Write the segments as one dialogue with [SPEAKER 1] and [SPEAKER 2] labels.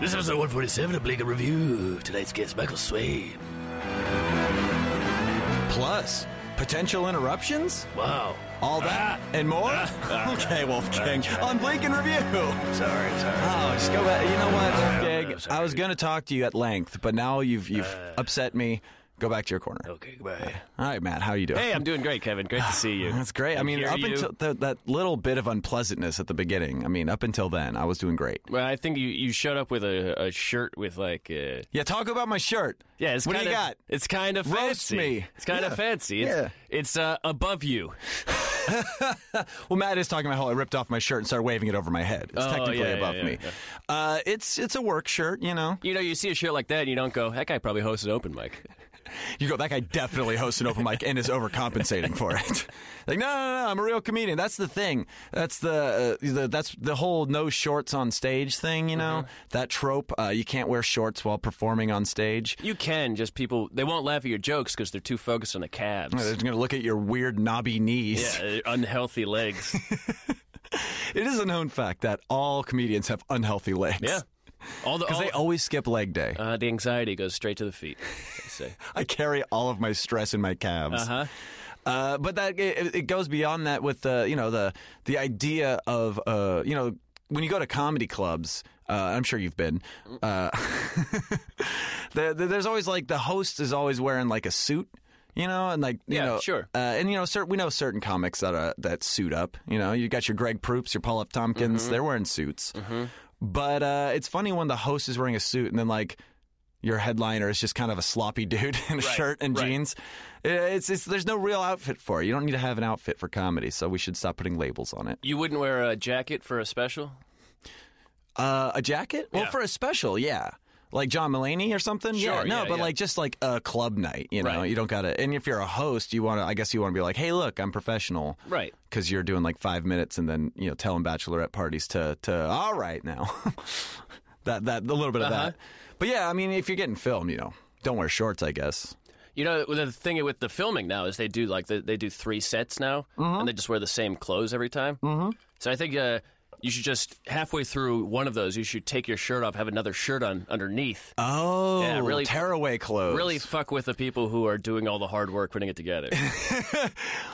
[SPEAKER 1] This is episode 147 of Bleaker Review. Tonight's guest, Michael Swain.
[SPEAKER 2] Plus, potential interruptions?
[SPEAKER 1] Wow.
[SPEAKER 2] All that and more? okay, Wolfgang, on Blink and Review.
[SPEAKER 1] Sorry, sorry.
[SPEAKER 2] Oh, just go back. You know what, Wolfgang?
[SPEAKER 1] sorry.
[SPEAKER 2] I was going to talk to you at length, but now you've you've
[SPEAKER 3] Uh,
[SPEAKER 2] upset me. Go back to your corner.
[SPEAKER 1] Okay, goodbye.
[SPEAKER 2] All right, Matt, how you doing?
[SPEAKER 3] Oh. Hey, I'm doing great, Kevin. Great to see you.
[SPEAKER 2] That's great. I mean,
[SPEAKER 3] hear
[SPEAKER 2] up
[SPEAKER 3] you.
[SPEAKER 2] until the, that little bit of unpleasantness at the beginning. I mean, up until then, I was doing great.
[SPEAKER 3] Well, I think you, you showed up with a, a shirt with like uh,
[SPEAKER 2] Yeah, talk about my shirt.
[SPEAKER 3] yeah. It's
[SPEAKER 2] what
[SPEAKER 3] kind
[SPEAKER 2] do you
[SPEAKER 3] of,
[SPEAKER 2] got?
[SPEAKER 3] It's kind of
[SPEAKER 2] Roast
[SPEAKER 3] fancy.
[SPEAKER 2] me.
[SPEAKER 3] It's kind
[SPEAKER 2] Yeah.
[SPEAKER 3] of fancy. It's,
[SPEAKER 2] Yeah.
[SPEAKER 3] it's uh, above you.
[SPEAKER 2] Well, Matt is talking about how I ripped off my shirt and started waving it over my head. It's
[SPEAKER 3] Oh,
[SPEAKER 2] technically
[SPEAKER 3] yeah, yeah,
[SPEAKER 2] above
[SPEAKER 3] yeah,
[SPEAKER 2] me.
[SPEAKER 3] yeah.
[SPEAKER 2] Uh, it's it's a work shirt, you know.
[SPEAKER 3] You know, you see a shirt like that, and you don't go, "That guy probably hosted open mic."
[SPEAKER 2] You go, that guy definitely hosts an open mic and is overcompensating for it. like, no, no, no, I'm a real comedian. That's the thing. That's the, uh, the that's the whole no shorts on stage thing. You know
[SPEAKER 3] Mm-hmm.
[SPEAKER 2] that trope. Uh, you can't wear shorts while performing on stage.
[SPEAKER 3] You can just people they won't laugh at your jokes because they're too focused on the
[SPEAKER 2] They're
[SPEAKER 3] calves.
[SPEAKER 2] going to Uh, look at your weird knobby knees.
[SPEAKER 3] yeah, uh, unhealthy legs.
[SPEAKER 2] It is a known fact that all comedians have unhealthy legs.
[SPEAKER 3] Yeah, all the
[SPEAKER 2] Because they
[SPEAKER 3] all-
[SPEAKER 2] always skip leg day.
[SPEAKER 3] uh, the anxiety goes straight to the feet. they say.
[SPEAKER 2] I carry all of my stress in my calves.
[SPEAKER 3] Uh-huh.
[SPEAKER 2] Uh, but that it, it goes beyond that with the you know the the idea of uh, you know when you go to comedy clubs. Uh, I'm sure you've been. Uh, there, there- there's always like the host is always wearing like a suit. You know, and like you
[SPEAKER 3] Yeah,
[SPEAKER 2] know,
[SPEAKER 3] sure.
[SPEAKER 2] Uh, and you know, cer we know certain comics that uh, that suit up. You know, you got your Greg Proops, your Paul F. Tompkins.
[SPEAKER 3] Mm-hmm.
[SPEAKER 2] They're wearing suits. But uh, it's funny when the host is wearing a suit and then like your headliner is just kind of a sloppy dude in a shirt and
[SPEAKER 3] right.
[SPEAKER 2] jeans. It's, it's there's no real outfit for it. You don't need to have an outfit for comedy, so we should stop putting labels on it.
[SPEAKER 3] You wouldn't wear a jacket for a special.
[SPEAKER 2] Uh, a jacket? Well,
[SPEAKER 3] Yeah.
[SPEAKER 2] for a special, yeah. Like John Mulaney or something,
[SPEAKER 3] Sure,
[SPEAKER 2] yeah, no,
[SPEAKER 3] yeah,
[SPEAKER 2] but
[SPEAKER 3] yeah.
[SPEAKER 2] like just like a club night, you know,
[SPEAKER 3] Right.
[SPEAKER 2] you don't gotta. And if you're a host, you want to, I guess you want to be like, hey, look, I'm professional,
[SPEAKER 3] Right.
[SPEAKER 2] Because you're doing like five minutes and then you know telling bachelorette parties to to all right now, that that a little bit of
[SPEAKER 3] Uh-huh.
[SPEAKER 2] that. But yeah, I mean, if you're getting filmed, you know, don't wear shorts, I guess.
[SPEAKER 3] You know the thing with the filming now is they do like the, they do three sets now,
[SPEAKER 2] Mm-hmm.
[SPEAKER 3] and they just wear the same clothes every time. Mm-hmm. So I think uh, you should just halfway through one of those, you should take your shirt off, have another shirt on underneath.
[SPEAKER 2] Oh,
[SPEAKER 3] Yeah, really-
[SPEAKER 2] tearaway clothes.
[SPEAKER 3] really fuck with the people who are doing all the hard work putting it together.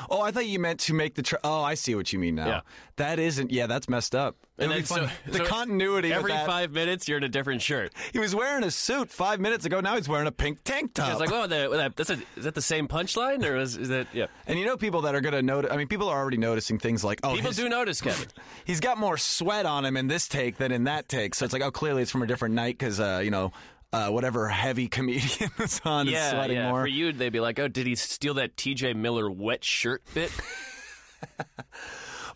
[SPEAKER 2] Oh, I thought you meant to make the. Tra- oh, I see what you mean now.
[SPEAKER 3] Yeah.
[SPEAKER 2] That isn't. Yeah, that's messed up. It
[SPEAKER 3] And
[SPEAKER 2] would be
[SPEAKER 3] then
[SPEAKER 2] funny.
[SPEAKER 3] so-
[SPEAKER 2] the
[SPEAKER 3] so
[SPEAKER 2] continuity.
[SPEAKER 3] every
[SPEAKER 2] with that.
[SPEAKER 3] five minutes, you're in a different shirt.
[SPEAKER 2] he was wearing a suit five minutes ago. Now he's wearing a pink tank top.
[SPEAKER 3] It's like, oh, well, that, that, that's a, is that the same punchline, or is, is that yeah?
[SPEAKER 2] and you know, people that are going to notice. I mean, people are already noticing things like, oh,
[SPEAKER 3] People
[SPEAKER 2] his-
[SPEAKER 3] do notice, Kevin.
[SPEAKER 2] he's got more sweat on him in this take than in that take. So it's like, oh, clearly it's from a different night because uh, you know. Uh, whatever heavy comedian is on is
[SPEAKER 3] yeah,
[SPEAKER 2] sweating
[SPEAKER 3] yeah.
[SPEAKER 2] more.
[SPEAKER 3] For you, they'd be like, oh, did he steal that T.J. Miller wet shirt bit?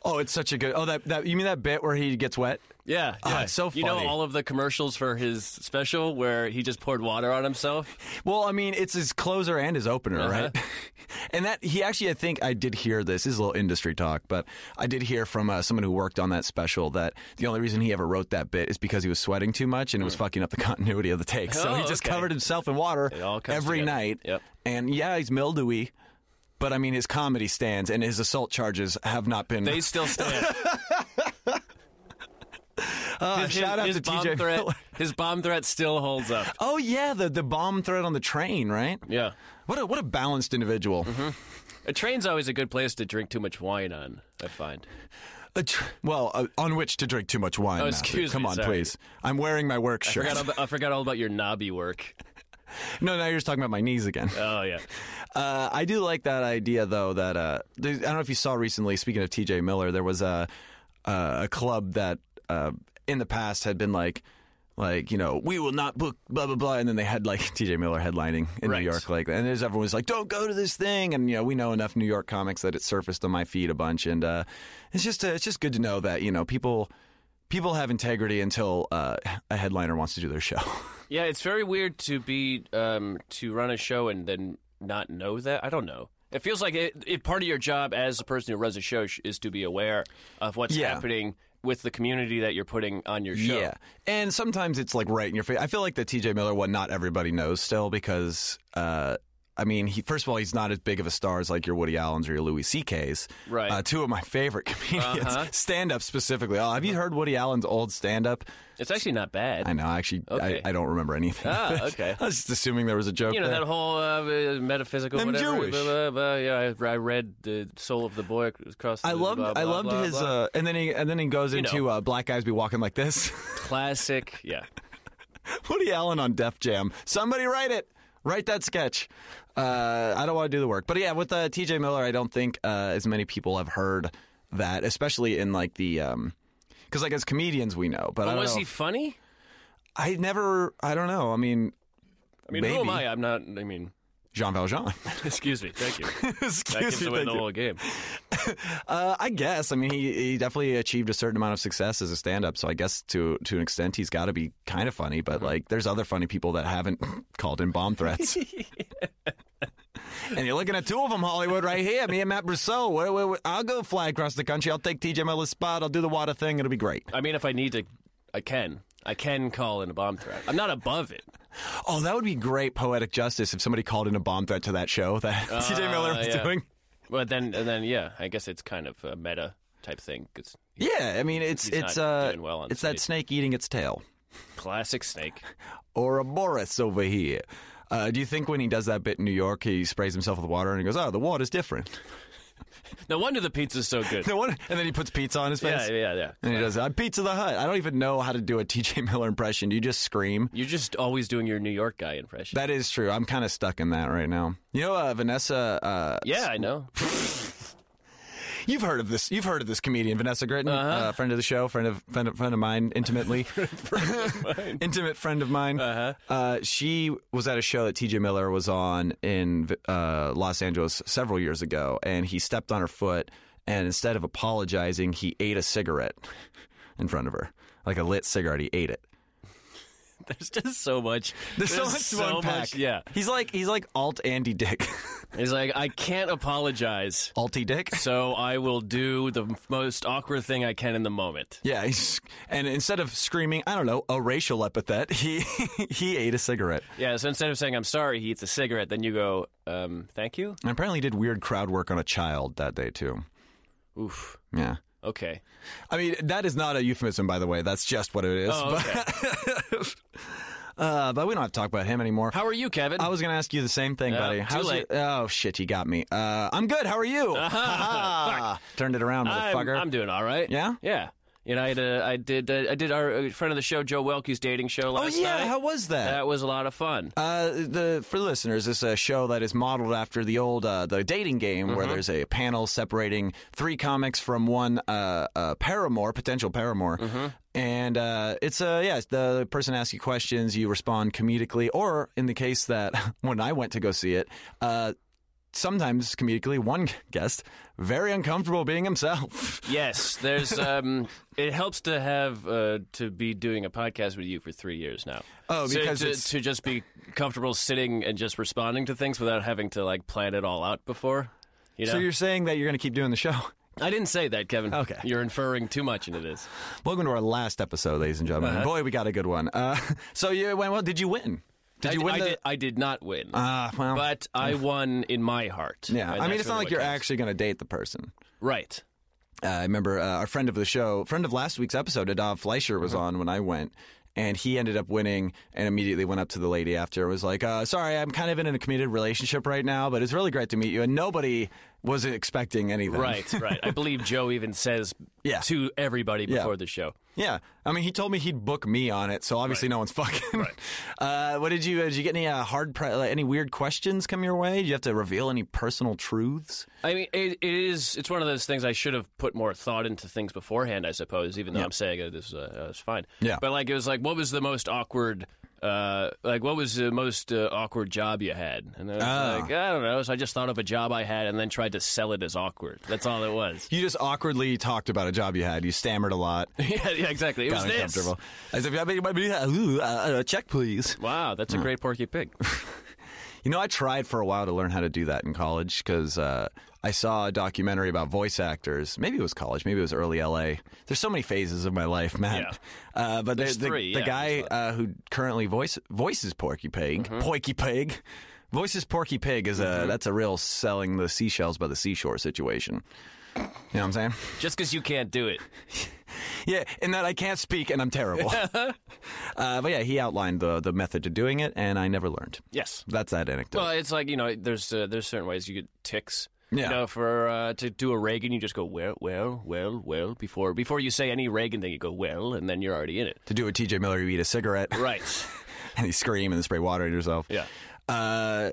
[SPEAKER 2] Oh, it's such a good. Oh, that, that you mean that bit where he gets wet?
[SPEAKER 3] Yeah,
[SPEAKER 2] Ah,
[SPEAKER 3] yeah.
[SPEAKER 2] it's so
[SPEAKER 3] You know
[SPEAKER 2] funny.
[SPEAKER 3] all of the commercials for his special where he just poured water on himself.
[SPEAKER 2] Well, I mean, it's his closer and his opener,
[SPEAKER 3] Uh-huh.
[SPEAKER 2] right? and that he actually, I think I did hear this. This is a little industry talk, but I did hear from uh, someone who worked on that special that the only reason he ever wrote that bit is because he was sweating too much and it was fucking up the continuity of the take. So
[SPEAKER 3] Hmm. Oh,
[SPEAKER 2] he just
[SPEAKER 3] okay.
[SPEAKER 2] covered himself in water
[SPEAKER 3] all comes
[SPEAKER 2] every
[SPEAKER 3] together.
[SPEAKER 2] night.
[SPEAKER 3] Yep.
[SPEAKER 2] And yeah, he's mildewy. But I mean, his comedy stands and his assault charges have not been.
[SPEAKER 3] They still stand.
[SPEAKER 2] Uh,
[SPEAKER 3] his,
[SPEAKER 2] shout out
[SPEAKER 3] his
[SPEAKER 2] to
[SPEAKER 3] bomb
[SPEAKER 2] TJ.
[SPEAKER 3] threat.
[SPEAKER 2] Miller.
[SPEAKER 3] His bomb threat still holds up.
[SPEAKER 2] Oh yeah, the the bomb threat on the train, right?
[SPEAKER 3] Yeah,
[SPEAKER 2] What a what a balanced individual.
[SPEAKER 3] a train's always a good place to drink too much wine on. I find.
[SPEAKER 2] A tr- well, uh, on which to drink too much wine. now.
[SPEAKER 3] Oh, excuse
[SPEAKER 2] Come
[SPEAKER 3] me,
[SPEAKER 2] on,
[SPEAKER 3] sorry.
[SPEAKER 2] please. I'm wearing my work shirt.
[SPEAKER 3] Forgot all about, I forgot all about your knobby work.
[SPEAKER 2] no, now you're just talking about my knees again.
[SPEAKER 3] Oh yeah,
[SPEAKER 2] Uh, I do like that idea, though. That uh, there's- I don't know if you saw recently. Speaking of T.J. Miller, there was a uh, a club that uh, in the past had been like. Like you know, we will not book blah blah blah, and then they had like T.J. Miller headlining in
[SPEAKER 3] Right.
[SPEAKER 2] New York, like, and there's everyone was like, "Don't go to this thing," and you know, we know enough New York comics that it surfaced on my feed a bunch, and uh, it's just uh, it's just good to know that you know people people have integrity until uh, a headliner wants to do their show.
[SPEAKER 3] yeah. It's very weird to be um, to run a show and then not know that. I don't know. It feels like it, it, part of your job as the person who runs a show sh- is to be aware of what's
[SPEAKER 2] Yeah.
[SPEAKER 3] happening with the community that you're putting on your show.
[SPEAKER 2] Yeah, and sometimes it's like right in your face. I feel like the T.J. Miller one, not everybody knows still because uh, I mean, he, first of all, he's not as big of a star as like your Woody Allen's or your Louis C.K.'s.
[SPEAKER 3] Right.
[SPEAKER 2] Uh, two of my favorite comedians,
[SPEAKER 3] Uh-huh.
[SPEAKER 2] stand up specifically. Oh, have you heard Woody Allen's old stand up?
[SPEAKER 3] It's actually not bad.
[SPEAKER 2] I know. Actually,
[SPEAKER 3] Okay.
[SPEAKER 2] I, I don't remember anything.
[SPEAKER 3] Ah,
[SPEAKER 2] I
[SPEAKER 3] okay.
[SPEAKER 2] was just assuming there was a joke.
[SPEAKER 3] You know
[SPEAKER 2] there.
[SPEAKER 3] that whole uh, uh, metaphysical.
[SPEAKER 2] I'm
[SPEAKER 3] whatever,
[SPEAKER 2] Jewish.
[SPEAKER 3] Blah, blah, blah, yeah, I, I read the soul of the boy across. The
[SPEAKER 2] I loved,
[SPEAKER 3] blah, blah,
[SPEAKER 2] I loved
[SPEAKER 3] blah,
[SPEAKER 2] his,
[SPEAKER 3] blah.
[SPEAKER 2] Uh, and then he, and then he goes into
[SPEAKER 3] know.
[SPEAKER 2] uh, black guys be walking like this.
[SPEAKER 3] classic. Yeah,
[SPEAKER 2] Woody Allen on Def Jam. Somebody write it. Write that sketch. Uh, I don't want to do the work, but yeah, with uh, T.J. Miller, I don't think uh, as many people have heard that, especially in like the, because like as comedians we know, but I
[SPEAKER 3] but
[SPEAKER 2] don't
[SPEAKER 3] was
[SPEAKER 2] know
[SPEAKER 3] he
[SPEAKER 2] if-
[SPEAKER 3] funny?
[SPEAKER 2] I never. I don't know. I mean,
[SPEAKER 3] I mean,
[SPEAKER 2] Maybe.
[SPEAKER 3] who am I? I'm not. I mean,
[SPEAKER 2] Jean Valjean.
[SPEAKER 3] excuse me. Thank you. That
[SPEAKER 2] Excuse
[SPEAKER 3] gives
[SPEAKER 2] me,
[SPEAKER 3] away
[SPEAKER 2] thank
[SPEAKER 3] the
[SPEAKER 2] you.
[SPEAKER 3] whole game.
[SPEAKER 2] Uh, I guess. I mean, he, he definitely achieved a certain amount of success as a stand-up. So I guess to to an extent, he's got to be kind of funny.
[SPEAKER 3] Mm-hmm.
[SPEAKER 2] But like, there's other funny people that haven't called in bomb threats. and you're looking at two of them, Hollywood, right here. Me and Matt Brousseau. Wait, wait, wait. I'll go fly across the country. I'll take T.J. Miller's spot. I'll do the water thing. It'll be great.
[SPEAKER 3] I mean, if I need to, I can. I can call in a bomb threat. I'm not above it.
[SPEAKER 2] Oh, that would be great poetic justice if somebody called in a bomb threat to that show that T.J. Miller was
[SPEAKER 3] Ah, yeah.
[SPEAKER 2] doing.
[SPEAKER 3] But then, and then, yeah, I guess it's kind of a meta type thing. It's
[SPEAKER 2] Yeah, I mean, it's
[SPEAKER 3] He's
[SPEAKER 2] it's
[SPEAKER 3] not
[SPEAKER 2] uh,
[SPEAKER 3] doing well on
[SPEAKER 2] it's that
[SPEAKER 3] stage.
[SPEAKER 2] snake eating its tail.
[SPEAKER 3] classic Snake.
[SPEAKER 2] Ouroboros over here. Uh, do you think when he does that bit in New York, he sprays himself with water and he goes, "Oh, the water's different."
[SPEAKER 3] No wonder the pizza's so good.
[SPEAKER 2] No wonder- and then he puts pizza on his face.
[SPEAKER 3] yeah, yeah, yeah.
[SPEAKER 2] And he does, "I'm Pizza the Hut." I don't even know how to do a T.J. Miller impression. Do you just scream?
[SPEAKER 3] You're just always doing your New York guy impression.
[SPEAKER 2] That is true. I'm kind of stuck in that right now. You know, uh, Vanessa. Uh,
[SPEAKER 3] yeah, I know.
[SPEAKER 2] you've heard of this. You've heard of this comedian, Vanessa Gritton, uh friend of the show, friend of friend of, friend of mine, intimately, intimate friend of mine. Uh-huh. she was at a show that T.J. Miller was on in uh, Los Angeles several years ago, and he stepped on her foot, and instead of apologizing, he ate a cigarette in front of her, like a lit cigarette. He ate it.
[SPEAKER 3] There's just so much.
[SPEAKER 2] There's, so much to unpack.
[SPEAKER 3] much- yeah.
[SPEAKER 2] he's like he's like alt Andy Dick,
[SPEAKER 3] He's like, I can't apologize,
[SPEAKER 2] alty Dick.
[SPEAKER 3] so I will do the most awkward thing I can in the moment.
[SPEAKER 2] Yeah, he's, and instead of screaming, I don't know, a racial epithet, he he ate a cigarette.
[SPEAKER 3] Yeah, so instead of saying I'm sorry, he eats a cigarette, then you go, um, thank you?
[SPEAKER 2] And apparently did weird crowd work on a child that day too.
[SPEAKER 3] Oof.
[SPEAKER 2] Yeah.
[SPEAKER 3] Okay.
[SPEAKER 2] I mean, that is not a euphemism by the way. That's just what it is.
[SPEAKER 3] Oh, okay.
[SPEAKER 2] but, uh, but we don't have to talk about him anymore.
[SPEAKER 3] How are you, Kevin?
[SPEAKER 2] I was going to ask you the same thing,
[SPEAKER 3] Yeah,
[SPEAKER 2] buddy.
[SPEAKER 3] Uh, too
[SPEAKER 2] How's
[SPEAKER 3] late. Uh-huh.
[SPEAKER 2] It? Oh shit, you got me. Uh, I'm good. How are you? Ha-ha. Turned it around,
[SPEAKER 3] I'm,
[SPEAKER 2] motherfucker.
[SPEAKER 3] I'm doing all right.
[SPEAKER 2] Yeah?
[SPEAKER 3] Yeah. You know, I, had a, I did uh, I did our uh, friend of the show, Joe Welke's dating show
[SPEAKER 2] oh
[SPEAKER 3] last
[SPEAKER 2] yeah,
[SPEAKER 3] night.
[SPEAKER 2] how was
[SPEAKER 3] that was a lot of fun.
[SPEAKER 2] Uh, the for the listeners, this is a show that is modeled after the old uh, the dating game, where there's a panel separating three comics from one uh, uh, paramour, potential paramour, and uh, it's uh, yeah, it's the person asks you questions, you respond comedically, or in the case that when I went to go see it, uh, sometimes comedically, one guest very uncomfortable being himself.
[SPEAKER 3] Yes, there's. Um, it helps to have uh, to be doing a podcast with you for three years now.
[SPEAKER 2] Oh,
[SPEAKER 3] So
[SPEAKER 2] because
[SPEAKER 3] to,
[SPEAKER 2] it's-
[SPEAKER 3] to just be comfortable sitting and just responding to things without having to like plan it all out before. You know,
[SPEAKER 2] So you're saying that you're going to keep doing the show?
[SPEAKER 3] I didn't say that, Kevin.
[SPEAKER 2] Okay.
[SPEAKER 3] you're inferring too much into this.
[SPEAKER 2] Welcome to our last episode, ladies and gentlemen.
[SPEAKER 3] Uh-huh.
[SPEAKER 2] Boy, we got a good one. Uh, so you went well. Did you win? Did
[SPEAKER 3] I,
[SPEAKER 2] you win
[SPEAKER 3] I
[SPEAKER 2] the?
[SPEAKER 3] did, I did not win,
[SPEAKER 2] Ah, well,
[SPEAKER 3] but I won in my heart.
[SPEAKER 2] yeah.
[SPEAKER 3] And
[SPEAKER 2] I mean,
[SPEAKER 3] that's
[SPEAKER 2] it's not
[SPEAKER 3] really
[SPEAKER 2] like
[SPEAKER 3] what
[SPEAKER 2] you're
[SPEAKER 3] counts.
[SPEAKER 2] actually going to date the person.
[SPEAKER 3] right.
[SPEAKER 2] Uh, I remember uh, our friend of the show, friend of last week's episode, Adav Fleischer was
[SPEAKER 3] Uh-huh.
[SPEAKER 2] on when I went, and he ended up winning and immediately went up to the lady after and was like, uh, "Sorry, I'm kind of in a committed relationship right now, but it's really great to meet you." And nobody was expecting anything.
[SPEAKER 3] Right, right. I believe Joe even says
[SPEAKER 2] Yeah.
[SPEAKER 3] to everybody
[SPEAKER 2] Yeah.
[SPEAKER 3] before the show.
[SPEAKER 2] Yeah. I mean, he told me he'd book me on it, so obviously no one's fucking. Right. Uh, what did you? Did you get any uh, hard? Pre- like, any weird questions come your way? Did you have to reveal any personal truths?
[SPEAKER 3] I mean, it, it is. It's one of those things I should have put more thought into things beforehand, I suppose. Even though I'm saying oh, this uh, is fine.
[SPEAKER 2] Yeah.
[SPEAKER 3] But like, it was like, what was the most awkward? Uh, like, what was the most uh, awkward job you had? And I was
[SPEAKER 2] Ah.
[SPEAKER 3] like, I don't know. So I just thought of a job I had and then tried to sell it as awkward. That's all it was.
[SPEAKER 2] You just awkwardly talked about a job you had. You stammered a lot.
[SPEAKER 3] yeah, yeah, exactly. It was
[SPEAKER 2] Got
[SPEAKER 3] this.
[SPEAKER 2] uncomfortable. As if I mean, ooh, uh, uh, check, please.
[SPEAKER 3] Wow, that's a great Porky Pig.
[SPEAKER 2] You know, I tried for a while to learn how to do that in college because uh, I saw a documentary about voice actors. Maybe it was college, maybe it was early LA. There's so many phases of my life, man.
[SPEAKER 3] Yeah.
[SPEAKER 2] Uh, but there's
[SPEAKER 3] There's Mm-hmm.
[SPEAKER 2] the,
[SPEAKER 3] three,
[SPEAKER 2] the
[SPEAKER 3] yeah,
[SPEAKER 2] guy uh, who currently voice voices Porky Pig, Porky Pig, Voices Porky Pig is
[SPEAKER 3] Mm-hmm.
[SPEAKER 2] a that's a real selling the seashells by the seashore situation. You know what I'm saying?
[SPEAKER 3] Just because you can't do it.
[SPEAKER 2] Yeah, in that I can't speak and I'm terrible. uh, but yeah, he outlined the the method to doing it, and I never learned.
[SPEAKER 3] Yes.
[SPEAKER 2] That's that anecdote.
[SPEAKER 3] Well, it's like you know, there's uh, there's certain ways you get ticks.
[SPEAKER 2] Yeah.
[SPEAKER 3] You know, for uh, to do a Reagan, you just go well, well, well, well before before you say any Reagan thing, you go well, and then you're already in it.
[SPEAKER 2] to do a TJ Miller, you eat a cigarette
[SPEAKER 3] Right.
[SPEAKER 2] and you scream and spray water at yourself.
[SPEAKER 3] Yeah.
[SPEAKER 2] Uh,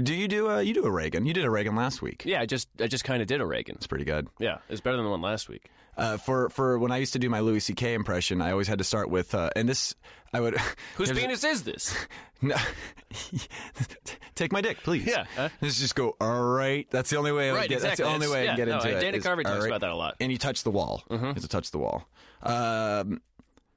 [SPEAKER 2] do you do a you do a Reagan? You did a Reagan last week.
[SPEAKER 3] Yeah. I just I just kind of did a Reagan.
[SPEAKER 2] It's pretty good.
[SPEAKER 3] Yeah. It's better than the one last week.
[SPEAKER 2] Uh, for for when I used to do my Louis C.K. impression, I always had to start with uh, and this I would
[SPEAKER 3] Whose penis is this?
[SPEAKER 2] No. Take my dick, please.
[SPEAKER 3] Yeah, huh?
[SPEAKER 2] Let's just go, all right. That's the only way I would
[SPEAKER 3] Right,
[SPEAKER 2] get That's the
[SPEAKER 3] exactly.
[SPEAKER 2] only way I
[SPEAKER 3] That's-
[SPEAKER 2] can get
[SPEAKER 3] yeah,
[SPEAKER 2] into
[SPEAKER 3] no,
[SPEAKER 2] it.
[SPEAKER 3] Dana
[SPEAKER 2] is,
[SPEAKER 3] Carvey
[SPEAKER 2] all
[SPEAKER 3] talks about that a lot.
[SPEAKER 2] And you touch the wall. Mm-hmm. You have to touch the wall. Um,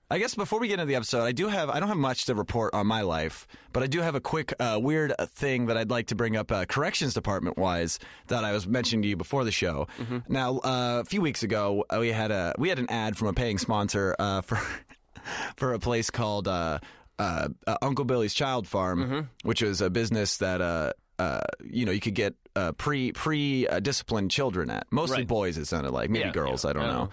[SPEAKER 2] I guess before we get into the episode, I do have I don't have much to report on my life, but I do have a quick uh, weird uh, thing that I'd like to bring up uh, corrections department wise that I was mentioning to you before the show.
[SPEAKER 3] Mm-hmm.
[SPEAKER 2] Now, uh, a few weeks ago, uh, we had a we had an ad from a paying sponsor uh, for for a place called uh, uh, uh, Uncle Billy's Child Farm,
[SPEAKER 3] Mm-hmm.
[SPEAKER 2] which was a business that uh, uh, you know you could get uh, pre pre uh, disciplined children at mostly
[SPEAKER 3] Right.
[SPEAKER 2] boys. It sounded like maybe
[SPEAKER 3] Yeah,
[SPEAKER 2] girls.
[SPEAKER 3] yeah. Uh-huh.
[SPEAKER 2] I don't
[SPEAKER 3] I don't
[SPEAKER 2] know.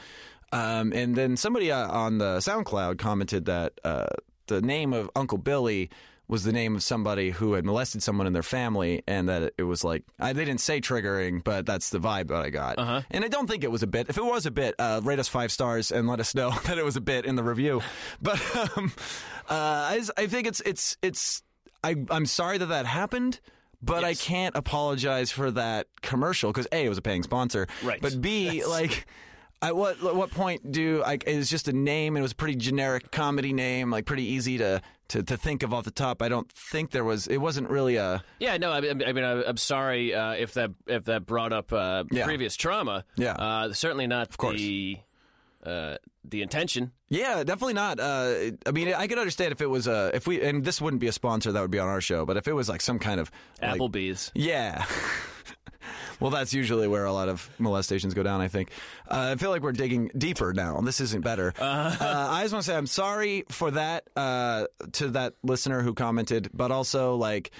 [SPEAKER 2] Um, and then somebody uh, on the SoundCloud commented that uh, the name of Uncle Billy was the name of somebody who had molested someone in their family, and that it was like I, they didn't say triggering, but that's the vibe that I got. Uh-huh. And I don't think it was a bit. If it was a bit, uh, rate us five stars and let us know that it was a bit in the review. But um, uh, I, just- I think it's it's it's I, I'm sorry that that happened. But I can't apologize for that commercial because a it was a paying sponsor,
[SPEAKER 3] Right.
[SPEAKER 2] But B like at what at what point do I? It was just a name. It was a pretty generic comedy name, like pretty easy to, to to think of off the top. I don't think there was. It wasn't really a.
[SPEAKER 3] Yeah, no, I mean, I mean, I'm sorry uh, if that if that brought up uh,
[SPEAKER 2] Yeah.
[SPEAKER 3] previous trauma.
[SPEAKER 2] Yeah.
[SPEAKER 3] uh, certainly not
[SPEAKER 2] course.
[SPEAKER 3] the uh, the intention.
[SPEAKER 2] Yeah, definitely not. Uh, I mean, I could understand if it was a if we and this wouldn't be a sponsor that would be on our show, but if it was like some kind of like,
[SPEAKER 3] Applebee's.
[SPEAKER 2] Yeah. well, that's usually where a lot of molestations go down, I think. Uh, I feel like we're digging deeper now. This isn't better. uh I just want to say I'm sorry for that uh, to that listener who commented, but also, like,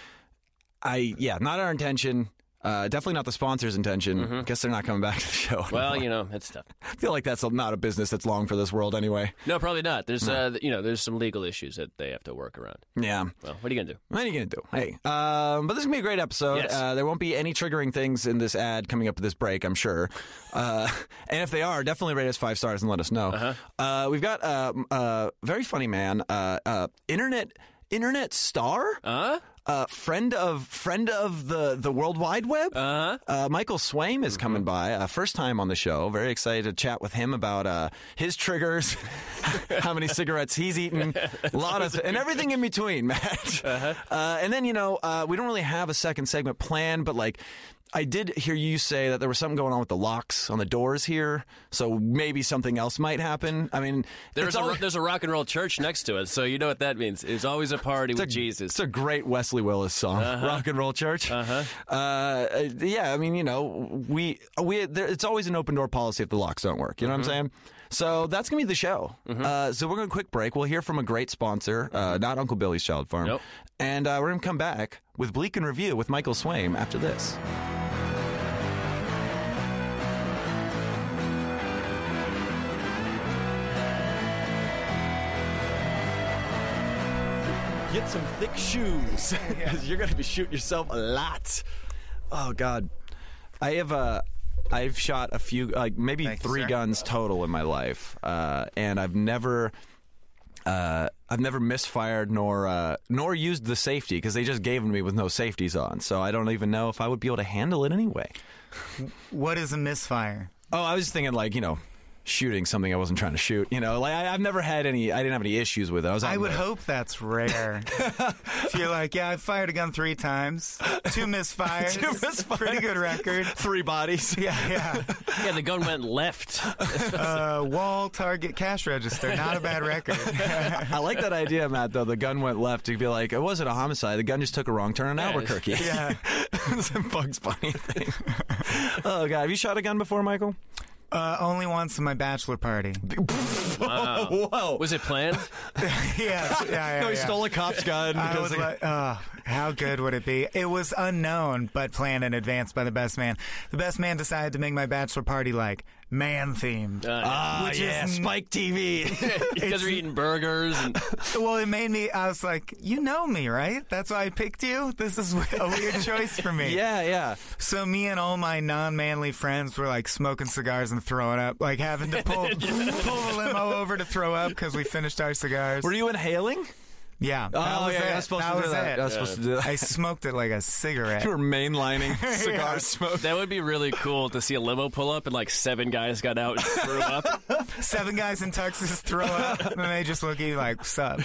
[SPEAKER 2] I, yeah, not our intention. Uh, definitely not the sponsor's intention. Guess they're not coming back to the show.
[SPEAKER 3] Well, you know, it's tough.
[SPEAKER 2] I feel like that's not a business that's long for this world anyway.
[SPEAKER 3] No, probably
[SPEAKER 2] Hmm.
[SPEAKER 3] not. There's uh, you know, there's some legal issues that they have to work around.
[SPEAKER 2] Yeah.
[SPEAKER 3] Well, what are you gonna do?
[SPEAKER 2] What are you gonna do? Hey, um, but this is gonna be a great episode.
[SPEAKER 3] Yes.
[SPEAKER 2] Uh, there won't be any triggering things in this ad coming up at this break, I'm sure. Uh, and if they are, definitely rate us five stars and let us know. uh we've got uh, m- uh, very funny man, uh, uh, internet internet star,
[SPEAKER 3] Huh?
[SPEAKER 2] uh, friend of friend of the the World Wide Web.
[SPEAKER 3] Uh-huh. Mm-hmm.
[SPEAKER 2] Uh, Michael Swaim is coming by, uh, first time on the show. Very excited to chat with him about uh, his triggers, how many cigarettes he's eaten, a lot of and everything in between, Matt. Uh-huh. and then you know uh, we don't really have a second segment planned, but like. I did hear you say that there was something going on with the locks on the doors here, so maybe something else might happen. I mean,
[SPEAKER 3] There's
[SPEAKER 2] it's
[SPEAKER 3] a
[SPEAKER 2] always-
[SPEAKER 3] there's a rock and roll church next to us, so you know what that means. It's always a party with
[SPEAKER 2] Mm. It's
[SPEAKER 3] Jesus.
[SPEAKER 2] a great Wesley Willis song, "Rock and Roll Church." Uh-huh. yeah, I mean, you know, we we there, it's always an open door policy if the locks don't work. You know what I'm saying?
[SPEAKER 3] Mm-hmm.
[SPEAKER 2] So that's gonna be the show. Uh, so we're gonna quick break. We'll hear from a great sponsor, uh, not Uncle Billy's Child Farm,
[SPEAKER 3] Mm-hmm. Nope.
[SPEAKER 2] and uh, we're gonna come back with Bleak and Review with Michael Swaim after this. Get some thick shoes. 'Cause You're going to be shooting yourself a lot. Oh God, I have Uh, I've shot a few, like maybe
[SPEAKER 4] Thank you,
[SPEAKER 2] three
[SPEAKER 4] sir.
[SPEAKER 2] guns total in my life, uh, and I've never, uh, I've never misfired nor uh, nor used the safety because they just gave them to me with no safeties on, so I don't even know if I would be able to handle it anyway.
[SPEAKER 4] What is a misfire?
[SPEAKER 2] Oh, I was just thinking like you know, shooting something I wasn't trying to shoot. You know, like I, I've never had any. I didn't have any issues with it. I was. out
[SPEAKER 4] I
[SPEAKER 2] in
[SPEAKER 4] would
[SPEAKER 2] the-
[SPEAKER 4] hope that's rare. if you're like, yeah, I fired a gun three times, two misfires,
[SPEAKER 2] Two misfires.
[SPEAKER 4] pretty good record.
[SPEAKER 2] three bodies.
[SPEAKER 4] Yeah, yeah.
[SPEAKER 3] yeah, the gun went left.
[SPEAKER 4] Uh, wall, target, cash register. Not a bad record.
[SPEAKER 2] I like that idea, Matt. Though the gun went left, you'd be like, it wasn't a homicide. The gun just took a wrong turn in Albuquerque.
[SPEAKER 4] yeah.
[SPEAKER 2] Some Bugs Bunny thing. oh God, have you shot a gun before, Michael?
[SPEAKER 4] Uh, only once in my bachelor party.
[SPEAKER 2] Whoa.
[SPEAKER 3] Was it planned?
[SPEAKER 4] yes. Yeah, yeah,
[SPEAKER 2] no, he
[SPEAKER 4] yeah.
[SPEAKER 2] stole a cop's gun.
[SPEAKER 4] I
[SPEAKER 2] because
[SPEAKER 4] was like, oh, how good would it be? It was unknown, but planned in advance by the best man. The best man decided to make my bachelor party like man themed.
[SPEAKER 2] ah,
[SPEAKER 4] which
[SPEAKER 2] yeah,
[SPEAKER 4] is-
[SPEAKER 2] Spike TV.
[SPEAKER 3] you guys were eating burgers and
[SPEAKER 4] well, it made me. I was like, you know me, right? That's why I picked you. This is a weird choice for me.
[SPEAKER 2] yeah, yeah.
[SPEAKER 4] So me and all my non-manly friends were like smoking cigars and throwing up, like having to pull pull the limo over to throw up because we finished our cigars.
[SPEAKER 2] Were you inhaling?
[SPEAKER 4] yeah, that
[SPEAKER 2] oh,
[SPEAKER 4] was
[SPEAKER 2] yeah,
[SPEAKER 4] it.
[SPEAKER 2] I was supposed to
[SPEAKER 4] was
[SPEAKER 2] do that.
[SPEAKER 4] it.
[SPEAKER 2] I was supposed to do that.
[SPEAKER 4] I smoked it like a cigarette.
[SPEAKER 2] You were mainlining cigar smoke.
[SPEAKER 3] that would be really cool to see a limo pull up and like seven guys got out and threw up.
[SPEAKER 4] Seven guys in Texas throw up, and they just look at you like, "What's up?"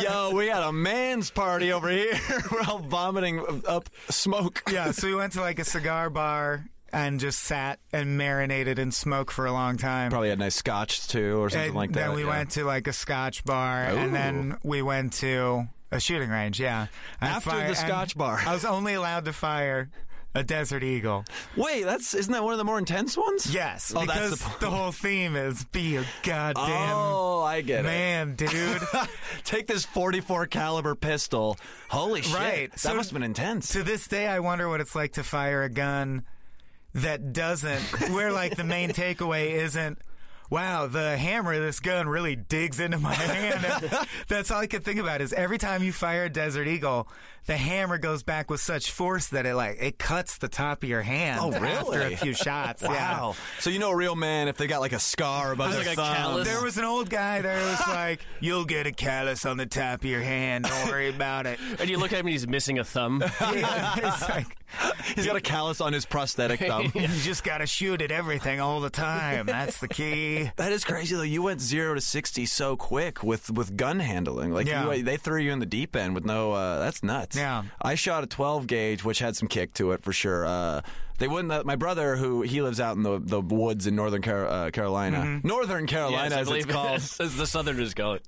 [SPEAKER 2] Yo, we had a man's party over here. We're all vomiting up smoke.
[SPEAKER 4] Yeah, so we went to like a cigar bar and just sat and marinated in smoke for a long time.
[SPEAKER 2] Probably had nice scotch too, or something
[SPEAKER 4] And
[SPEAKER 2] like that.
[SPEAKER 4] Then we
[SPEAKER 2] yeah.
[SPEAKER 4] went to like a Scotch bar,
[SPEAKER 2] Ooh.
[SPEAKER 4] and then we went to a shooting range. Yeah, And
[SPEAKER 2] After the
[SPEAKER 4] and
[SPEAKER 2] Scotch bar.
[SPEAKER 4] I was only allowed to fire a Desert Eagle.
[SPEAKER 2] Wait, that's isn't that one of the more intense ones?
[SPEAKER 4] Yes,
[SPEAKER 2] Oh, that's
[SPEAKER 4] because
[SPEAKER 2] the point.
[SPEAKER 4] whole theme is be a goddamn
[SPEAKER 2] Oh, I get
[SPEAKER 4] man, dude.
[SPEAKER 2] it. Take this 44 caliber pistol. Holy shit!
[SPEAKER 4] Right,
[SPEAKER 2] That
[SPEAKER 4] so-
[SPEAKER 2] must have been intense.
[SPEAKER 4] to this day, I wonder what it's like to fire a gun that doesn't. Where like the main takeaway isn't. Wow, the hammer of this gun really digs into my hand. That's all I could think about is every time you fire a Desert Eagle, the hammer goes back with such force that it like it cuts the top of your hand.
[SPEAKER 2] Oh,
[SPEAKER 4] After
[SPEAKER 2] really?
[SPEAKER 4] a few shots. Yeah.
[SPEAKER 2] wow. So you know a real man if they got like a scar above
[SPEAKER 3] Like
[SPEAKER 2] their
[SPEAKER 3] a
[SPEAKER 2] thumb.
[SPEAKER 3] callus.
[SPEAKER 4] There was an old guy there who was like, "You'll get a callus on the top of your hand. Don't worry about it."
[SPEAKER 3] And you look at him and he's missing a thumb.
[SPEAKER 4] It's like,
[SPEAKER 2] He's got a callus on his prosthetic thumb.
[SPEAKER 4] You just gotta shoot at everything all the time. That's the key.
[SPEAKER 2] That is crazy though. You went zero to sixty so quick with with gun handling. Like
[SPEAKER 4] Yeah.
[SPEAKER 2] you, they threw you in the deep end with no. Uh, that's nuts.
[SPEAKER 4] Yeah.
[SPEAKER 2] I shot a twelve gauge, which had some kick to it for sure. Uh, they wouldn't. let my brother, who he lives out in the the woods in northern Car- uh, Carolina,
[SPEAKER 4] Mm-hmm.
[SPEAKER 2] Northern
[SPEAKER 3] Yes,
[SPEAKER 2] Carolina,
[SPEAKER 3] I
[SPEAKER 2] as it's
[SPEAKER 3] believe
[SPEAKER 2] called.
[SPEAKER 3] as the Southerners call it.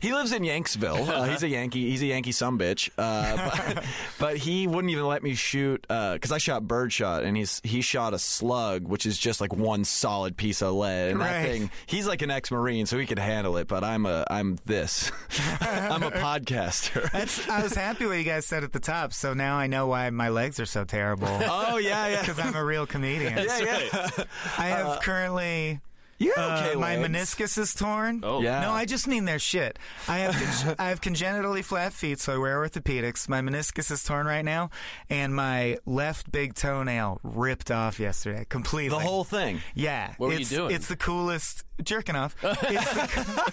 [SPEAKER 2] He lives in Yanksville. Uh, he's a Yankee. He's a Yankee some bitch. Uh, but, but he wouldn't even let me shoot because I shot birdshot, and he's he shot a slug, which is just like one solid piece of lead. And that
[SPEAKER 4] Right.
[SPEAKER 2] thing, he's like an ex-marine, so he could handle it. But I'm a I'm this. I'm a podcaster.
[SPEAKER 4] That's. I was happy what you guys said at the top, so now I know why my legs are so terrible.
[SPEAKER 2] oh yeah, yeah.
[SPEAKER 4] Because I'm a real comedian.
[SPEAKER 2] Yeah, yeah.
[SPEAKER 4] I have currently.
[SPEAKER 2] You got
[SPEAKER 4] Uh,
[SPEAKER 2] okay
[SPEAKER 4] my
[SPEAKER 2] legs.
[SPEAKER 4] meniscus is torn.
[SPEAKER 3] Oh.
[SPEAKER 2] Yeah.
[SPEAKER 4] No, I just mean their shit. I have con- I have congenitally flat feet, so I wear orthopedics. My meniscus is torn right now, and my left big toenail ripped off yesterday completely.
[SPEAKER 2] The whole thing.
[SPEAKER 4] Yeah.
[SPEAKER 3] What were you
[SPEAKER 4] it's,
[SPEAKER 3] doing?
[SPEAKER 4] It's the coolest jerking off. It's the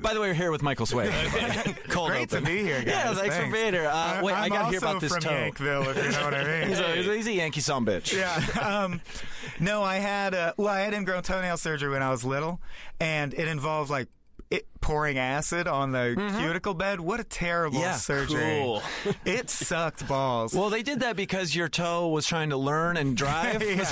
[SPEAKER 2] By the way, we're here with Michael Sway. Cold
[SPEAKER 4] Great
[SPEAKER 2] open.
[SPEAKER 4] to be here, guys.
[SPEAKER 2] Yeah, thanks, for being here. Uh,
[SPEAKER 4] I'm-
[SPEAKER 2] wait, I
[SPEAKER 4] I'm
[SPEAKER 2] gotta hear
[SPEAKER 4] also
[SPEAKER 2] about this
[SPEAKER 4] from
[SPEAKER 2] toe.
[SPEAKER 4] Yankville, if you know what I mean.
[SPEAKER 2] He's, a, he's a Yankee some bitch.
[SPEAKER 4] yeah. Um, no, I had uh, well, I had ingrown toenail surgery when I was little, and it involved like it pouring acid on the cuticle bed. What a terrible
[SPEAKER 2] Mm-hmm. Yeah,
[SPEAKER 4] surgery!
[SPEAKER 3] cool.
[SPEAKER 4] It sucked balls.
[SPEAKER 2] Well, they did that because your toe was trying to learn and drive.
[SPEAKER 4] Yeah.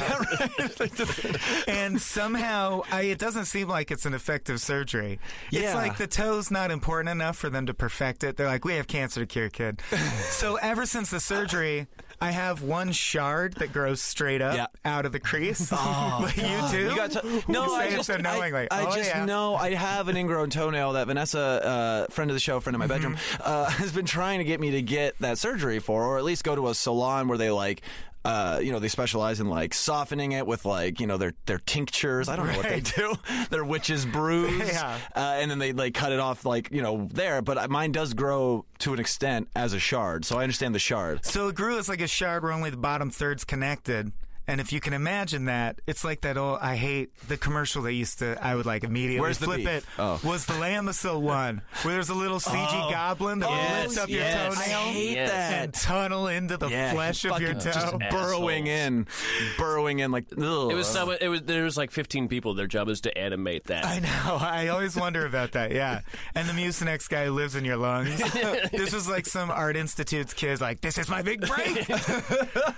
[SPEAKER 2] Is that right?
[SPEAKER 4] and somehow I, it doesn't seem like it's an effective surgery.
[SPEAKER 2] Yeah.
[SPEAKER 4] It's like the toe's not important enough for them to perfect it. They're like, we have cancer to cure, kid. so ever since the surgery, I have one shard that grows straight up
[SPEAKER 2] Yeah. Oh,
[SPEAKER 4] out of the crease. But you too?
[SPEAKER 2] You got to- no,
[SPEAKER 4] You say
[SPEAKER 2] I
[SPEAKER 4] it
[SPEAKER 2] just
[SPEAKER 4] so knowingly.
[SPEAKER 2] I, I
[SPEAKER 4] Oh,
[SPEAKER 2] just
[SPEAKER 4] yeah.
[SPEAKER 2] know I have an ingrown toenail that Vanessa, uh, friend of the show, friend of my bedroom,
[SPEAKER 4] Mm-hmm.
[SPEAKER 2] uh, has been trying to get me to get that surgery for, or at least go to a salon where they like. Uh, you know they specialize in like softening it with like you know their their tinctures. I don't know what they
[SPEAKER 4] Right.
[SPEAKER 2] do. their witch's brews,
[SPEAKER 4] Yeah.
[SPEAKER 2] uh, and then they like cut it off like you know there. But uh, mine does grow to an extent as a shard, so I understand the shard.
[SPEAKER 4] So it grew as like a shard where only the bottom third's connected. And if you can imagine that, it's like that old I hate the commercial they used to I would like immediately
[SPEAKER 2] Where's the
[SPEAKER 4] flip
[SPEAKER 2] beef?
[SPEAKER 4] it
[SPEAKER 2] Oh.
[SPEAKER 4] was the Lamisil one where there's a little CG goblin that
[SPEAKER 2] yes,
[SPEAKER 4] lifts up
[SPEAKER 2] yes.
[SPEAKER 4] your toenail.
[SPEAKER 2] I hate
[SPEAKER 3] Yes.
[SPEAKER 4] and
[SPEAKER 2] that.
[SPEAKER 4] tunnel into the flesh of your toe.
[SPEAKER 2] fucking Just
[SPEAKER 3] Assholes.
[SPEAKER 2] burrowing in, burrowing in like. Ugh.
[SPEAKER 3] It was so it was there was like 15 people. Their job was to animate that.
[SPEAKER 4] I know. I always wonder about that. Yeah. And the Mucinex guy lives in your lungs. this was like some art institute's kid, like, this is my big break.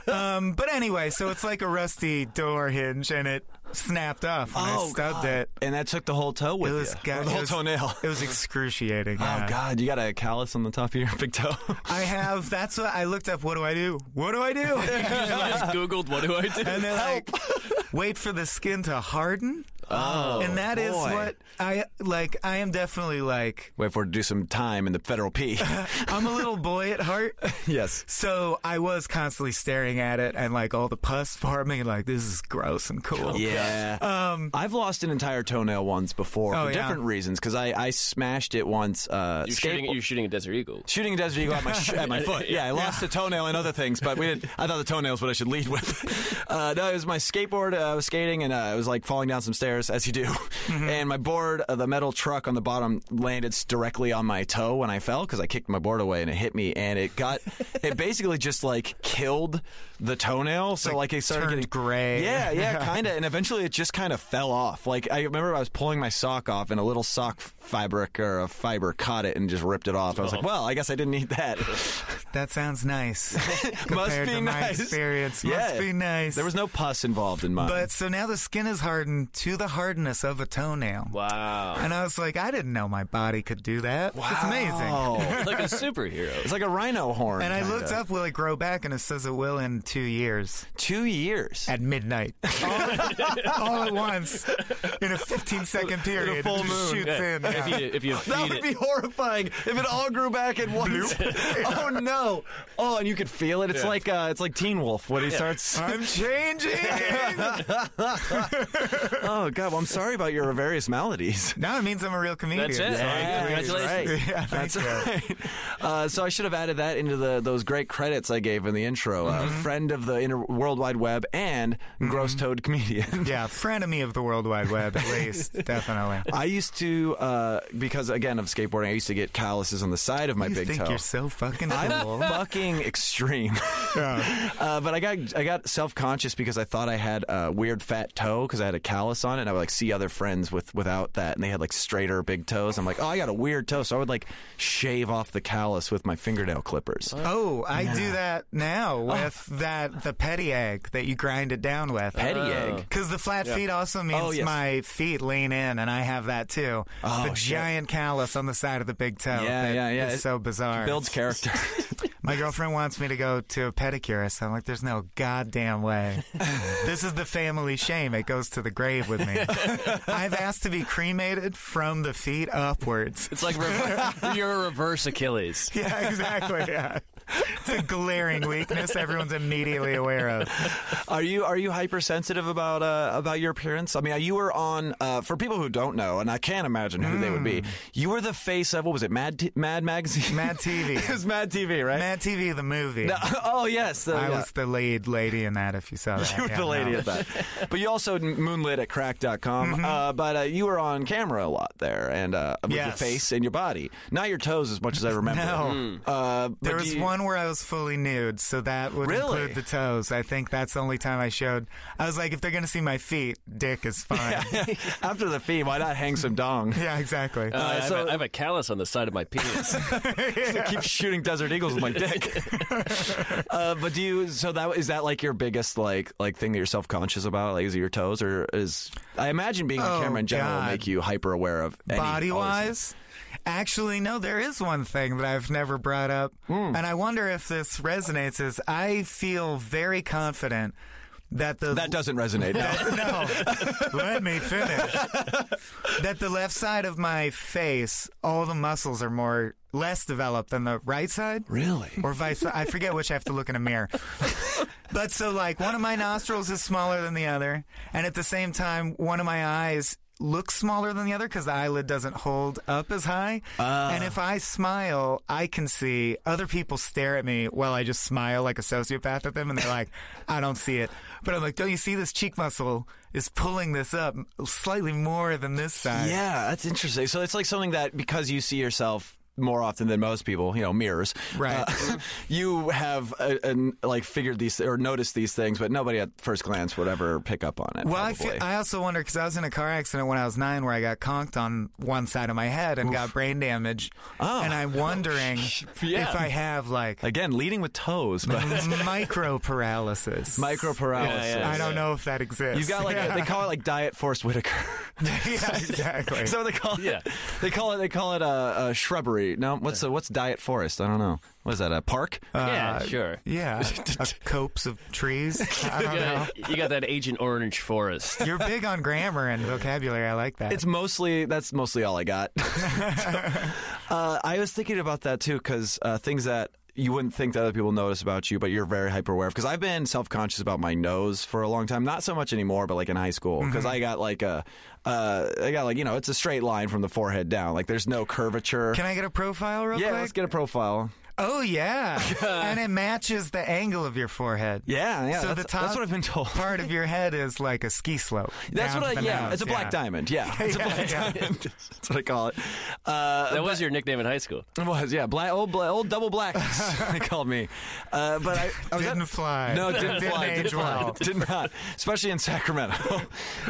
[SPEAKER 4] um, but anyway, so it's like a rusty door hinge, and it snapped off when I stubbed it.
[SPEAKER 2] And that took the whole toe
[SPEAKER 4] It
[SPEAKER 2] Oh, with
[SPEAKER 4] was,
[SPEAKER 2] you.
[SPEAKER 4] ga-
[SPEAKER 2] Or the whole
[SPEAKER 4] it was-
[SPEAKER 2] toenail.
[SPEAKER 4] It was excruciating.
[SPEAKER 2] Oh
[SPEAKER 4] yeah.
[SPEAKER 2] God! You got a callus on the top of your big toe.
[SPEAKER 4] I have. That's what I looked up. What do I do? What do I do?
[SPEAKER 3] You just Googled, what do I do?
[SPEAKER 4] And they're like, wait for the skin to harden. Oh, and that is
[SPEAKER 2] boy.
[SPEAKER 4] what I like. I am definitely like
[SPEAKER 2] Wait for it to do some time in the federal P.
[SPEAKER 4] I'm a little boy at heart.
[SPEAKER 2] yes.
[SPEAKER 4] So I was constantly staring at it and like all the pus forming. Like this is gross and cool.
[SPEAKER 2] Yeah. Um, Oh, I've lost an entire toenail once before
[SPEAKER 4] Oh,
[SPEAKER 2] for
[SPEAKER 4] yeah.
[SPEAKER 2] different reasons because I, I smashed it once. Uh,
[SPEAKER 3] You're shooting,
[SPEAKER 2] skateboard-
[SPEAKER 3] you're shooting a Desert Eagle.
[SPEAKER 2] shooting a desert eagle at my, sh- at my foot. Yeah, I lost a toenail and other things, but we did I thought the toenail's what I should lead with. Uh, no, it was my skateboard. Uh, I was skating and uh, I was like falling down some stairs, as you do. And my board, uh, the metal truck on the bottom, landed s- directly on my toe when I fell because I kicked my board away and it hit me. And it got, it basically just like killed the toenail. So like,
[SPEAKER 4] like,
[SPEAKER 2] it started
[SPEAKER 4] turned
[SPEAKER 2] getting
[SPEAKER 4] gray.
[SPEAKER 2] Yeah, yeah, kind of. And eventually it just kind of fell off. Like, I remember I was pulling my sock off and a little sock fabric or a fiber caught it and just ripped it off. I
[SPEAKER 4] Oh.
[SPEAKER 2] was like, well, I guess I didn't need that.
[SPEAKER 4] That sounds nice.
[SPEAKER 2] Must
[SPEAKER 4] compared
[SPEAKER 2] be
[SPEAKER 4] to my
[SPEAKER 2] nice.
[SPEAKER 4] experience. Must be nice.
[SPEAKER 2] There was no pus involved in mine.
[SPEAKER 4] But so now the skin is hardened to the hardness of a toenail.
[SPEAKER 3] Wow.
[SPEAKER 4] And I was like, I didn't know my body could do that. It's amazing.
[SPEAKER 2] Oh,
[SPEAKER 3] like a superhero.
[SPEAKER 2] it's like a rhino horn.
[SPEAKER 4] And I
[SPEAKER 2] kinda.
[SPEAKER 4] looked up, will it grow back? And it says it will in two years
[SPEAKER 2] two years.
[SPEAKER 4] at midnight. all, all at once in a 15 second period.
[SPEAKER 2] full
[SPEAKER 4] it just
[SPEAKER 2] moon.
[SPEAKER 4] shoots in.
[SPEAKER 3] If
[SPEAKER 4] yeah.
[SPEAKER 3] you, if you
[SPEAKER 2] That
[SPEAKER 3] feed
[SPEAKER 2] would
[SPEAKER 3] it.
[SPEAKER 2] be horrifying if it all grew back at once. oh no! Oh, and you could feel it. It's
[SPEAKER 3] Yeah.
[SPEAKER 2] like uh, it's like Teen Wolf when he starts.
[SPEAKER 4] I'm changing.
[SPEAKER 2] Oh god! Well, I'm sorry about your various maladies.
[SPEAKER 4] now it means I'm a real comedian.
[SPEAKER 3] That's it.
[SPEAKER 2] Yeah,
[SPEAKER 3] Congratulations.
[SPEAKER 2] right.
[SPEAKER 4] Yeah, thank
[SPEAKER 2] That's right. Uh, so I should have added that into the those great credits I gave in the intro. Uh,
[SPEAKER 4] Mm-hmm.
[SPEAKER 2] friend of the inter- World Wide Web and gross-toed comedian.
[SPEAKER 4] Yeah, frenemy of the World Wide Web, at least. Definitely.
[SPEAKER 2] I used to uh, because again of skateboarding, I used to get calluses on the side of my
[SPEAKER 4] You
[SPEAKER 2] big
[SPEAKER 4] think
[SPEAKER 2] toe.
[SPEAKER 4] you're so fucking cool.
[SPEAKER 2] I'm fucking extreme. uh, but I got I got self conscious because I thought I had a weird fat toe because I had a callus on it, and I would like see other friends with without that, and they had like straighter big toes. I'm like, oh, I got a weird toe, so I would like shave off the callus with my fingernail clippers.
[SPEAKER 4] Oh, I do that now with that the petty egg that you grind it down with.
[SPEAKER 2] Petty egg.
[SPEAKER 4] Because the flat feet also means
[SPEAKER 2] Oh, yes.
[SPEAKER 4] my feet lean in, and I have that too.
[SPEAKER 2] Oh,
[SPEAKER 4] the
[SPEAKER 2] shit.
[SPEAKER 4] giant callus on the side of the big toe.
[SPEAKER 2] Yeah,
[SPEAKER 4] that
[SPEAKER 2] yeah, yeah.
[SPEAKER 4] is
[SPEAKER 2] It
[SPEAKER 4] so bizarre.
[SPEAKER 2] Builds character.
[SPEAKER 4] My girlfriend wants me to go to a pedicurist. I'm like, there's no goddamn way. this is the family shame. It goes to the grave with me. I've asked to be cremated from the feet upwards.
[SPEAKER 3] It's like rever- you're a reverse Achilles.
[SPEAKER 4] Yeah, exactly. Yeah. It's a glaring weakness everyone's immediately aware of.
[SPEAKER 2] Are you are you hypersensitive about uh, about your appearance? I mean, you were on uh, for people who don't know, and I can't imagine who they would be. You were the face of what was it, Mad T- Mad Magazine,
[SPEAKER 4] Hmm. Mad TV.
[SPEAKER 2] it was Mad TV, right?
[SPEAKER 4] Mad TV, the movie.
[SPEAKER 2] oh yes, uh,
[SPEAKER 4] I
[SPEAKER 2] yeah.
[SPEAKER 4] was the lead lady in that, if you saw that.
[SPEAKER 2] you were
[SPEAKER 4] Yeah,
[SPEAKER 2] the lady
[SPEAKER 4] no.
[SPEAKER 2] at that. But you also moonlit at crack.com.
[SPEAKER 4] Mm-hmm.
[SPEAKER 2] Uh, but uh, you were on camera a lot there and uh, with your
[SPEAKER 4] Yes.
[SPEAKER 2] face and your body. Not your toes as much as I remember.
[SPEAKER 4] No. Hmm.
[SPEAKER 2] Uh, but
[SPEAKER 4] There
[SPEAKER 2] do
[SPEAKER 4] was
[SPEAKER 2] you-
[SPEAKER 4] one where I was fully nude, so that would
[SPEAKER 2] Really?
[SPEAKER 4] include the toes. I think that's the only time I showed. I was like, if they're going to see my feet, dick is fine. Yeah,
[SPEAKER 2] After the fee, why not hang some dong? Uh,
[SPEAKER 4] exactly.
[SPEAKER 3] I, have
[SPEAKER 2] so-
[SPEAKER 3] a, I have a callus on the side of my penis.
[SPEAKER 2] Keep shooting desert eagles with my dick. uh, but do you? So that is that like your biggest like like thing that you're self conscious about? Like is it your toes or is? I imagine being on
[SPEAKER 4] Oh,
[SPEAKER 2] camera in general will
[SPEAKER 4] God.
[SPEAKER 2] make you hyper aware of any-
[SPEAKER 4] body
[SPEAKER 2] all these-
[SPEAKER 4] wise actually no there is one thing that i've never brought up
[SPEAKER 2] Hmm.
[SPEAKER 4] and i wonder if this resonates is i feel very confident that the
[SPEAKER 2] That doesn't resonate. No.
[SPEAKER 4] no let me finish that the left side of my face all the muscles are more less developed than the right side
[SPEAKER 2] really?
[SPEAKER 4] or vice I forget which I have to look in a mirror. But so like one of my nostrils is smaller than the other, and at the same time one of my eyes looks smaller than the other because the eyelid doesn't hold up as high. and if I smile, I can see other people stare at me while I just smile like a sociopath at them, and they're like, "I don't see it," but I'm like, "Don't you see this cheek muscle is pulling this up slightly more than this side?"
[SPEAKER 2] Yeah, that's interesting. So it's like something that because you see yourself more often than most people, you know, mirrors.
[SPEAKER 4] Right.
[SPEAKER 2] Uh, you have uh, an, like figured these or noticed these things, but nobody at first glance would ever pick up on it.
[SPEAKER 4] Well, I,
[SPEAKER 2] probably.
[SPEAKER 4] feel, I also wonder because I was in a car accident when I was nine, where I got conked on one side of my head and got brain damage,
[SPEAKER 2] Oh.
[SPEAKER 4] and I'm wondering
[SPEAKER 2] Yeah.
[SPEAKER 4] if I have like,
[SPEAKER 2] Again, leading with toes, but
[SPEAKER 4] micro paralysis.
[SPEAKER 2] micro paralysis.
[SPEAKER 3] Yeah, yeah.
[SPEAKER 4] I don't know if that exists.
[SPEAKER 2] You've got like a,
[SPEAKER 4] yeah,
[SPEAKER 2] they call it like diet forced Whitaker.
[SPEAKER 4] exactly.
[SPEAKER 2] so they call it,
[SPEAKER 3] Yeah.
[SPEAKER 2] they call it they call it a, a shrubbery. No, what's a, what's diet forest? I don't know. What is that? A park?
[SPEAKER 4] Uh,
[SPEAKER 3] yeah, sure.
[SPEAKER 4] yeah, a copes of trees. I don't know.
[SPEAKER 3] Yeah, you got that Agent Orange Forest.
[SPEAKER 4] You're big on grammar and vocabulary. I like that.
[SPEAKER 2] It's mostly that's mostly all I got. uh, I was thinking about that too because uh, things that you wouldn't think that other people notice about you, but you're very hyper aware. Because I've been self conscious about my nose for a long time, not so much anymore, but like in high school,
[SPEAKER 4] Mm-hmm.
[SPEAKER 2] because I got like a, uh, I got like you know, it's a straight line from the forehead down. Like there's no curvature.
[SPEAKER 4] Can I get a profile real
[SPEAKER 2] yeah,
[SPEAKER 4] quick?
[SPEAKER 2] let's get a profile.
[SPEAKER 4] Oh yeah, and it matches the angle of your forehead.
[SPEAKER 2] Yeah, yeah.
[SPEAKER 4] So
[SPEAKER 2] that's,
[SPEAKER 4] the top
[SPEAKER 2] that's what I've been told.
[SPEAKER 4] part of your head is like a ski slope.
[SPEAKER 2] That's
[SPEAKER 4] down
[SPEAKER 2] what
[SPEAKER 4] to
[SPEAKER 2] I,
[SPEAKER 4] the
[SPEAKER 2] yeah,
[SPEAKER 4] nose,
[SPEAKER 2] it's a black
[SPEAKER 4] yeah.
[SPEAKER 2] diamond. Yeah, it's a black
[SPEAKER 4] yeah.
[SPEAKER 2] diamond. That's what I call it. Uh,
[SPEAKER 3] That was your nickname in high school.
[SPEAKER 2] It was, yeah. Black, old, bla old double black, they called me. Uh, but I, I was at-
[SPEAKER 4] Didn't fly.
[SPEAKER 2] No, didn't, fly.
[SPEAKER 4] Age
[SPEAKER 2] didn't fly,
[SPEAKER 4] well.
[SPEAKER 2] Did not. Especially in Sacramento.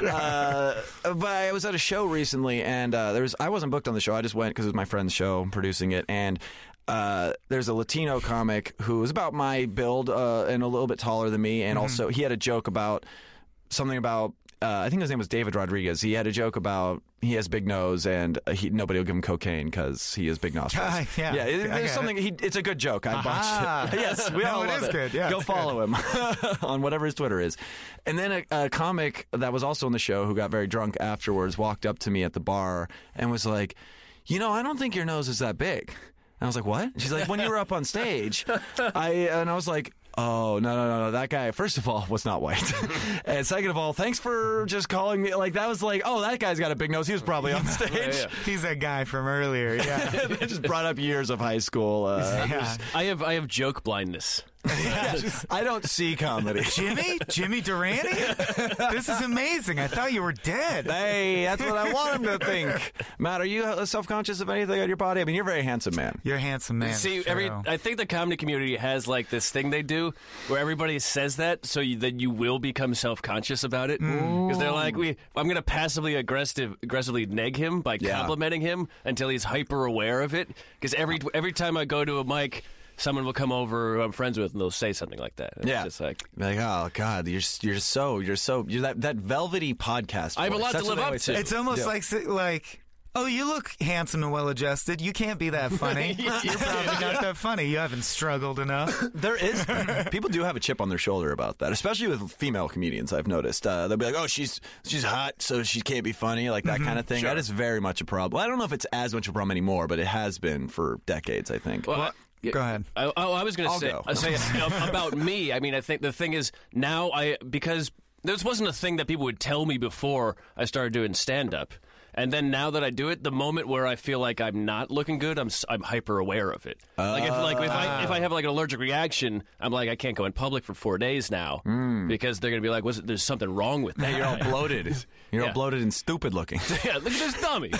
[SPEAKER 2] uh, but I was at a show recently, and uh, there was I wasn't booked on the show. I just went because it was my friend's show, producing it, and. Uh, there's a Latino comic who was about my build uh, and a little bit taller than me, and also he had a joke about something about uh, I think his name was David Rodriguez. He had a joke about he has big nose and uh, he, nobody will give him cocaine because he has big nostrils.
[SPEAKER 4] Ah, yeah.
[SPEAKER 2] yeah. it-
[SPEAKER 4] I get
[SPEAKER 2] there's
[SPEAKER 4] it.
[SPEAKER 2] something. He, it's a good joke. I
[SPEAKER 4] Aha.
[SPEAKER 2] botched it. Ah, yes, we
[SPEAKER 4] No,
[SPEAKER 2] all
[SPEAKER 4] it
[SPEAKER 2] love
[SPEAKER 4] is
[SPEAKER 2] it.
[SPEAKER 4] good. Yeah,
[SPEAKER 2] Go
[SPEAKER 4] it's
[SPEAKER 2] follow him on whatever his Twitter is. And then a, a comic that was also on the show who got very drunk afterwards walked up to me at the bar and was like, "You know, I don't think your nose is that big." And I was like, "What?" She's like, "When you were up on stage," I and I was like. Oh no no no no! That guy, first of all, was not white, and second of all, thanks for just calling me. Like that was like, oh, that guy's got a big nose. He was probably on stage.
[SPEAKER 4] He's that guy from earlier. Yeah.
[SPEAKER 2] That just brought up years of high school. Uh,
[SPEAKER 4] yeah.
[SPEAKER 3] I have I have joke blindness.
[SPEAKER 2] I don't see comedy.
[SPEAKER 4] Jimmy? Jimmy Durante? This is amazing. I thought you were dead.
[SPEAKER 2] Hey, that's what I want him to think. Matt, are you self conscious of anything on your body? I mean, you're a very handsome man.
[SPEAKER 4] You're a handsome man.
[SPEAKER 3] See,
[SPEAKER 4] it's
[SPEAKER 3] every
[SPEAKER 4] true.
[SPEAKER 3] I think the comedy community has like this thing they do where everybody says that, so you, then you will become self conscious about it because they're like, we I'm gonna passively aggressive aggressively neg him by
[SPEAKER 2] Yeah.
[SPEAKER 3] complimenting him until he's hyper aware of it. Because every every time I go to a mic, someone will come over who I'm friends with and they'll say something like that. It's
[SPEAKER 2] Yeah.
[SPEAKER 3] just like.
[SPEAKER 2] Like, oh God, you're you're so you're so you're that that velvety podcast.
[SPEAKER 3] I have a
[SPEAKER 2] voice.
[SPEAKER 3] lot to
[SPEAKER 2] That's what
[SPEAKER 3] live
[SPEAKER 2] they
[SPEAKER 3] up
[SPEAKER 2] always
[SPEAKER 3] to.
[SPEAKER 2] say.
[SPEAKER 4] It's almost
[SPEAKER 2] Yeah.
[SPEAKER 4] like like oh, you look handsome and well adjusted. You can't be that funny. You're probably not that funny. You haven't struggled enough.
[SPEAKER 2] There is people do have a chip on their shoulder about that, especially with female comedians. I've noticed uh, they'll be like, "Oh, she's she's hot, so she can't be funny," like that
[SPEAKER 4] Mm-hmm.
[SPEAKER 2] kind of thing. That is very much a problem. I don't know if it's as much a problem anymore, but it has been for decades. I think.
[SPEAKER 3] Well, I-
[SPEAKER 4] Go ahead.
[SPEAKER 3] I, oh, I was going to
[SPEAKER 2] I'll
[SPEAKER 3] say,
[SPEAKER 2] go.
[SPEAKER 3] I say ab- about me. I mean, I think the thing is now I because this wasn't a thing that people would tell me before I started doing stand up. And then now that I do it, the moment where I feel like I'm not looking good, I'm s- I'm hyper aware of it. like if like if I if I have like an allergic reaction, I'm like I can't go in public for four days now
[SPEAKER 2] Hmm.
[SPEAKER 3] because they're gonna be like, "Was it- there's something wrong with that?"
[SPEAKER 2] You're all bloated. You're all
[SPEAKER 3] Yeah.
[SPEAKER 2] bloated and stupid looking.
[SPEAKER 3] yeah, look at this dummy.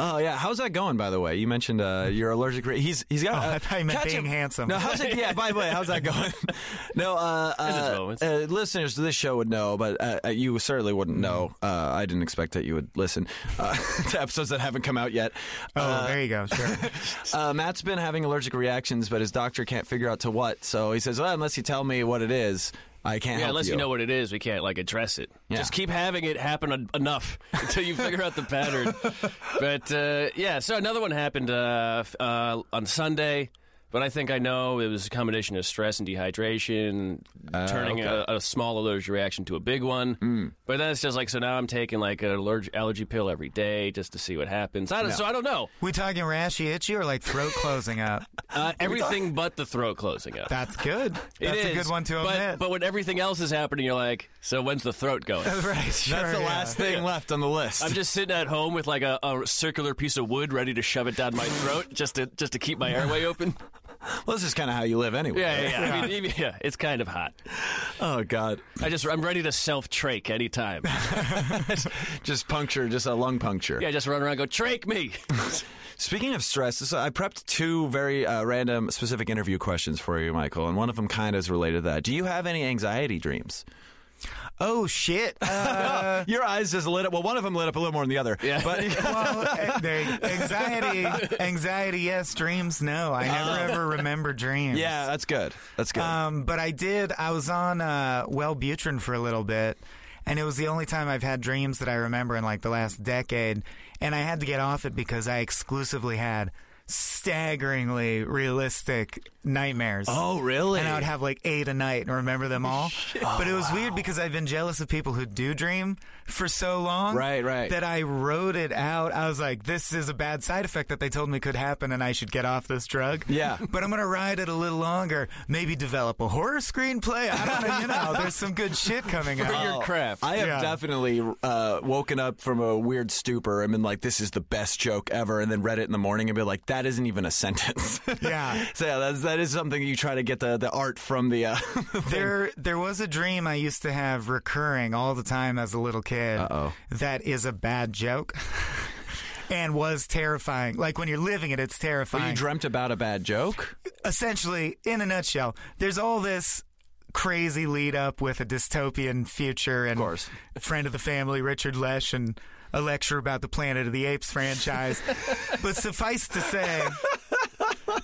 [SPEAKER 2] Oh yeah, how's that going? By the way, you mentioned uh, your allergic. Re- he's he's got.
[SPEAKER 4] Oh,
[SPEAKER 2] uh,
[SPEAKER 4] I thought you meant
[SPEAKER 2] catch
[SPEAKER 4] being
[SPEAKER 2] him.
[SPEAKER 4] handsome.
[SPEAKER 2] No, how's it? Yeah. By the way, how's that going? no, uh,
[SPEAKER 3] its
[SPEAKER 2] uh,
[SPEAKER 3] moments.
[SPEAKER 2] uh, listeners to this show would know, but uh, uh, you certainly wouldn't know. Uh, I didn't expect that you would listen uh, to episodes that haven't come out yet.
[SPEAKER 4] Oh, there you go. Sure.
[SPEAKER 2] Uh, Matt's been having allergic reactions, but his doctor can't figure out to what. So he says, "Well, unless you tell me what it is, I can't."
[SPEAKER 3] Yeah,
[SPEAKER 2] help
[SPEAKER 3] unless you. know what it is, we can't like address it.
[SPEAKER 2] Yeah.
[SPEAKER 3] Just keep having it happen en- enough until you figure out the pattern. but uh, yeah, so another one happened uh, f- uh, on Sunday. But I think I know it was a combination of stress and dehydration,
[SPEAKER 4] Ah,
[SPEAKER 3] turning a, a small allergic reaction to a big one.
[SPEAKER 4] Hmm.
[SPEAKER 3] But then it's just like so now I'm taking like an allerg- allergy pill every day just to see what happens. I don't, So I don't know
[SPEAKER 4] We talking rashy itchy or like throat closing up?
[SPEAKER 3] uh, everything but the throat closing up.
[SPEAKER 4] That's good.
[SPEAKER 3] It
[SPEAKER 4] That's a
[SPEAKER 3] is,
[SPEAKER 4] good one to
[SPEAKER 3] but,
[SPEAKER 4] omit.
[SPEAKER 3] But when everything else is happening, you're like, so when's the throat going?
[SPEAKER 4] right. Sure,
[SPEAKER 2] That's the
[SPEAKER 4] yeah.
[SPEAKER 2] last thing left on the list.
[SPEAKER 3] I'm just sitting at home with like a, a circular piece of wood ready to shove it down my throat just to just to keep my airway open.
[SPEAKER 2] well, this is kind of how you live anyway.
[SPEAKER 3] Yeah, yeah, yeah. I mean, even- yeah, it's kind of hot.
[SPEAKER 2] Oh God.
[SPEAKER 3] I just I'm ready to self trach anytime.
[SPEAKER 2] just puncture, just a lung puncture.
[SPEAKER 3] Yeah, just run around, and go trach me.
[SPEAKER 2] Speaking of stress, this, I prepped two very uh, random, specific interview questions for you, Michael, and one of them kind of is related to that. Do you have any anxiety dreams?
[SPEAKER 4] Oh shit! Uh,
[SPEAKER 2] Your eyes just lit up. Well, one of them lit up a little more than the other. Yeah. But
[SPEAKER 4] well, eh, there- anxiety, anxiety. Yes, dreams. No, I never ever remember dreams.
[SPEAKER 2] Uh-huh. yeah, that's good. That's good.
[SPEAKER 4] Um, but I did. I was on uh, Wellbutrin for a little bit, and it was the only time I've had dreams that I remember in like the last decade. And I had to get off it because I exclusively had staggeringly realistic nightmares.
[SPEAKER 2] oh, really? Oh,
[SPEAKER 4] And I would have like eight a night and remember them all. But it was weird because I've been jealous of people who do dream for so long.
[SPEAKER 2] Right, right.
[SPEAKER 4] That I wrote it out. I was like, this is a bad side effect that they told me could happen and I should get off this drug.
[SPEAKER 2] Yeah.
[SPEAKER 4] But I'm going to ride it a little longer, maybe develop a horror screenplay. I don't know. You know, there's some good shit coming out.
[SPEAKER 3] your crap.
[SPEAKER 2] Oh, I have
[SPEAKER 4] Yeah.
[SPEAKER 2] definitely uh, woken up from a weird stupor and been like, "This is the best joke ever," and then read it in the morning and be like, "That isn't even a sentence."
[SPEAKER 4] Yeah.
[SPEAKER 2] so yeah, that's, that is something you try to get the, the art from the. Uh,
[SPEAKER 4] There, there was a dream I used to have recurring all the time as a little kid.
[SPEAKER 2] Uh-oh.
[SPEAKER 4] That is a bad joke, and was terrifying. Like when you're living it, it's
[SPEAKER 2] you
[SPEAKER 4] terrifying.
[SPEAKER 2] dreamt about a bad joke.
[SPEAKER 4] Essentially, in a nutshell, there's all this crazy lead up with a dystopian future, and
[SPEAKER 2] course.
[SPEAKER 4] friend of the family Richard Lesh and a lecture about the Planet of the Apes franchise. but suffice to say.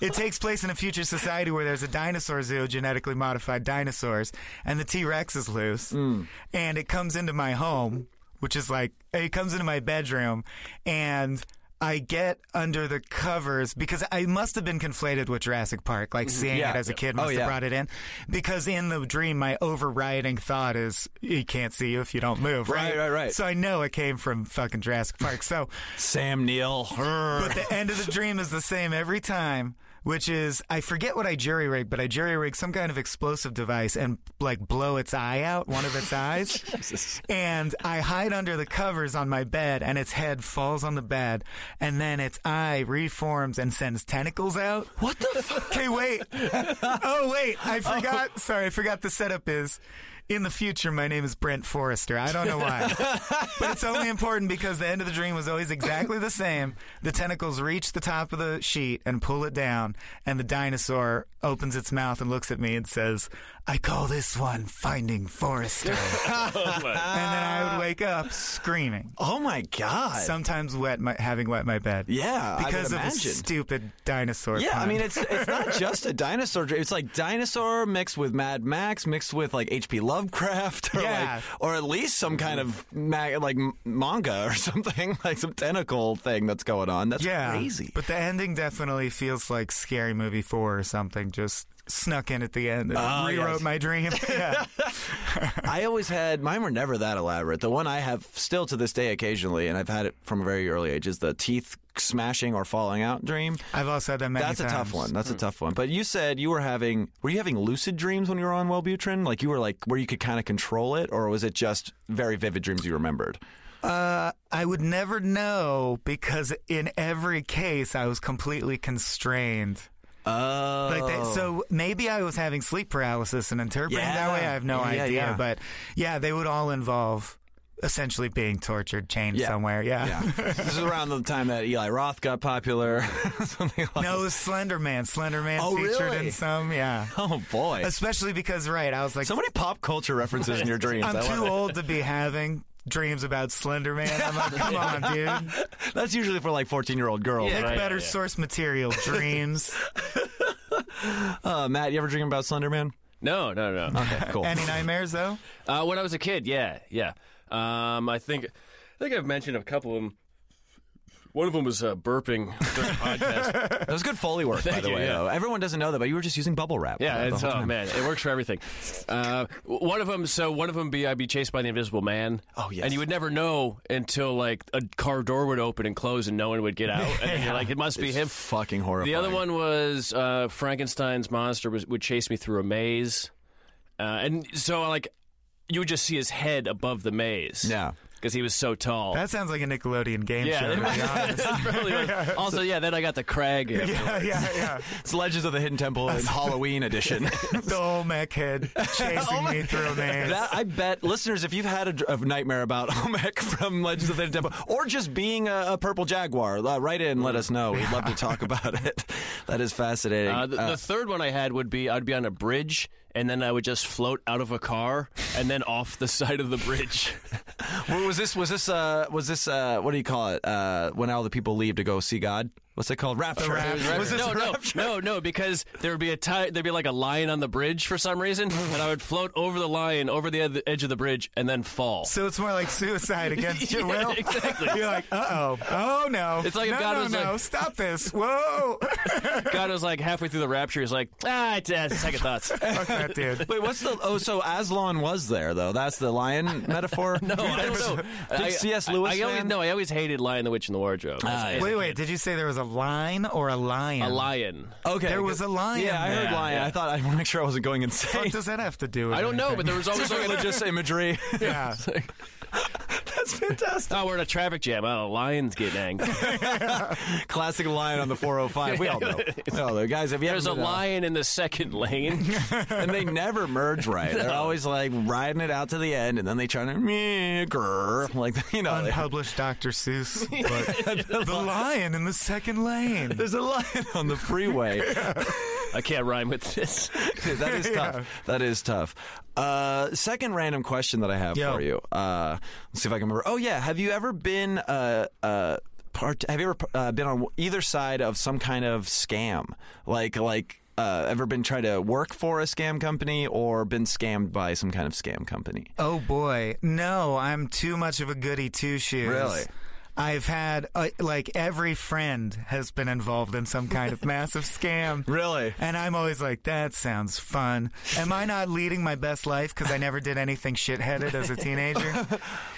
[SPEAKER 4] It takes place in a future society where there's a dinosaur zoo, genetically modified dinosaurs, and the T Rex is loose.
[SPEAKER 2] Hmm.
[SPEAKER 4] And it comes into my home, which is like, it comes into my bedroom, and I get under the covers because I must have been conflated with Jurassic Park. Like seeing
[SPEAKER 2] Mm-hmm. Yeah.
[SPEAKER 4] it as a kid must
[SPEAKER 2] Oh,
[SPEAKER 4] have
[SPEAKER 2] yeah.
[SPEAKER 4] brought it in. Because in the dream, my overriding thought is, he can't see you if you don't move. Right,
[SPEAKER 2] Right, right, right.
[SPEAKER 4] So I know it came from fucking Jurassic Park. So
[SPEAKER 2] Sam Neill.
[SPEAKER 4] but the end of the dream is the same every time, which is I forget what I jury rigged, but I jury rigged some kind of explosive device and like blow its eye out, one of its eyes. And I hide under the covers on my bed, and its head falls on the bed, and then its eye reforms and sends tentacles out. What the Oh. fuck? Okay, wait. Oh, wait. I forgot. Sorry, I forgot the setup is. In the future, my name is Brent Forrester. I don't know why. but it's only important because the end of the dream was always exactly the same. The tentacles reach the top of the sheet and pull it down, and the dinosaur opens its mouth and looks at me and says, I call this one Finding Forrester. and then I would wake up screaming,
[SPEAKER 2] Oh my god.
[SPEAKER 4] sometimes wet, my, having wet my bed.
[SPEAKER 2] yeah,
[SPEAKER 4] Because
[SPEAKER 2] I
[SPEAKER 4] of
[SPEAKER 2] would
[SPEAKER 4] a
[SPEAKER 2] imagine.
[SPEAKER 4] stupid dinosaur.
[SPEAKER 2] yeah, I
[SPEAKER 4] pun.
[SPEAKER 2] mean it's it's not just a dinosaur. dream. It's like dinosaur mixed with Mad Max, mixed with like H.P. Lovecraft, or
[SPEAKER 4] Yeah. Mm-hmm.
[SPEAKER 2] like, or at least some kind of ma- like m- manga or something, like some tentacle thing that's going on. That's
[SPEAKER 4] yeah,
[SPEAKER 2] crazy.
[SPEAKER 4] But the ending definitely feels like Scary Movie Four or something. Just snuck in at the end and
[SPEAKER 2] Oh,
[SPEAKER 4] rewrote
[SPEAKER 2] yes.
[SPEAKER 4] my dream. yeah,
[SPEAKER 2] I always had mine were never that elaborate. The one I have still to this day occasionally, and I've had it from a very early age, is the teeth smashing or falling out dream.
[SPEAKER 4] I've also had that many
[SPEAKER 2] That's a
[SPEAKER 4] times.
[SPEAKER 2] tough one. That's a tough one.
[SPEAKER 3] Hmm.
[SPEAKER 2] But you said you were having were you having lucid dreams when you were on Wellbutrin? Like you were like where you could kind of control it, or was it just very vivid dreams you remembered?
[SPEAKER 4] Uh, I would never know because in every case I was completely constrained.
[SPEAKER 2] Oh,
[SPEAKER 4] Like that, so maybe I was having sleep paralysis and interpreting
[SPEAKER 2] Yeah.
[SPEAKER 4] that way. I have no
[SPEAKER 2] Yeah, yeah,
[SPEAKER 4] idea,
[SPEAKER 2] yeah.
[SPEAKER 4] but yeah, they would all involve essentially being tortured, chained
[SPEAKER 2] Yeah.
[SPEAKER 4] somewhere.
[SPEAKER 2] yeah. this is around the time that Eli Roth got popular. Something like
[SPEAKER 4] No, Slender Man. Slender Man
[SPEAKER 2] Oh,
[SPEAKER 4] featured
[SPEAKER 2] really?
[SPEAKER 4] in some, yeah.
[SPEAKER 2] Oh boy.
[SPEAKER 4] Especially because, right, I was like,
[SPEAKER 2] so many pop culture references in your dreams. I
[SPEAKER 4] I'm
[SPEAKER 2] love
[SPEAKER 4] too
[SPEAKER 2] it.
[SPEAKER 4] old to be having dreams about Slender Man. I'm like, come on, dude.
[SPEAKER 2] That's usually for like 14 year old girls.
[SPEAKER 3] Yeah.
[SPEAKER 4] Pick
[SPEAKER 3] Right,
[SPEAKER 4] better
[SPEAKER 3] yeah.
[SPEAKER 4] source material, dreams.
[SPEAKER 2] Uh, Matt, you ever dream about Slenderman?
[SPEAKER 3] No, no, no.
[SPEAKER 2] Okay, cool.
[SPEAKER 4] Any nightmares, though?
[SPEAKER 3] Uh, when I was a kid, yeah, yeah. Um, I think I think I've mentioned a couple of them. One of them was uh, burping during a podcast.
[SPEAKER 2] that was good Foley work, by
[SPEAKER 3] Thank
[SPEAKER 2] the
[SPEAKER 3] you,
[SPEAKER 2] way.
[SPEAKER 3] yeah.
[SPEAKER 2] Though. Everyone doesn't know that, but you were just using bubble wrap.
[SPEAKER 3] Yeah,
[SPEAKER 2] uh, the
[SPEAKER 3] it's,
[SPEAKER 2] whole
[SPEAKER 3] oh
[SPEAKER 2] time.
[SPEAKER 3] man, it works for everything. Uh, w- one of them, so one of them be I'd be chased by the Invisible Man.
[SPEAKER 2] Oh, yes.
[SPEAKER 3] and you would never know until like a car door would open and close, and no one would get out. And you're like, it must be
[SPEAKER 2] It's
[SPEAKER 3] him.
[SPEAKER 2] fucking horrifying.
[SPEAKER 3] The other one was uh, Frankenstein's monster was, would chase me through a maze, uh, and so like you would just see his head above the maze.
[SPEAKER 2] Yeah.
[SPEAKER 3] because he was so tall.
[SPEAKER 4] That sounds like a Nickelodeon game
[SPEAKER 3] yeah,
[SPEAKER 4] show.
[SPEAKER 3] that
[SPEAKER 4] to be
[SPEAKER 3] might-
[SPEAKER 4] honest.
[SPEAKER 3] that's probably what- also yeah. Then I got the crag.
[SPEAKER 4] yeah, yeah, yeah.
[SPEAKER 2] It's Legends of the Hidden Temple in Halloween edition.
[SPEAKER 4] The Olmec head
[SPEAKER 3] Oh
[SPEAKER 4] chasing me through a maze.
[SPEAKER 2] That I bet listeners, if you've had a, dr- a nightmare about Omek from Legends of the Hidden Temple, or just being a, a purple jaguar, uh, write in, let us know. We'd love to talk about it. That is fascinating.
[SPEAKER 3] Uh, the, the third one I had would be I'd be on a bridge and then I would just float out of a car and then off the side of the bridge.
[SPEAKER 2] What was this? Was this? Uh, was this? Uh, what do you call it? Uh, when all the people leave to go see God? What's it called? Rapture.
[SPEAKER 4] rapture.
[SPEAKER 2] Was this
[SPEAKER 3] no,
[SPEAKER 2] a
[SPEAKER 3] no,
[SPEAKER 2] rapture?
[SPEAKER 3] no, no, because there would be a ti- there'd be like a lion on the bridge for some reason, and I would float over the lion, over the ed- edge of the bridge, and then fall.
[SPEAKER 4] so it's more like suicide against your
[SPEAKER 3] Yeah,
[SPEAKER 4] will.
[SPEAKER 3] exactly.
[SPEAKER 4] You're like, uh oh, oh no.
[SPEAKER 3] It's like if
[SPEAKER 4] no,
[SPEAKER 3] God
[SPEAKER 4] no,
[SPEAKER 3] was
[SPEAKER 4] no,
[SPEAKER 3] like-
[SPEAKER 4] stop this. Whoa.
[SPEAKER 3] God was like halfway through the rapture, he's like, ah, it's, uh, second thoughts.
[SPEAKER 4] Fuck that dude.
[SPEAKER 2] Wait, what's the? Oh, so Aslan was there though. That's the lion metaphor.
[SPEAKER 3] No, I don't know.
[SPEAKER 2] Big
[SPEAKER 3] I-
[SPEAKER 2] C.S.
[SPEAKER 3] I-
[SPEAKER 2] Lewis
[SPEAKER 3] I, always,
[SPEAKER 2] fan?
[SPEAKER 3] no, I always hated Lion the Witch in the Wardrobe. Uh,
[SPEAKER 2] yeah.
[SPEAKER 4] Wait, wait. Did you say there was a line or a lion?
[SPEAKER 3] a lion.
[SPEAKER 2] Okay,
[SPEAKER 4] There was a lion
[SPEAKER 2] Yeah, I heard
[SPEAKER 4] there.
[SPEAKER 2] lion. I thought I want to make sure I wasn't going
[SPEAKER 4] What
[SPEAKER 2] insane.
[SPEAKER 4] does that have to do with
[SPEAKER 3] I don't know, but
[SPEAKER 4] anything?
[SPEAKER 3] there was always like a,
[SPEAKER 2] Religious imagery.
[SPEAKER 4] Yeah.
[SPEAKER 2] That's fantastic.
[SPEAKER 3] oh, we're in a traffic jam. Oh, a lion's getting angry.
[SPEAKER 2] Classic lion on the 405. We all know. We all know. Guys, if you
[SPEAKER 3] There's a
[SPEAKER 2] haven't been out-
[SPEAKER 3] lion in the second lane.
[SPEAKER 2] and they never merge right. They're always like riding it out to the end, and then they try to meh, grr, like you
[SPEAKER 3] Oh,
[SPEAKER 2] know. they-
[SPEAKER 4] Unpublished Dr. Seuss. book. the lion in the second lane.
[SPEAKER 2] There's a lion on the freeway.
[SPEAKER 3] I can't rhyme with this.
[SPEAKER 2] that is tough. That is tough. Uh, second random question that I have
[SPEAKER 4] Yo.
[SPEAKER 2] for you. Uh, let's see if I can remember. Oh yeah, have you ever been uh, uh, part? Have you ever uh, been on either side of some kind of scam? Like like. Uh, ever been trying to work for a scam company or been scammed by some kind of scam company?
[SPEAKER 4] Oh boy, no! I'm too much of a goody two shoes.
[SPEAKER 2] Really?
[SPEAKER 4] I've had uh, like every friend has been involved in some kind of massive scam.
[SPEAKER 2] Really?
[SPEAKER 4] And I'm always like, that sounds fun. Am I not leading my best life because I never did anything shitheaded as a teenager?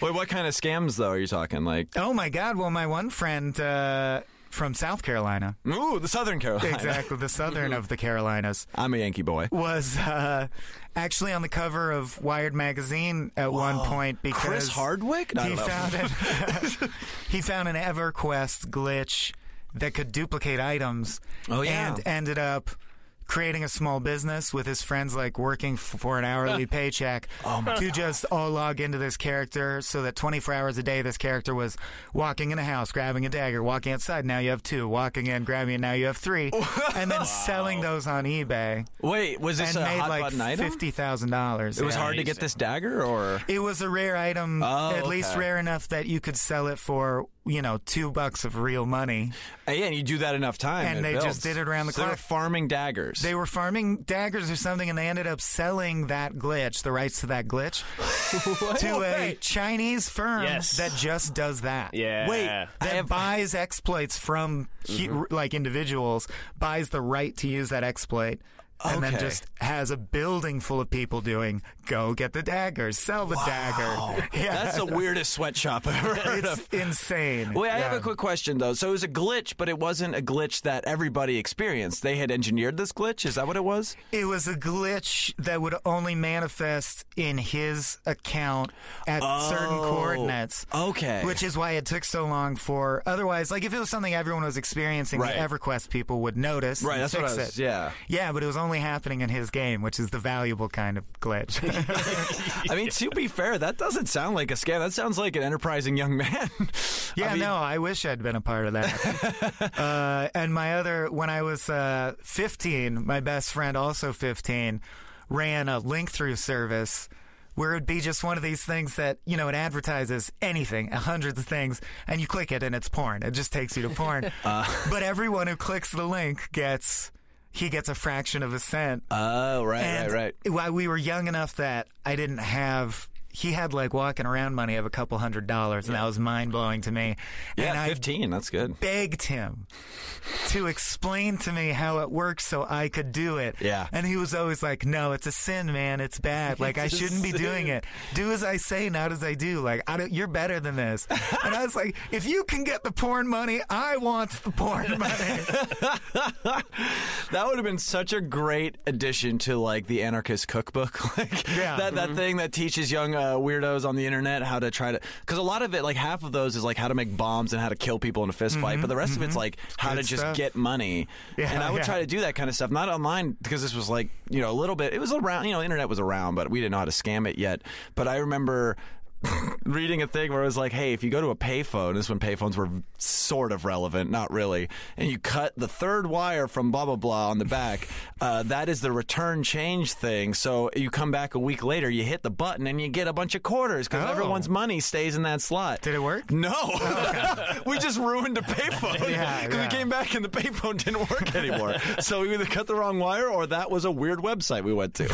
[SPEAKER 2] Wait, what kind of scams though are you talking? Like,
[SPEAKER 4] oh my God! Well, my one friend uh, from South Carolina,
[SPEAKER 2] ooh, the Southern Carolina.
[SPEAKER 4] exactly the southern of the Carolinas,
[SPEAKER 2] I'm a Yankee boy.
[SPEAKER 4] was uh, actually on the cover of Wired magazine at one point because
[SPEAKER 2] Chris Hardwick? No, I
[SPEAKER 4] he
[SPEAKER 2] don't know.
[SPEAKER 4] found an, he found an EverQuest glitch that could duplicate items.
[SPEAKER 2] Oh, yeah.
[SPEAKER 4] and ended up creating a small business with his friends, like working f- for an hourly paycheck
[SPEAKER 2] Oh,
[SPEAKER 4] to just all log into this character, so that 24 hours a day, this character was walking in a house, grabbing a dagger, walking outside. Now you have two, walking in, grabbing it. Now you have three, and then selling those on eBay
[SPEAKER 2] Wait, was this
[SPEAKER 4] and
[SPEAKER 2] a
[SPEAKER 4] made
[SPEAKER 2] hot
[SPEAKER 4] like
[SPEAKER 2] button item?
[SPEAKER 4] fifty thousand dollars.
[SPEAKER 2] It was hard to get this dagger, or
[SPEAKER 4] It was a rare item,
[SPEAKER 2] Oh,
[SPEAKER 4] at least
[SPEAKER 2] okay.
[SPEAKER 4] rare enough that you could sell it for you know two bucks of real money.
[SPEAKER 2] Uh, yeah, and you do that enough time,
[SPEAKER 4] And they just did it around the
[SPEAKER 2] So They were
[SPEAKER 4] clock.
[SPEAKER 2] farming daggers.
[SPEAKER 4] They were farming daggers or something, and they ended up selling that glitch, the rights to that glitch, to a Chinese firm
[SPEAKER 3] Yes.
[SPEAKER 4] that just does that.
[SPEAKER 3] Yeah.
[SPEAKER 2] Wait, I
[SPEAKER 4] That
[SPEAKER 2] have-
[SPEAKER 4] buys exploits from hu-
[SPEAKER 2] Mm-hmm.
[SPEAKER 4] like individuals, buys the right to use that exploit. And then
[SPEAKER 2] Okay.
[SPEAKER 4] just has a building full of people doing go get the dagger, sell the dagger. Yeah,
[SPEAKER 2] That's the weirdest sweatshop I've ever heard
[SPEAKER 4] it's
[SPEAKER 2] of.
[SPEAKER 4] insane.
[SPEAKER 2] Wait, I have
[SPEAKER 4] Yeah.
[SPEAKER 2] a quick question though. So it was a glitch, but it wasn't a glitch that everybody experienced. They had engineered this glitch. Is that what it was?
[SPEAKER 4] It was a glitch that would only manifest in his account at certain
[SPEAKER 2] Oh,
[SPEAKER 4] coordinates.
[SPEAKER 2] okay.
[SPEAKER 4] Which is why it took so long for otherwise like if it was something everyone was experiencing,
[SPEAKER 2] Right.
[SPEAKER 4] the EverQuest people would notice.
[SPEAKER 2] Right,
[SPEAKER 4] and
[SPEAKER 2] that's what
[SPEAKER 4] fix
[SPEAKER 2] I was-
[SPEAKER 4] it.
[SPEAKER 2] yeah.
[SPEAKER 4] Yeah, but it was only happening in his game, which is the valuable kind of glitch.
[SPEAKER 2] I mean, to be fair, that doesn't sound like a scam. That sounds like an enterprising young man.
[SPEAKER 4] Yeah,
[SPEAKER 2] I mean,
[SPEAKER 4] no, I wish I'd been a part of that. uh, and my other, when I was uh, 15, my best friend, also 15, ran a link through service where it would be just one of these things that, you know, it advertises anything, hundreds of things, and you click it and it's porn. It just takes you to porn. but everyone who clicks the link gets, he gets a fraction of a cent.
[SPEAKER 2] Oh, right,
[SPEAKER 4] And
[SPEAKER 2] right, right.
[SPEAKER 4] While we were young enough that I didn't have. He had like walking around money of a couple hundred dollars, and that was mind blowing to me.
[SPEAKER 2] Yeah,
[SPEAKER 4] and I
[SPEAKER 2] fifteen. That's good.
[SPEAKER 4] begged him to explain to me how it works so I could do it.
[SPEAKER 2] Yeah.
[SPEAKER 4] And he was always like, no, it's a sin, man. It's bad. Like, I
[SPEAKER 2] It's a
[SPEAKER 4] shouldn't be doing
[SPEAKER 2] sin.
[SPEAKER 4] it. Do as I say, not as I do. Like, I don't, you're better than this. And I was like, if you can get the porn money, I want the porn money.
[SPEAKER 2] That would have been such a great addition to like the anarchist cookbook, like
[SPEAKER 4] Yeah. Mm-hmm.
[SPEAKER 2] that that thing that teaches young uh, weirdos on the internet how to try to. Because a lot of it, like half of those, is like how to make bombs and how to kill people in a fist fight, but the rest of it's like how
[SPEAKER 4] Mm-hmm. Good
[SPEAKER 2] to just
[SPEAKER 4] stuff.
[SPEAKER 2] get money.
[SPEAKER 4] Yeah,
[SPEAKER 2] and I would
[SPEAKER 4] yeah.
[SPEAKER 2] try to do that kind of stuff, not online, because this was like you know a little bit. It was around, you know, internet was around, but we didn't know how to scam it yet. But I remember. reading a thing where it was like, hey, if you go to a payphone, this is when payphones were sort of relevant, not really, and you cut the third wire from blah blah blah on the back, uh, that is the return change thing. So you come back a week later, you hit the button, and you get a bunch of quarters because
[SPEAKER 4] Oh.
[SPEAKER 2] everyone's money stays in that slot.
[SPEAKER 4] Did it work?
[SPEAKER 2] No, we just ruined a payphone because
[SPEAKER 4] Yeah, yeah.
[SPEAKER 2] we came back and the payphone didn't work anymore. so we either cut the wrong wire or that was a weird website we went to.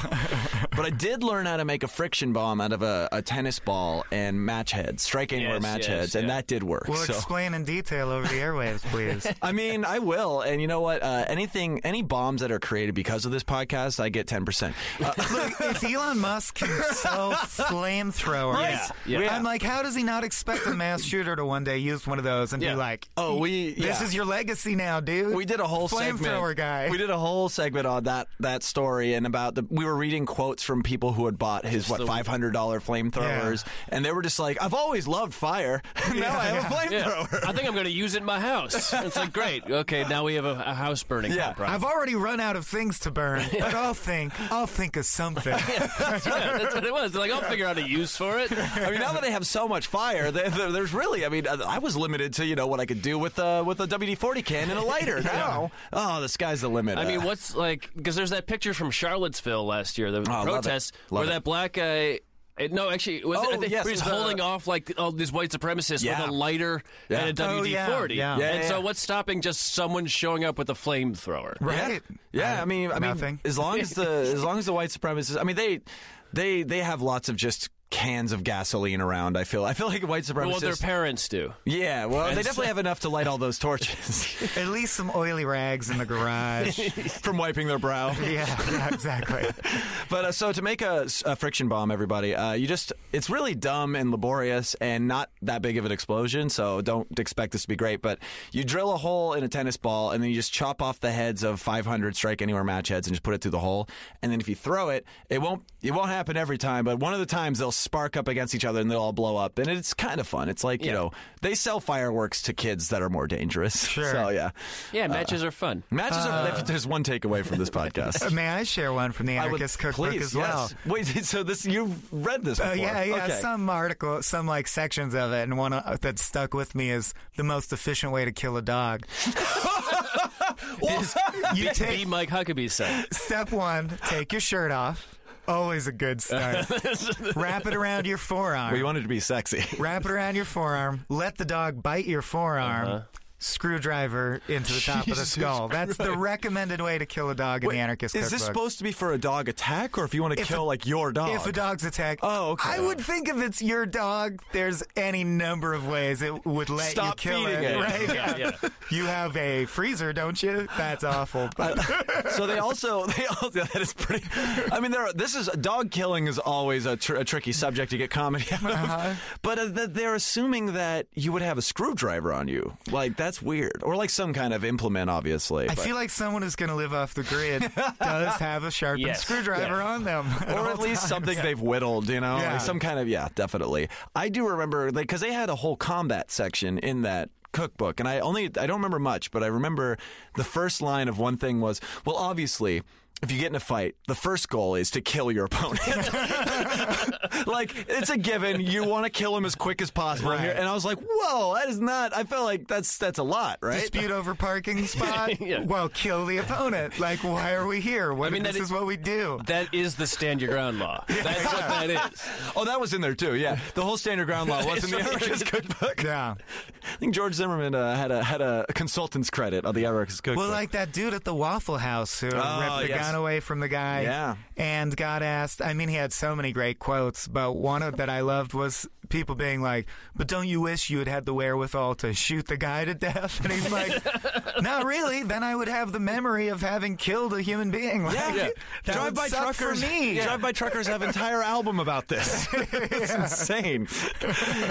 [SPEAKER 2] but I did learn how to make a friction bomb out of a, a tennis ball and match heads, strike anywhere
[SPEAKER 3] Yes,
[SPEAKER 2] match
[SPEAKER 3] yes,
[SPEAKER 2] heads, and
[SPEAKER 3] yeah.
[SPEAKER 2] that did work.
[SPEAKER 4] We'll
[SPEAKER 2] so.
[SPEAKER 4] explain in detail over the airwaves, please.
[SPEAKER 2] I mean, I will, and you know what? Uh, anything, any bombs that are created because of this podcast, I get ten percent. Uh,
[SPEAKER 4] Look, if Elon Musk can sell flamethrowers,
[SPEAKER 2] Right. Yeah. Yeah.
[SPEAKER 4] I'm like, how does he not expect a mass shooter to one day use one of those and
[SPEAKER 3] Yeah.
[SPEAKER 4] be like,
[SPEAKER 2] Oh, we
[SPEAKER 4] this
[SPEAKER 2] yeah.
[SPEAKER 4] is your legacy now, dude?
[SPEAKER 2] We did a whole
[SPEAKER 4] flamethrower
[SPEAKER 2] segment.
[SPEAKER 4] guy.
[SPEAKER 2] We did a whole segment on that that story and about the. We were reading quotes from people who had bought his what five hundred dollar flamethrowers, and they were just like, "I've always loved fire. now I have
[SPEAKER 3] Yeah.
[SPEAKER 2] a flamethrower."
[SPEAKER 3] I think I'm going to use it in my house. It's like, great. Okay, now we have a, a house burning
[SPEAKER 2] Yeah.
[SPEAKER 3] problem.
[SPEAKER 4] I've already run out of things to burn, but I'll think, I'll think of something.
[SPEAKER 3] yeah, that's what it was. They're like, I'll figure out a use for it.
[SPEAKER 2] I mean, now that they have so much fire, there- there- there's really. I mean, I was limited to you know what I could do with a with a WD forty can and a lighter. Now, oh, the sky's the limit.
[SPEAKER 3] I mean,
[SPEAKER 2] Uh,
[SPEAKER 3] what's like? Because there's that picture from Charlottesville last year, the, the
[SPEAKER 2] Oh, love it.
[SPEAKER 3] protest,
[SPEAKER 2] Love
[SPEAKER 3] where
[SPEAKER 2] it.
[SPEAKER 3] that black guy. it- no, actually, was it,
[SPEAKER 2] Oh,
[SPEAKER 3] I think
[SPEAKER 2] yes,
[SPEAKER 3] he was
[SPEAKER 2] the-
[SPEAKER 3] holding off like all these white supremacists
[SPEAKER 2] Yeah.
[SPEAKER 3] with a lighter
[SPEAKER 2] Yeah.
[SPEAKER 3] and a
[SPEAKER 4] Oh,
[SPEAKER 3] WD
[SPEAKER 4] yeah,
[SPEAKER 3] forty.
[SPEAKER 4] yeah.
[SPEAKER 2] Yeah,
[SPEAKER 3] and
[SPEAKER 2] yeah,
[SPEAKER 3] so,
[SPEAKER 2] yeah.
[SPEAKER 3] what's stopping just someone showing up with a flamethrower?
[SPEAKER 4] Right?
[SPEAKER 2] Yeah, I mean, I mean,
[SPEAKER 4] nothing.
[SPEAKER 2] as long as the as long as the white supremacists, I mean, they they they have lots of just cans of gasoline around. I feel I feel like white supremacists.
[SPEAKER 3] Well, their parents do.
[SPEAKER 2] yeah, well, they
[SPEAKER 3] Friends.
[SPEAKER 2] definitely have enough to light all those torches
[SPEAKER 4] At least some oily rags in the garage.
[SPEAKER 2] from wiping their brow.
[SPEAKER 4] yeah, yeah, exactly.
[SPEAKER 2] But uh, so to make a, a friction bomb, everybody, uh, you just it's really dumb and laborious and not that big of an explosion. So don't expect this to be great. But you drill a hole in a tennis ball and then you just chop off the heads of 500 strike anywhere match heads and just put it through the hole. And then if you throw it, it won't it won't happen every time. But one of the times they'll spark up against each other and they'll all blow up. And it's kind of fun. It's like you
[SPEAKER 3] Yeah.
[SPEAKER 2] know they sell fireworks to kids that are more dangerous.
[SPEAKER 4] Sure.
[SPEAKER 2] So yeah,
[SPEAKER 3] Yeah,
[SPEAKER 2] Uh,
[SPEAKER 3] matches are fun.
[SPEAKER 2] matches
[SPEAKER 4] Uh,
[SPEAKER 2] are. There's one takeaway from this podcast.
[SPEAKER 4] May I share one from the
[SPEAKER 2] I would-
[SPEAKER 4] Anarchist Cookbook
[SPEAKER 2] please,
[SPEAKER 4] as well?
[SPEAKER 2] yes. Wait, so this you've read this?
[SPEAKER 4] Oh
[SPEAKER 2] Before.
[SPEAKER 4] yeah, yeah.
[SPEAKER 2] Okay.
[SPEAKER 4] Some article, some like sections of it, and one uh, that stuck with me is the most efficient way to kill a dog.
[SPEAKER 3] Is-
[SPEAKER 4] You
[SPEAKER 3] Be
[SPEAKER 4] take
[SPEAKER 3] Mike Huckabee said.
[SPEAKER 4] step one, take your shirt off. Always a good start. Wrap it around your forearm.
[SPEAKER 2] we wanted to be sexy.
[SPEAKER 4] Wrap it around your forearm. Let the dog bite your forearm. Screwdriver into the top of the
[SPEAKER 2] Uh-huh. Jesus
[SPEAKER 4] skull. That's the recommended way to kill a dog in the anarchist
[SPEAKER 2] Is this
[SPEAKER 4] cookbook.
[SPEAKER 2] supposed to be for a dog attack, or if you want to
[SPEAKER 4] If
[SPEAKER 2] kill
[SPEAKER 4] a-
[SPEAKER 2] like your dog?
[SPEAKER 4] If a dog's attacked,
[SPEAKER 2] Oh, okay.
[SPEAKER 4] I would think if it's your dog, there's any number of ways it would let
[SPEAKER 2] Stop
[SPEAKER 4] you kill
[SPEAKER 2] feeding it.
[SPEAKER 4] Right?
[SPEAKER 3] Yeah, yeah.
[SPEAKER 4] You have a freezer, don't you? That's awful.
[SPEAKER 2] Uh, so they also they also that is pretty. I mean, there are, this is dog killing is always a, tr- a tricky subject to get comedy out of.
[SPEAKER 4] Uh-huh.
[SPEAKER 2] But uh, th- they're assuming that you would have a screwdriver on you, like that's weird, or like some kind of implement, obviously.
[SPEAKER 4] I
[SPEAKER 2] but-
[SPEAKER 4] feel like someone who's going to live off the grid does have a sharpened
[SPEAKER 3] Yes.
[SPEAKER 4] screwdriver on them,
[SPEAKER 2] or at least something they've whittled, you know,
[SPEAKER 4] Yeah.
[SPEAKER 2] like some kind of yeah, definitely. I do remember because they had a whole combat section in that cookbook, and I only I don't remember much, but I remember the first line of one thing was, well, obviously. If you get in a fight, the first goal is to kill your opponent. like it's a given, you want to kill him as quick as possible.
[SPEAKER 4] Right.
[SPEAKER 2] And I was like, "Whoa, that is not." I felt like that's that's a lot, right?
[SPEAKER 4] Dispute over parking spot.
[SPEAKER 3] Yeah.
[SPEAKER 4] Well, kill the opponent. Like, why are we here? What,
[SPEAKER 3] mean,
[SPEAKER 4] this
[SPEAKER 3] that
[SPEAKER 4] is
[SPEAKER 3] is-
[SPEAKER 4] what we do.
[SPEAKER 3] That is the stand your ground law. That's what that is.
[SPEAKER 2] Oh, that was in there too. Yeah, the whole standard ground law was in the
[SPEAKER 3] It's right.
[SPEAKER 2] Anarchist cookbook.
[SPEAKER 4] Yeah.
[SPEAKER 2] I think George Zimmerman uh, had a had a consultant's credit on the Anarchist Cookbook.
[SPEAKER 4] Well, like that dude at the Waffle House who
[SPEAKER 2] Oh,
[SPEAKER 4] ripped the
[SPEAKER 2] yes.
[SPEAKER 4] gun away from the guy.
[SPEAKER 2] Yeah.
[SPEAKER 4] And got asked. I mean, he had so many great quotes, but one of, that I loved was people being like, "But don't you wish you had had the wherewithal to shoot the guy to death?" And he's like, "Not really. Then I would have the memory of having killed a human being." Like,
[SPEAKER 2] Yeah.
[SPEAKER 4] that
[SPEAKER 2] Drive
[SPEAKER 4] would
[SPEAKER 2] by
[SPEAKER 4] suck
[SPEAKER 2] truckers.
[SPEAKER 4] for me.
[SPEAKER 2] Drive by truckers have entire album about this. it's insane.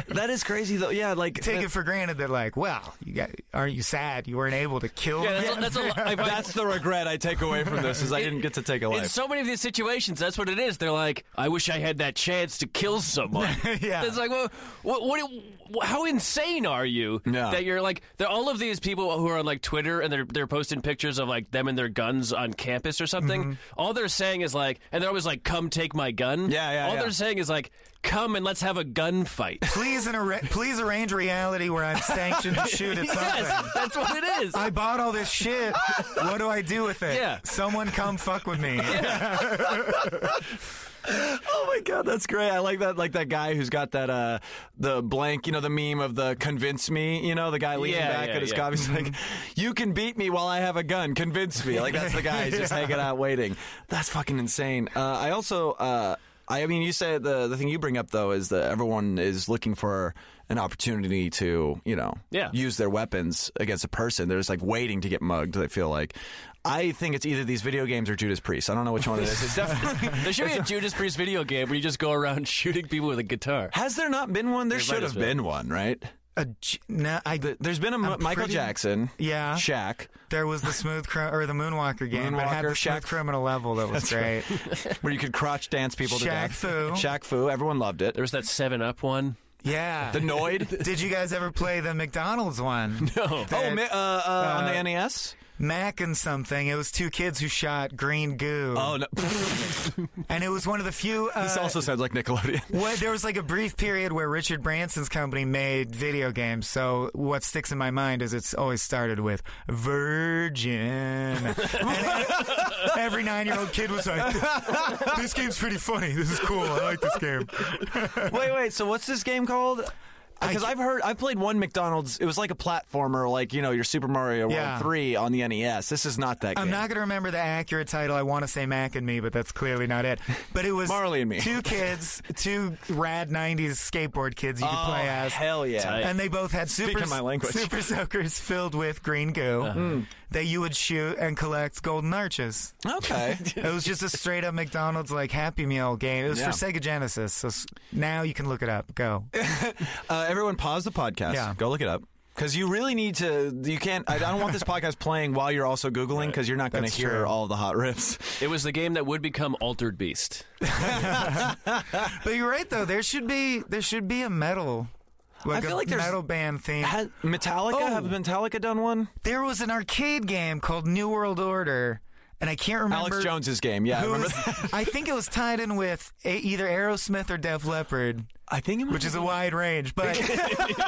[SPEAKER 2] that is crazy though. Yeah, like
[SPEAKER 4] Take it for granted that, like, well, you got, aren't you sad you weren't able to kill?
[SPEAKER 3] Yeah,
[SPEAKER 4] the
[SPEAKER 3] that's,
[SPEAKER 4] man?
[SPEAKER 3] a, that's, a, lo- I find-
[SPEAKER 2] that's the regret I take away from this is I didn't get to take a
[SPEAKER 3] in
[SPEAKER 2] life.
[SPEAKER 3] so many of these situations, that's what it is. They're like, I wish I had that chance to kill someone.
[SPEAKER 4] Yeah.
[SPEAKER 3] It's like, well, what, what, wh- how insane are you
[SPEAKER 2] Yeah.
[SPEAKER 3] that you're like, they're all of these people who are on like Twitter and they're, they're posting pictures of like them and their guns on campus or something. All they're saying is like, and they're always like, come take my gun.
[SPEAKER 2] Mm-hmm. Yeah, yeah,
[SPEAKER 3] All
[SPEAKER 2] yeah.
[SPEAKER 3] they're saying is like, come and let's have a gunfight.
[SPEAKER 4] please, an arra- please arrange reality where I'm sanctioned to shoot at something.
[SPEAKER 3] yes, that's what it is.
[SPEAKER 4] I bought all this shit. What do I do with it?
[SPEAKER 3] Yeah.
[SPEAKER 4] Someone come fuck with me.
[SPEAKER 2] Oh my god, that's great. I like that like that guy who's got that uh the blank, you know, the meme of the convince me, you know, the guy leaning
[SPEAKER 3] Yeah,
[SPEAKER 2] back
[SPEAKER 3] yeah, Mm-hmm.
[SPEAKER 2] at his
[SPEAKER 3] yeah.
[SPEAKER 2] coffee. He's like, You can beat me while I have a gun, convince me. Like that's the guy who's just hanging out waiting. That's fucking insane. Uh, I also uh I mean, you said the the thing you bring up though is that everyone is looking for an opportunity to, you know,
[SPEAKER 3] Yeah.
[SPEAKER 2] use their weapons against a person. They're just like waiting to get mugged. They feel like, I think it's either these video games or Judas Priest. I don't know which one it is. It's definitely
[SPEAKER 3] there should be a Judas Priest video game where you just go around shooting people with a guitar.
[SPEAKER 2] Has there not been one? There
[SPEAKER 3] might
[SPEAKER 2] should
[SPEAKER 3] as
[SPEAKER 2] have
[SPEAKER 3] well.
[SPEAKER 2] been one, right?
[SPEAKER 4] A j- no, I,
[SPEAKER 2] Th- There's been a M- Michael
[SPEAKER 4] pretty-
[SPEAKER 2] Jackson,
[SPEAKER 4] yeah.
[SPEAKER 2] Shaq.
[SPEAKER 4] There was the smooth cri- or the Moonwalker game, but it had
[SPEAKER 2] Moonwalker,
[SPEAKER 4] the smooth
[SPEAKER 2] Shaq-
[SPEAKER 4] criminal level that was great.
[SPEAKER 2] where you could crotch dance people to
[SPEAKER 4] Shaq
[SPEAKER 2] death.
[SPEAKER 4] Fu.
[SPEAKER 2] Shaq Fu. Everyone loved it.
[SPEAKER 3] There was that 7 Up one.
[SPEAKER 4] Yeah.
[SPEAKER 2] The Noid.
[SPEAKER 4] Did you guys ever play the McDonald's one?
[SPEAKER 3] No.
[SPEAKER 2] oh, mi- uh, uh, on
[SPEAKER 4] uh,
[SPEAKER 2] the NES.
[SPEAKER 4] Mac and something. It was two kids who shot green goo,
[SPEAKER 2] Oh no,
[SPEAKER 4] and it was one of the few. Uh,
[SPEAKER 2] this also sounds like Nickelodeon.
[SPEAKER 4] Well, there was like a brief period where Richard Branson's company made video games. So what sticks in my mind is it's always started with Virgin. And every nine-year-old kid was like, "This game's pretty funny. This is cool. I like this game."
[SPEAKER 2] wait, wait. So what's this game called? Because I've heard, I've played one McDonald's. It was like a platformer, like you know, your Super Mario World
[SPEAKER 4] Yeah.
[SPEAKER 2] three on the NES. This is not that.
[SPEAKER 4] I'm
[SPEAKER 2] game.
[SPEAKER 4] not going to remember the accurate title. I want to say Mac and Me, but that's clearly not it. But it was
[SPEAKER 2] Marley and Me.
[SPEAKER 4] Two kids, two rad '90s skateboard kids you could
[SPEAKER 2] Oh,
[SPEAKER 4] play as.
[SPEAKER 2] hell yeah!
[SPEAKER 3] Tight.
[SPEAKER 4] and they both had super,
[SPEAKER 2] Speaking my language. Uh-huh. Hmm.
[SPEAKER 4] super soakers filled with green goo that you would shoot and collect golden arches.
[SPEAKER 2] Okay.
[SPEAKER 4] It was just a straight up McDonald's like Happy Meal game. It was
[SPEAKER 2] Yeah.
[SPEAKER 4] for Sega Genesis, so s- now you can look it up. Go.
[SPEAKER 2] Uh, everyone, pause the podcast.
[SPEAKER 4] Yeah.
[SPEAKER 2] Go look it up. Because you really need to, you can't. I, I don't want this podcast playing while you're also googling, because you're not going to
[SPEAKER 4] That's
[SPEAKER 2] hear
[SPEAKER 4] true.
[SPEAKER 2] all the hot riffs.
[SPEAKER 3] It was the game that would become Altered Beast.
[SPEAKER 4] But you're right though. There should be there should be a metal. Like
[SPEAKER 2] feel
[SPEAKER 4] a
[SPEAKER 2] like there's-
[SPEAKER 4] metal band theme.
[SPEAKER 2] Has Metallica
[SPEAKER 4] Oh.
[SPEAKER 2] have Metallica done one?
[SPEAKER 4] There was an arcade game called New World Order, and I can't remember.
[SPEAKER 2] Alex Jones's game, yeah. I,
[SPEAKER 4] who
[SPEAKER 2] remember
[SPEAKER 4] was-
[SPEAKER 2] that.
[SPEAKER 4] I think it was tied in with a, either Aerosmith or Def Leppard,
[SPEAKER 2] I think it
[SPEAKER 4] which is a wide range. But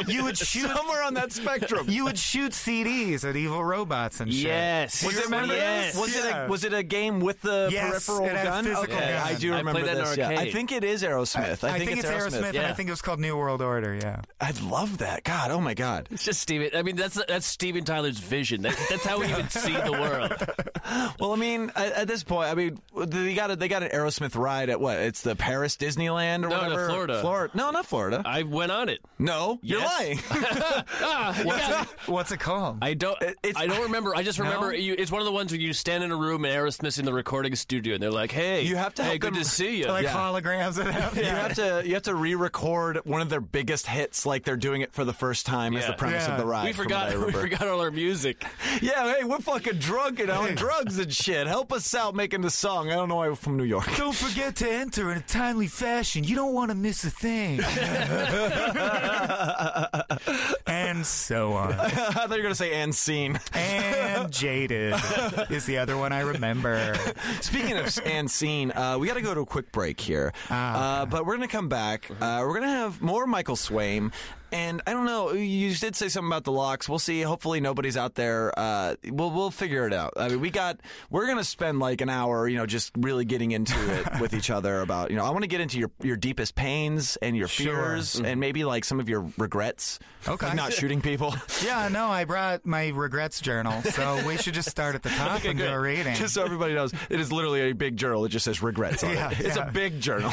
[SPEAKER 4] you would shoot
[SPEAKER 2] somewhere on that spectrum.
[SPEAKER 4] You would shoot CDs at evil robots and shit.
[SPEAKER 3] Yes.
[SPEAKER 2] was it
[SPEAKER 3] remember yes.
[SPEAKER 2] Was it
[SPEAKER 4] Yeah.
[SPEAKER 2] a, was it a game with the
[SPEAKER 4] Yes,
[SPEAKER 2] peripheral
[SPEAKER 4] it had a
[SPEAKER 2] gun?
[SPEAKER 4] physical
[SPEAKER 2] okay,
[SPEAKER 4] gun.
[SPEAKER 2] I do
[SPEAKER 3] I
[SPEAKER 2] remember
[SPEAKER 3] played that in
[SPEAKER 2] this. yeah. I
[SPEAKER 3] arcade.
[SPEAKER 2] think it is Aerosmith. I,
[SPEAKER 4] I think, it's Aerosmith, and I
[SPEAKER 3] yeah.
[SPEAKER 4] think it was called New World Order. Yeah,
[SPEAKER 2] I'd love that. God, oh my God.
[SPEAKER 3] It's just Steven. I mean, that's that's Steven Tyler's vision. That, that's how we even see the world.
[SPEAKER 2] Well, I mean, at, at this point, I mean, they got a, they got an Aerosmith ride at what? It's the Paris Disneyland or
[SPEAKER 3] No, no,
[SPEAKER 2] whatever.
[SPEAKER 3] Florida.
[SPEAKER 2] Florida. No, not Florida.
[SPEAKER 3] I went on it.
[SPEAKER 2] no, you're
[SPEAKER 3] Yes.
[SPEAKER 2] lying.
[SPEAKER 3] Ah, you got me.
[SPEAKER 4] what's it called?
[SPEAKER 3] I don't.
[SPEAKER 2] it's-
[SPEAKER 3] I don't remember. I just remember you, it's one of the ones where you stand in a room and Aerosmith's in the recording studio, and they're like, "Hey,
[SPEAKER 2] You have to
[SPEAKER 3] Hey,
[SPEAKER 2] help
[SPEAKER 3] good
[SPEAKER 2] them-
[SPEAKER 3] to see you."
[SPEAKER 4] like
[SPEAKER 2] yeah.
[SPEAKER 4] holograms of that.
[SPEAKER 2] You have to you have to re-record one of their biggest hits, like they're doing it for the first time, as
[SPEAKER 3] Yeah.
[SPEAKER 2] the premise
[SPEAKER 4] Yeah.
[SPEAKER 2] of the ride.
[SPEAKER 3] we
[SPEAKER 2] from
[SPEAKER 3] forgot.
[SPEAKER 2] what I
[SPEAKER 3] We
[SPEAKER 2] remember.
[SPEAKER 3] forgot all our music.
[SPEAKER 2] Yeah, hey, we're fucking drunk and on drugs and shit. Help us out making the song. I don't know why we're from New York.
[SPEAKER 4] Don't forget to enter in a timely fashion. You don't want to miss a thing. and so on.
[SPEAKER 2] I thought you were gonna say and scene.
[SPEAKER 4] And jaded is the other one I remember.
[SPEAKER 2] Speaking of and scene, uh, we got to go to
[SPEAKER 4] Ah,
[SPEAKER 2] a quick break here, uh, but we're gonna come back. Uh, we're gonna have more Michael Swaim. And I don't know. You did say something about the locks. We'll see. Hopefully, nobody's out there. Uh, we'll we'll figure it out. I mean, we got. We're gonna spend like an hour, you know, just really getting into it with each other about, you know, I want to get into your your deepest pains and your
[SPEAKER 4] Sure. Mm-hmm.
[SPEAKER 2] fears and maybe like some of your regrets.
[SPEAKER 4] Okay.
[SPEAKER 2] Like not shooting people.
[SPEAKER 4] Yeah, no, I brought my regrets journal, so we should just start at the top and go reading.
[SPEAKER 2] just so everybody knows, it is literally a big journal. It just says regrets on
[SPEAKER 4] Yeah,
[SPEAKER 2] it. It's
[SPEAKER 4] yeah.
[SPEAKER 2] a big journal.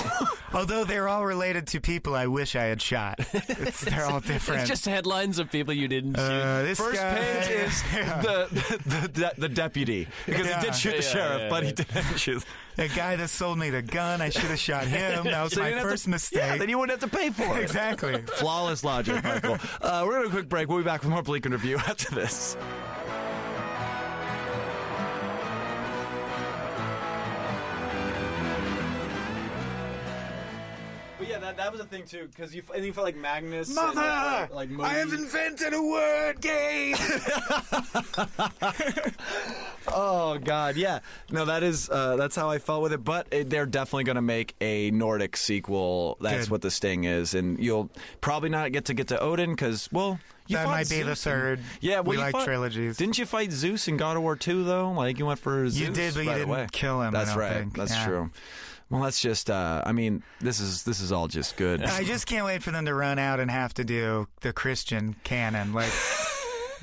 [SPEAKER 4] Although they're all related to people I wish I had shot. It's, they're all different.
[SPEAKER 3] It's just headlines of people you didn't shoot.
[SPEAKER 4] uh, this
[SPEAKER 2] First
[SPEAKER 4] guy-
[SPEAKER 2] page is the, the, the, the deputy because
[SPEAKER 4] Yeah.
[SPEAKER 2] he did shoot the
[SPEAKER 3] Yeah,
[SPEAKER 2] sheriff,
[SPEAKER 3] yeah,
[SPEAKER 2] but he
[SPEAKER 3] yeah.
[SPEAKER 2] didn't shoot.
[SPEAKER 4] the guy that sold me the gun. I should have shot him. That was
[SPEAKER 2] So you
[SPEAKER 4] my
[SPEAKER 2] didn't have
[SPEAKER 4] first
[SPEAKER 2] to-
[SPEAKER 4] mistake.
[SPEAKER 2] Yeah, then you wouldn't have to pay for it.
[SPEAKER 4] exactly.
[SPEAKER 2] Flawless logic, Michael. Uh, we're going to a quick break. We'll be back with more Bleak and Review after this. But yeah, that, that was a thing too, because you and you felt like Magnus,
[SPEAKER 4] invented a word game.
[SPEAKER 2] Oh God, yeah. No, that is uh, that's how I felt with it. But it, they're definitely going to make a Nordic sequel. That's
[SPEAKER 4] Good.
[SPEAKER 2] what the Sting is, and you'll probably not get to get to Odin because well, you
[SPEAKER 4] that
[SPEAKER 2] fought
[SPEAKER 4] might be the
[SPEAKER 2] Zeus and-
[SPEAKER 4] third.
[SPEAKER 2] Yeah, well,
[SPEAKER 4] we
[SPEAKER 2] you
[SPEAKER 4] like
[SPEAKER 2] fought-
[SPEAKER 4] trilogies.
[SPEAKER 2] Didn't you fight Zeus in God of War Two though? Like you went for Zeus.
[SPEAKER 4] did, but you
[SPEAKER 2] right
[SPEAKER 4] didn't
[SPEAKER 2] away.
[SPEAKER 4] kill him, I
[SPEAKER 2] That's
[SPEAKER 4] don't
[SPEAKER 2] right.
[SPEAKER 4] think.
[SPEAKER 2] That's
[SPEAKER 4] Yeah.
[SPEAKER 2] true. Well, that's just. Uh, I mean, this is this is all just good.
[SPEAKER 4] I just can't wait for them to run out and have to do the Christian canon. Like,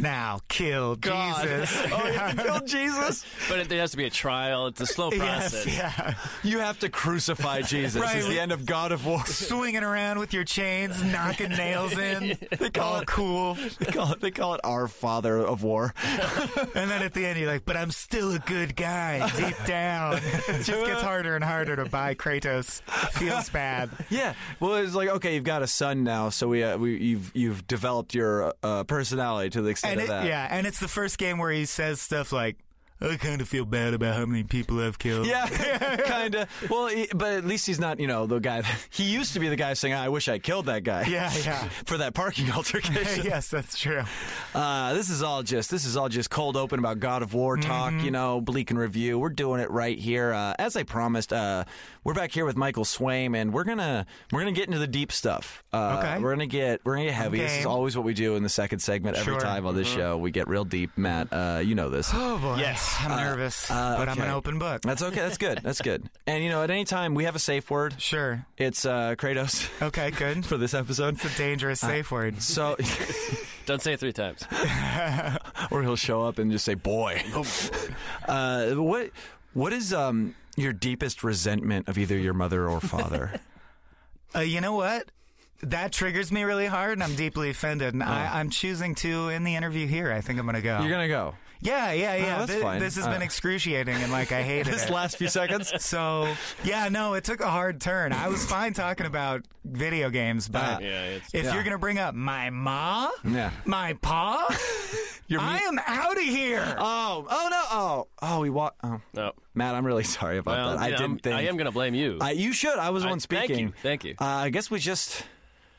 [SPEAKER 4] now kill
[SPEAKER 3] God.
[SPEAKER 4] Jesus.
[SPEAKER 2] Oh, Kill Jesus!
[SPEAKER 3] But it, there has to be a trial. It's a slow process.
[SPEAKER 4] yes, yeah.
[SPEAKER 2] You have to crucify Jesus.
[SPEAKER 4] Right.
[SPEAKER 2] It's the end of God of War.
[SPEAKER 4] Swinging around with your chains, knocking nails in. all cool.
[SPEAKER 2] they call it. They call it our Father of War.
[SPEAKER 4] And then at the end, you're like, but I'm still a good guy deep down. It just gets harder and harder to buy Kratos. Feels bad.
[SPEAKER 2] Yeah. Well, it's like okay, you've got a son now, so we, uh, we you've you've developed your uh, personality to the extent
[SPEAKER 4] And
[SPEAKER 2] of
[SPEAKER 4] it,
[SPEAKER 2] that.
[SPEAKER 4] yeah, and it's the first game where he says stuff like, I kind of feel bad about how many people I've killed.
[SPEAKER 2] Yeah, kind of. Well, he, but at least he's not, you know, the guy. That, he used to be the guy saying, "I wish I killed that guy."
[SPEAKER 4] Yeah, yeah.
[SPEAKER 2] For that parking altercation.
[SPEAKER 4] yes, that's true.
[SPEAKER 2] Uh, this is all just this is all just cold open about God of War talk,
[SPEAKER 4] Mm-hmm.
[SPEAKER 2] you know, bleak and review. We're doing it right here, uh, as I promised. Uh, we're back here with Michael Swaim, and we're gonna we're gonna get into the deep stuff. Uh,
[SPEAKER 4] Okay.
[SPEAKER 2] we're gonna get we're gonna get heavy. This is
[SPEAKER 4] game.
[SPEAKER 2] always what we do in the second segment every
[SPEAKER 4] Sure. Mm-hmm.
[SPEAKER 2] time on this show. We get real deep, Matt. Uh, you know this.
[SPEAKER 4] Oh, boy.
[SPEAKER 3] Yes.
[SPEAKER 4] I'm nervous,
[SPEAKER 2] uh,
[SPEAKER 4] but I'm an
[SPEAKER 2] okay.
[SPEAKER 4] open book.
[SPEAKER 2] That's okay. That's good. That's good. And you know, at any time we have a safe word.
[SPEAKER 4] Sure.
[SPEAKER 2] It's uh, Kratos
[SPEAKER 4] Okay, good.
[SPEAKER 2] for this episode.
[SPEAKER 4] It's a
[SPEAKER 2] Uh,
[SPEAKER 4] dangerous safe word.
[SPEAKER 2] So,
[SPEAKER 3] Don't say it three times.
[SPEAKER 2] or he'll show up and just say, "Boy."
[SPEAKER 3] Oh,
[SPEAKER 2] Uh, what What is um your deepest resentment of either your mother or father?
[SPEAKER 4] Uh, you know what? That triggers me really hard, and I'm deeply offended. And I, I'm choosing to, in the interview here, I think I'm going to go.
[SPEAKER 2] Oh. You're gonna go
[SPEAKER 4] yeah, yeah, yeah.
[SPEAKER 2] Ah, that's
[SPEAKER 4] Thi-
[SPEAKER 2] fine.
[SPEAKER 4] This has been
[SPEAKER 2] Uh,
[SPEAKER 4] excruciating, and like I hated
[SPEAKER 2] this
[SPEAKER 4] it.
[SPEAKER 2] last few seconds.
[SPEAKER 4] So yeah, no, it took a hard turn. I was fine talking about video games, but
[SPEAKER 3] Yeah, it's-
[SPEAKER 4] if
[SPEAKER 2] Ah. yeah.
[SPEAKER 4] you're gonna bring up my ma,
[SPEAKER 2] Yeah.
[SPEAKER 4] my pa,
[SPEAKER 2] Your
[SPEAKER 4] I
[SPEAKER 2] me-
[SPEAKER 4] am out of here.
[SPEAKER 2] oh, oh no, oh, oh, we walk. Oh.
[SPEAKER 3] No.
[SPEAKER 2] Matt, I'm really sorry about
[SPEAKER 3] Well,
[SPEAKER 2] that. I
[SPEAKER 3] yeah,
[SPEAKER 2] didn't
[SPEAKER 3] I'm-
[SPEAKER 2] think
[SPEAKER 3] I am going to blame you.
[SPEAKER 2] I- you should. I was the
[SPEAKER 3] I-
[SPEAKER 2] one speaking.
[SPEAKER 3] thank you, thank you.
[SPEAKER 2] Uh, I guess we just.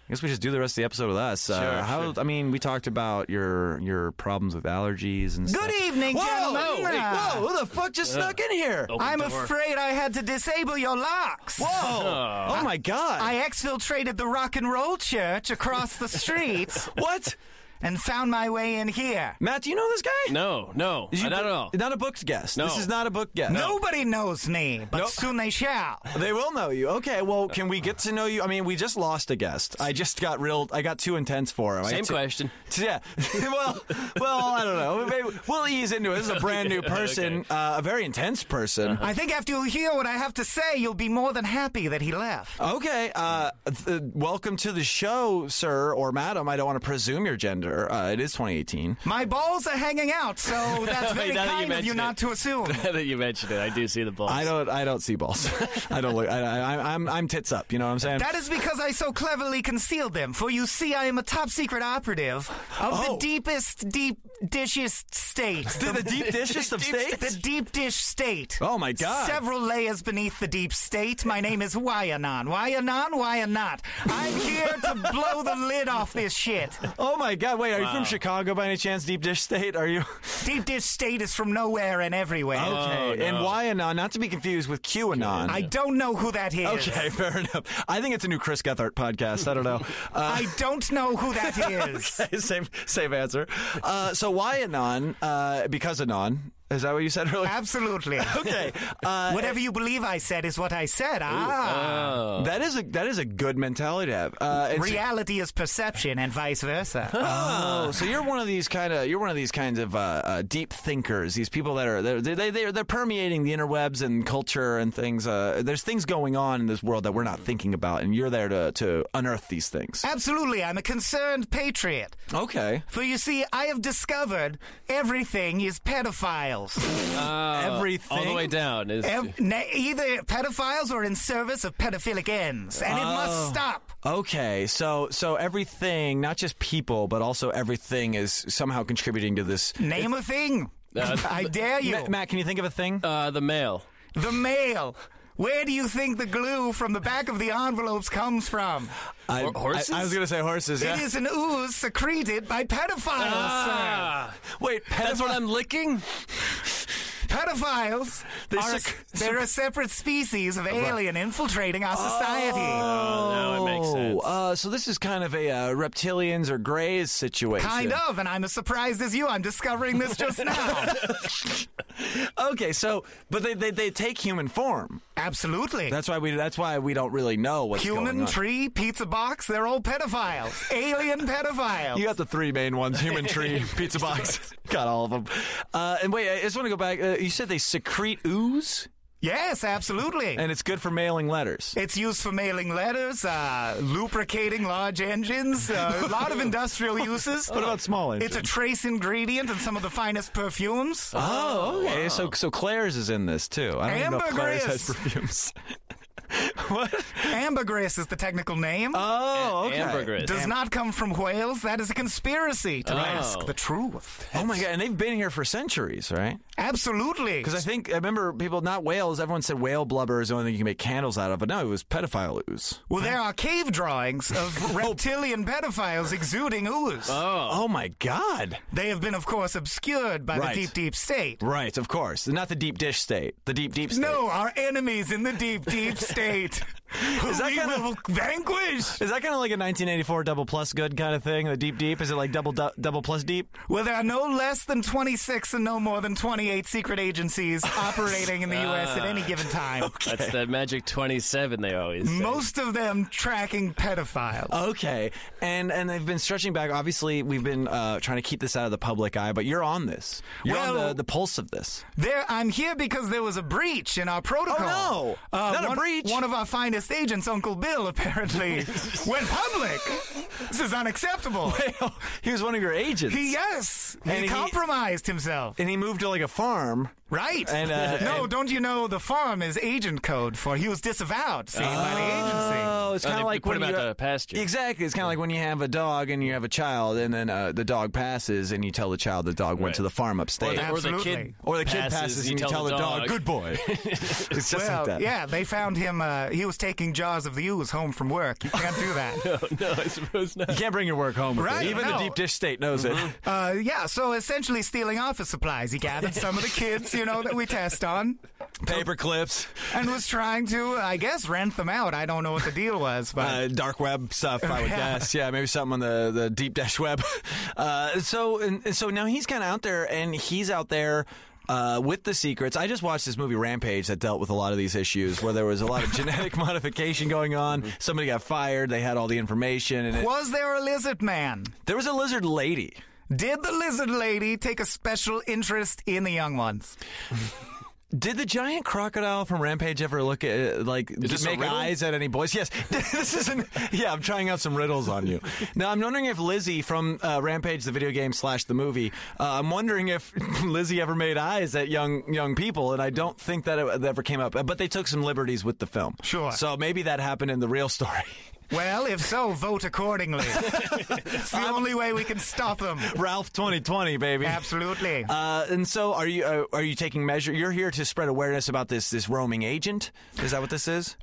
[SPEAKER 2] I guess we just do the rest of the episode with us. uh,
[SPEAKER 3] Sure,
[SPEAKER 2] how
[SPEAKER 3] sure.
[SPEAKER 2] I mean, we talked about your your problems with allergies and stuff.
[SPEAKER 4] Good evening,
[SPEAKER 2] Whoa!
[SPEAKER 4] gentlemen.
[SPEAKER 2] Whoa! Who the fuck just
[SPEAKER 3] Uh,
[SPEAKER 2] snuck in here?
[SPEAKER 3] Open
[SPEAKER 4] I'm
[SPEAKER 3] door.
[SPEAKER 4] afraid I had to disable your locks.
[SPEAKER 2] Whoa!
[SPEAKER 3] Uh,
[SPEAKER 2] Oh my god!
[SPEAKER 4] I exfiltrated the rock and roll church across the street
[SPEAKER 2] what?
[SPEAKER 4] and found my way in here.
[SPEAKER 2] Matt, do you know this guy?
[SPEAKER 3] No, no,
[SPEAKER 2] Is you-
[SPEAKER 3] not at all.
[SPEAKER 2] Not a booked guest.
[SPEAKER 3] No.
[SPEAKER 2] This is not a booked guest.
[SPEAKER 4] Nobody knows me, but
[SPEAKER 2] Nope.
[SPEAKER 4] soon they shall.
[SPEAKER 2] They will know you. Okay, well, can we get to know you? I mean, we just lost a guest. I just got real. I got too intense for him. I
[SPEAKER 3] Same
[SPEAKER 2] got too-
[SPEAKER 3] question.
[SPEAKER 2] Yeah. well, well, I don't know. Maybe we'll ease into it. This is a brand new person, uh, a very intense person.
[SPEAKER 4] I think after you hear what I have to say, you'll be more than happy that he left.
[SPEAKER 3] Uh-huh.
[SPEAKER 2] Okay. Uh, th- welcome to the show, sir or madam. I don't want to presume your gender. Uh, it is 2018.
[SPEAKER 4] My balls are hanging out, so that's very
[SPEAKER 3] Now that you
[SPEAKER 4] kind of you
[SPEAKER 3] mention
[SPEAKER 4] not
[SPEAKER 3] it.
[SPEAKER 4] to assume.
[SPEAKER 3] Now that you mentioned it, I do see the balls.
[SPEAKER 2] I don't. I don't see balls. I don't look. I, I, I'm. I'm tits up. You know what I'm saying?
[SPEAKER 4] That is because I so cleverly concealed them. For you see, I am a top secret operative of
[SPEAKER 2] Oh.
[SPEAKER 4] the deepest, deep dishest state.
[SPEAKER 2] to the deep dishest of
[SPEAKER 4] The
[SPEAKER 2] states.
[SPEAKER 4] deep dish state.
[SPEAKER 2] Oh, my God.
[SPEAKER 4] Several layers beneath the deep state. My name is Wyanon. Wyanon, Wyanon. I'm here to blow the lid off this shit.
[SPEAKER 2] Oh my God! wait, are you from Chicago by any chance? Deep dish state? Are you?
[SPEAKER 4] Deep dish state is from nowhere and everywhere.
[SPEAKER 2] Okay. And YAnon, not to be confused with QAnon.
[SPEAKER 4] I don't know who that is.
[SPEAKER 2] okay, fair enough. I think it's a new Chris Gethard podcast. I don't know. Uh,
[SPEAKER 4] I don't know who that is.
[SPEAKER 2] same, same answer. Uh, so YAnon, uh, because anon, is that what you said earlier?
[SPEAKER 4] Absolutely.
[SPEAKER 2] Okay. Uh,
[SPEAKER 4] Whatever you believe I said is what I said.
[SPEAKER 3] Oh.
[SPEAKER 4] Ah.
[SPEAKER 2] that is a that is a good mentality to have. Uh, and so-
[SPEAKER 4] Reality is perception and vice versa.
[SPEAKER 2] Oh, so you're one of these kind of you're one of these kinds of uh, uh, deep thinkers. These people that are they're, they they're, they're permeating the interwebs and culture and things. Uh, there's things going on in this world that we're not thinking about, and you're there to to unearth these things.
[SPEAKER 4] Absolutely, I'm a concerned patriot.
[SPEAKER 2] Okay,
[SPEAKER 4] For you see, I have discovered everything is pedophiles.
[SPEAKER 2] Uh, everything
[SPEAKER 3] All the way down is
[SPEAKER 4] Ev- na- either pedophiles or in service of pedophilic ends, and it
[SPEAKER 2] Oh.
[SPEAKER 4] must stop.
[SPEAKER 2] Okay, so so everything, not just people, but also everything is somehow contributing to this.
[SPEAKER 4] Name a thing. I dare you.
[SPEAKER 2] Uh, Ma- Matt, can you think of a thing?
[SPEAKER 3] uh, the mail.
[SPEAKER 4] the mail. Where do you think the glue from the back of the envelopes comes from?
[SPEAKER 2] I,
[SPEAKER 3] hor- horses?
[SPEAKER 2] I, I was going to say horses. Yeah.
[SPEAKER 4] It is an ooze secreted by pedophiles, sir.
[SPEAKER 3] Ah,
[SPEAKER 2] Wait,
[SPEAKER 3] that's what I'm licking.
[SPEAKER 4] Pedophiles
[SPEAKER 2] They
[SPEAKER 4] are a,
[SPEAKER 2] sec-
[SPEAKER 4] they're a separate species of alien infiltrating our society.
[SPEAKER 2] Oh,
[SPEAKER 4] Oh,
[SPEAKER 3] now it makes sense.
[SPEAKER 2] Uh, so this is kind of a uh, reptilians or greys situation.
[SPEAKER 4] Kind of, and I'm as surprised as you. I'm discovering this just now.
[SPEAKER 2] Okay, so but they, they they take human form.
[SPEAKER 4] Absolutely.
[SPEAKER 2] That's why we that's why we don't really know what's going
[SPEAKER 4] Human,
[SPEAKER 2] on.
[SPEAKER 4] tree, pizza box, they're all pedophiles. Alien pedophiles.
[SPEAKER 2] You got the three main ones: human tree, pizza box. got all of them. Uh, and wait, I just want to go back. Uh, you said they secrete ooze,
[SPEAKER 4] Yes, absolutely.
[SPEAKER 2] and it's good for mailing letters.
[SPEAKER 4] It's used for mailing letters, uh, lubricating large engines, uh, a lot of industrial uses.
[SPEAKER 2] What about small engines?
[SPEAKER 4] It's a trace ingredient in some of the finest perfumes.
[SPEAKER 2] Oh, okay. So so Claire's is in this too. I don't even know if Claire's has
[SPEAKER 4] Ambergris.
[SPEAKER 2] perfumes. what?
[SPEAKER 4] Ambergris is the technical name.
[SPEAKER 2] Oh, okay.
[SPEAKER 3] Ambergris.
[SPEAKER 4] Does not come from Wales. That is a conspiracy to mask the truth.
[SPEAKER 2] Oh my god! And they've been here for centuries, right?
[SPEAKER 4] Absolutely.
[SPEAKER 2] Because I think I remember people not whales. Everyone said whale blubber is the only thing you can make candles out of, but no, it was pedophile ooze.
[SPEAKER 4] Well, there are cave drawings of reptilian pedophiles exuding ooze.
[SPEAKER 2] Oh, my god!
[SPEAKER 4] They have been, of course, obscured by
[SPEAKER 2] Right.
[SPEAKER 4] the deep, deep state.
[SPEAKER 2] Right, of course, not the deep dish state. The deep deep state.
[SPEAKER 4] No, our enemies in the deep, deep state. Who
[SPEAKER 2] that
[SPEAKER 4] we
[SPEAKER 2] kinda-
[SPEAKER 4] will vanquish.
[SPEAKER 2] Is that kind of like a 1984 double plus good kind of thing? The deep deep? Is it like double du- double plus deep?
[SPEAKER 4] Well, there are no less than 26 and no more than 28 secret agencies operating in the U.S. at
[SPEAKER 2] Ah.
[SPEAKER 4] any given time.
[SPEAKER 3] That's that magic twenty-seven they always. say.
[SPEAKER 4] Most of them tracking pedophiles.
[SPEAKER 2] Okay, and and they've been stretching back. Obviously, we've been uh, trying to keep this out of the public eye, but you're on this. You're on
[SPEAKER 4] Well-
[SPEAKER 2] the, the pulse of this.
[SPEAKER 4] There, I'm here because there was a breach in our protocol. Uh,
[SPEAKER 2] Oh, no. Not a
[SPEAKER 4] one-
[SPEAKER 2] breach.
[SPEAKER 4] One of our finest agents, Uncle Bill, apparently went public. This is unacceptable.
[SPEAKER 2] he was one of your agents,
[SPEAKER 4] He yes,
[SPEAKER 2] And
[SPEAKER 4] he
[SPEAKER 2] he-
[SPEAKER 4] compromised himself.
[SPEAKER 2] and he moved to like a farm.
[SPEAKER 4] Right.
[SPEAKER 2] And, uh,
[SPEAKER 4] no,
[SPEAKER 2] and-
[SPEAKER 4] don't you know the farm is agent code for he was disavowed, see, by the agency.
[SPEAKER 2] Oh, it's
[SPEAKER 3] Oh,
[SPEAKER 2] kind
[SPEAKER 3] they
[SPEAKER 2] of like
[SPEAKER 3] put
[SPEAKER 2] when
[SPEAKER 3] him
[SPEAKER 2] you
[SPEAKER 3] out to pasture.
[SPEAKER 2] Exactly, it's kind of like when you have a dog and you have a child, and then uh, the dog passes, and you tell the child the dog went
[SPEAKER 3] Right.
[SPEAKER 2] to the farm
[SPEAKER 3] or
[SPEAKER 2] upstate,
[SPEAKER 3] the, or the
[SPEAKER 4] Absolutely.
[SPEAKER 3] kid,
[SPEAKER 2] Or the kid passes, and you tell the dog, "Good boy." it's just
[SPEAKER 4] Well,
[SPEAKER 2] like that.
[SPEAKER 4] yeah, they found him. Uh, he was taking jars of the ooze home from work. You can't do that.
[SPEAKER 3] no, I suppose not.
[SPEAKER 2] You can't bring your work home with
[SPEAKER 4] Right,
[SPEAKER 2] you. Even the
[SPEAKER 4] no.
[SPEAKER 2] deep dish state knows it.
[SPEAKER 4] uh, yeah, so essentially stealing office supplies. He gathered some of the kids, you know, that we test on,
[SPEAKER 2] Paper clips,
[SPEAKER 4] and was trying to, I guess, rent them out. I don't know what the deal was, but
[SPEAKER 2] uh, dark web stuff. I would
[SPEAKER 4] Yeah.
[SPEAKER 2] guess. Yeah, maybe something on the, the deep dish web. Uh, so and, and so now he's kind of out there, and he's out there. Uh, with the secrets, I just watched this movie Rampage that dealt with a lot of these issues, where there was a lot of genetic modification going on. Somebody got fired; they had all the information, and it,
[SPEAKER 4] was there a lizard man?
[SPEAKER 2] there was a lizard lady.
[SPEAKER 4] Did the lizard lady take a special interest in the young ones?
[SPEAKER 2] Did the giant crocodile from Rampage ever look at like
[SPEAKER 3] this a
[SPEAKER 2] make
[SPEAKER 3] riddle?
[SPEAKER 2] eyes at any boys? Yes, this isn't. Yeah, I'm trying out some riddles on you. Now I'm wondering if Lizzie from uh, Rampage, the video game slash the movie, uh, I'm wondering if Lizzie ever made eyes at young young people, and I don't think that it ever came up. But they took some liberties with the film.
[SPEAKER 4] Sure.
[SPEAKER 2] So maybe that happened in the real story.
[SPEAKER 4] Well, if so, vote accordingly. it's the only way we can stop them.
[SPEAKER 2] Ralph 2020, baby.
[SPEAKER 4] Absolutely.
[SPEAKER 2] Uh, and so, are you uh, are you taking measure? You're here to spread awareness about this this roaming agent. Is that what this is?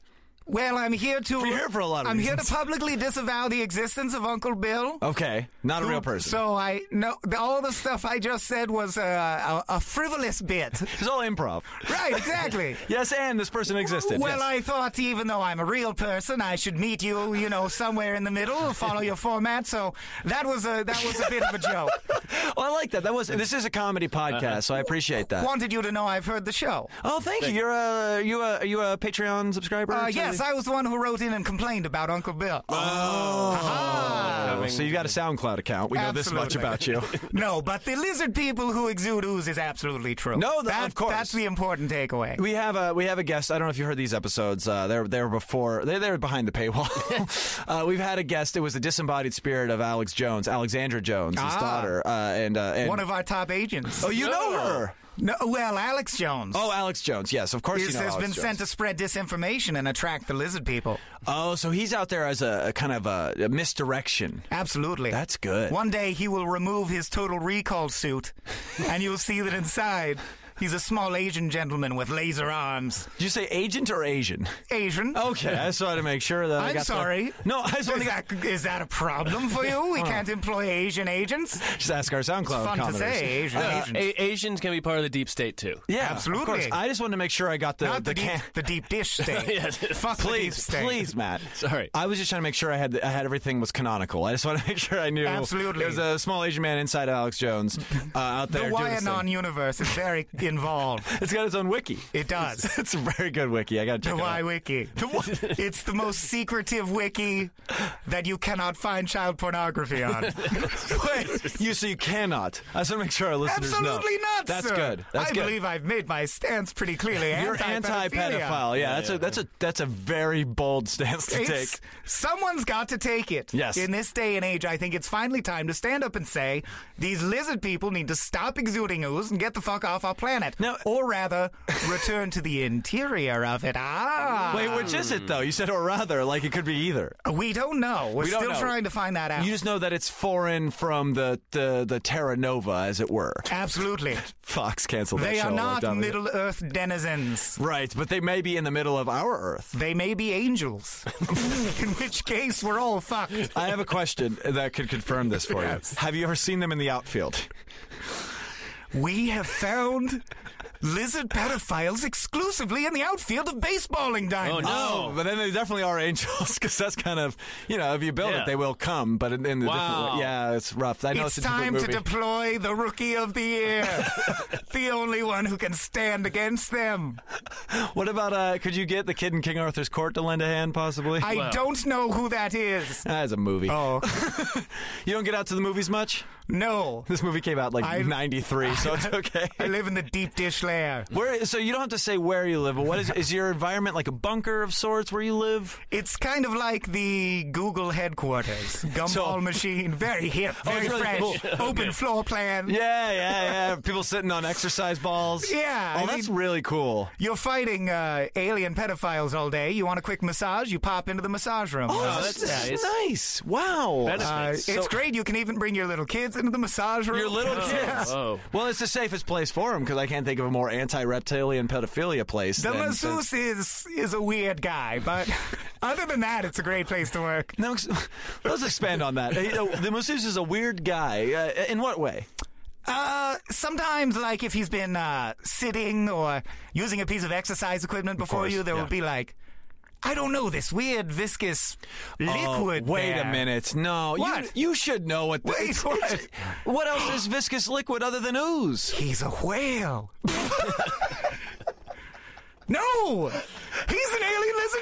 [SPEAKER 4] Well, I'm here to.
[SPEAKER 2] You're here for a lot of
[SPEAKER 4] I'm
[SPEAKER 2] reasons.
[SPEAKER 4] here to publicly disavow the existence of Uncle Bill.
[SPEAKER 2] Okay, not a real person.
[SPEAKER 4] So I no, the, all the stuff I just said was uh, a, a frivolous bit.
[SPEAKER 2] it's all improv.
[SPEAKER 4] right, exactly.
[SPEAKER 2] Yes, and this person existed.
[SPEAKER 4] Well,
[SPEAKER 2] yes.
[SPEAKER 4] I thought even though I'm a real person, I should meet you, you know, somewhere in the middle, follow your format. So that was a that was a bit of a joke.
[SPEAKER 2] Well, Oh, I like that. That was
[SPEAKER 4] Uh-huh.
[SPEAKER 2] this is a comedy podcast, so I appreciate that.
[SPEAKER 4] Wanted you to know I've heard the show.
[SPEAKER 2] Oh, thank you. You're a you a are you a Patreon subscriber?
[SPEAKER 4] Uh,
[SPEAKER 2] to
[SPEAKER 4] yes,
[SPEAKER 2] the-
[SPEAKER 4] I was the one who wrote in and complained about Uncle Bill. Ah.
[SPEAKER 2] Oh, so you got a SoundCloud account. We know this much
[SPEAKER 4] Absolutely.
[SPEAKER 2] about you.
[SPEAKER 4] No, but the lizard people who exude ooze is absolutely true.
[SPEAKER 2] No, th-
[SPEAKER 4] That-
[SPEAKER 2] of course.
[SPEAKER 4] That's the important takeaway.
[SPEAKER 2] We have a we have a guest. I don't know if you heard these episodes. Uh, they're they're before they're, they're behind the paywall. uh, we've had a guest. It was the disembodied spirit of Alex Jones, Alexandra Jones, his
[SPEAKER 4] Ah.
[SPEAKER 2] daughter, uh, and, uh, and
[SPEAKER 4] One of our top agents.
[SPEAKER 2] oh, you know
[SPEAKER 3] No.
[SPEAKER 2] her.
[SPEAKER 4] No, well, Alex Jones.
[SPEAKER 2] Oh, Alex Jones. Yes, of course.
[SPEAKER 4] is,
[SPEAKER 2] you know
[SPEAKER 4] has
[SPEAKER 2] Alex
[SPEAKER 4] been
[SPEAKER 2] Jones.
[SPEAKER 4] sent to spread disinformation and attract the lizard people.
[SPEAKER 2] Oh, so he's out there as a, a kind of a, a misdirection.
[SPEAKER 4] Absolutely.
[SPEAKER 2] That's good.
[SPEAKER 4] One day he will remove his total recall suit, and you'll see that inside he's a small Asian gentleman with laser arms.
[SPEAKER 2] Did you say agent or Asian?
[SPEAKER 4] Asian.
[SPEAKER 2] Okay, I just wanted to make sure that I
[SPEAKER 4] I'm
[SPEAKER 2] got the-
[SPEAKER 4] sorry.
[SPEAKER 2] no, I just
[SPEAKER 4] Is
[SPEAKER 2] want to
[SPEAKER 4] that, is that a problem for you?
[SPEAKER 2] Oh.
[SPEAKER 4] We can't employ Asian agents.
[SPEAKER 2] just ask our SoundCloud
[SPEAKER 4] Fun to
[SPEAKER 2] commenters.
[SPEAKER 4] say, Asian
[SPEAKER 2] Uh,
[SPEAKER 4] agents.
[SPEAKER 3] A- Asians can be part of the deep state too.
[SPEAKER 2] Yeah, of
[SPEAKER 4] Absolutely.
[SPEAKER 2] course. I just wanted to make sure I got the
[SPEAKER 4] Not
[SPEAKER 2] the
[SPEAKER 4] the, deep,
[SPEAKER 2] can-
[SPEAKER 4] the deep dish state.
[SPEAKER 3] Yes.
[SPEAKER 4] Fuck the deep
[SPEAKER 2] Please,
[SPEAKER 4] state.
[SPEAKER 2] please, Matt.
[SPEAKER 3] Sorry.
[SPEAKER 2] I was just trying to make sure I had I had everything was canonical. I just want to make sure I knew.
[SPEAKER 4] Absolutely.
[SPEAKER 2] There's a small Asian man inside Alex Jones uh, out
[SPEAKER 4] The
[SPEAKER 2] there. doing his
[SPEAKER 4] Wyanon
[SPEAKER 2] thing.
[SPEAKER 4] universe is very involved.
[SPEAKER 2] It's got its own wiki.
[SPEAKER 4] It does.
[SPEAKER 2] It's a very good wiki. I got to
[SPEAKER 4] The
[SPEAKER 2] check it
[SPEAKER 4] Y
[SPEAKER 2] out.
[SPEAKER 4] Wiki. It's the most secretive wiki that you cannot find child pornography on.
[SPEAKER 2] Wait, you so you cannot. I just want to make sure our listeners know.
[SPEAKER 4] Absolutely not.
[SPEAKER 2] That's
[SPEAKER 4] sir.
[SPEAKER 2] good. That's
[SPEAKER 4] I
[SPEAKER 2] good.
[SPEAKER 4] believe I've made my stance pretty clearly.
[SPEAKER 2] You're
[SPEAKER 4] Anti-pedophilia.
[SPEAKER 2] anti-pedophile. Yeah, that's a that's a that's a very bold stance to take.
[SPEAKER 4] It's- someone's got to take it.
[SPEAKER 2] Yes.
[SPEAKER 4] In this day and age, I think it's finally time to stand up and say these lizard people need to stop exuding ooze and get the fuck off our planet.
[SPEAKER 2] Now-
[SPEAKER 4] or rather, return to the interior of it. Ah.
[SPEAKER 2] Wait, which is it though? You said or rather, like it could be either.
[SPEAKER 4] we don't know. We're
[SPEAKER 2] We don't
[SPEAKER 4] still
[SPEAKER 2] know.
[SPEAKER 4] trying to find that out.
[SPEAKER 2] You just know that it's foreign from the the, the Terra Nova, as it were.
[SPEAKER 4] Absolutely.
[SPEAKER 2] Fox canceled that
[SPEAKER 4] They
[SPEAKER 2] show.
[SPEAKER 4] are
[SPEAKER 2] a long
[SPEAKER 4] not
[SPEAKER 2] time ago.
[SPEAKER 4] Middle Earth denizens.
[SPEAKER 2] Right, but they may be in the middle of our Earth.
[SPEAKER 4] They may be angels. in which case, we're all fucked.
[SPEAKER 2] I have a question that could confirm this for
[SPEAKER 4] Yes.
[SPEAKER 2] you. Have you ever seen them in the outfield?
[SPEAKER 4] We have found lizard pedophiles exclusively in the outfield of baseballing diamonds.
[SPEAKER 3] Oh.
[SPEAKER 2] but then they definitely are angels because that's kind of you know if you build
[SPEAKER 3] Yeah.
[SPEAKER 2] it they will come, but in, in the different
[SPEAKER 3] Wow.
[SPEAKER 2] way. yeah it's rough. I know
[SPEAKER 4] It's
[SPEAKER 2] it's, a different
[SPEAKER 4] time to
[SPEAKER 2] movie.
[SPEAKER 4] deploy the rookie of the year, the only one who can stand against them.
[SPEAKER 2] what about uh, could you get the kid in King Arthur's court to lend a hand possibly?
[SPEAKER 4] I
[SPEAKER 3] Wow.
[SPEAKER 4] don't know who that is.
[SPEAKER 2] That's a movie.
[SPEAKER 4] Oh
[SPEAKER 2] You don't get out to the movies much.
[SPEAKER 4] no!
[SPEAKER 2] This movie came out like
[SPEAKER 4] I-
[SPEAKER 2] '93, so it's okay.
[SPEAKER 4] I live in the deep dish lair.
[SPEAKER 2] Where, so you don't have to say where you live, but what is is your environment like a bunker of sorts where you live?
[SPEAKER 4] It's kind of like the Google headquarters. Gumball
[SPEAKER 2] So- Oh,
[SPEAKER 4] machine, very hip, very
[SPEAKER 2] it's really
[SPEAKER 4] fresh,
[SPEAKER 2] cool.
[SPEAKER 4] open floor plan.
[SPEAKER 2] Yeah, yeah, yeah. People sitting on exercise balls.
[SPEAKER 4] Yeah,
[SPEAKER 2] Oh,
[SPEAKER 4] I
[SPEAKER 2] that's
[SPEAKER 4] mean-
[SPEAKER 2] really cool.
[SPEAKER 4] You're fighting uh, alien pedophiles all day. You want a quick massage? You pop into the massage room.
[SPEAKER 2] Oh,
[SPEAKER 4] Uh,
[SPEAKER 3] that's
[SPEAKER 2] this, this is
[SPEAKER 3] nice.
[SPEAKER 2] nice. Wow.
[SPEAKER 3] That is
[SPEAKER 4] uh,
[SPEAKER 3] nice.
[SPEAKER 4] it's
[SPEAKER 2] so-
[SPEAKER 4] great. You can even bring your little kids into the massage room.
[SPEAKER 2] your little
[SPEAKER 3] Oh,
[SPEAKER 2] kids.
[SPEAKER 3] oh.
[SPEAKER 2] Well, it's the safest place for them because I can't think of a more anti-reptilian pedophilia place.
[SPEAKER 4] The
[SPEAKER 2] than- than-
[SPEAKER 4] masseuse is is a weird guy, but other than that, it's a great place to work.
[SPEAKER 2] No, ex- let's expand on that. You know, the masseuse is a weird guy. Uh, in what way?
[SPEAKER 4] Uh, sometimes, like if he's been uh, sitting or using a piece of exercise equipment before
[SPEAKER 2] course,
[SPEAKER 4] you, there
[SPEAKER 2] yeah.
[SPEAKER 4] will be like, I don't know, this weird viscous
[SPEAKER 2] Oh,
[SPEAKER 4] liquid.
[SPEAKER 2] wait
[SPEAKER 4] there.
[SPEAKER 2] a minute. No,
[SPEAKER 4] What?
[SPEAKER 2] you you should know what. The,
[SPEAKER 4] Wait,
[SPEAKER 2] it's-
[SPEAKER 4] what?
[SPEAKER 2] it's- what else is viscous liquid other than ooze?
[SPEAKER 4] He's a whale. no, he's an alien lizard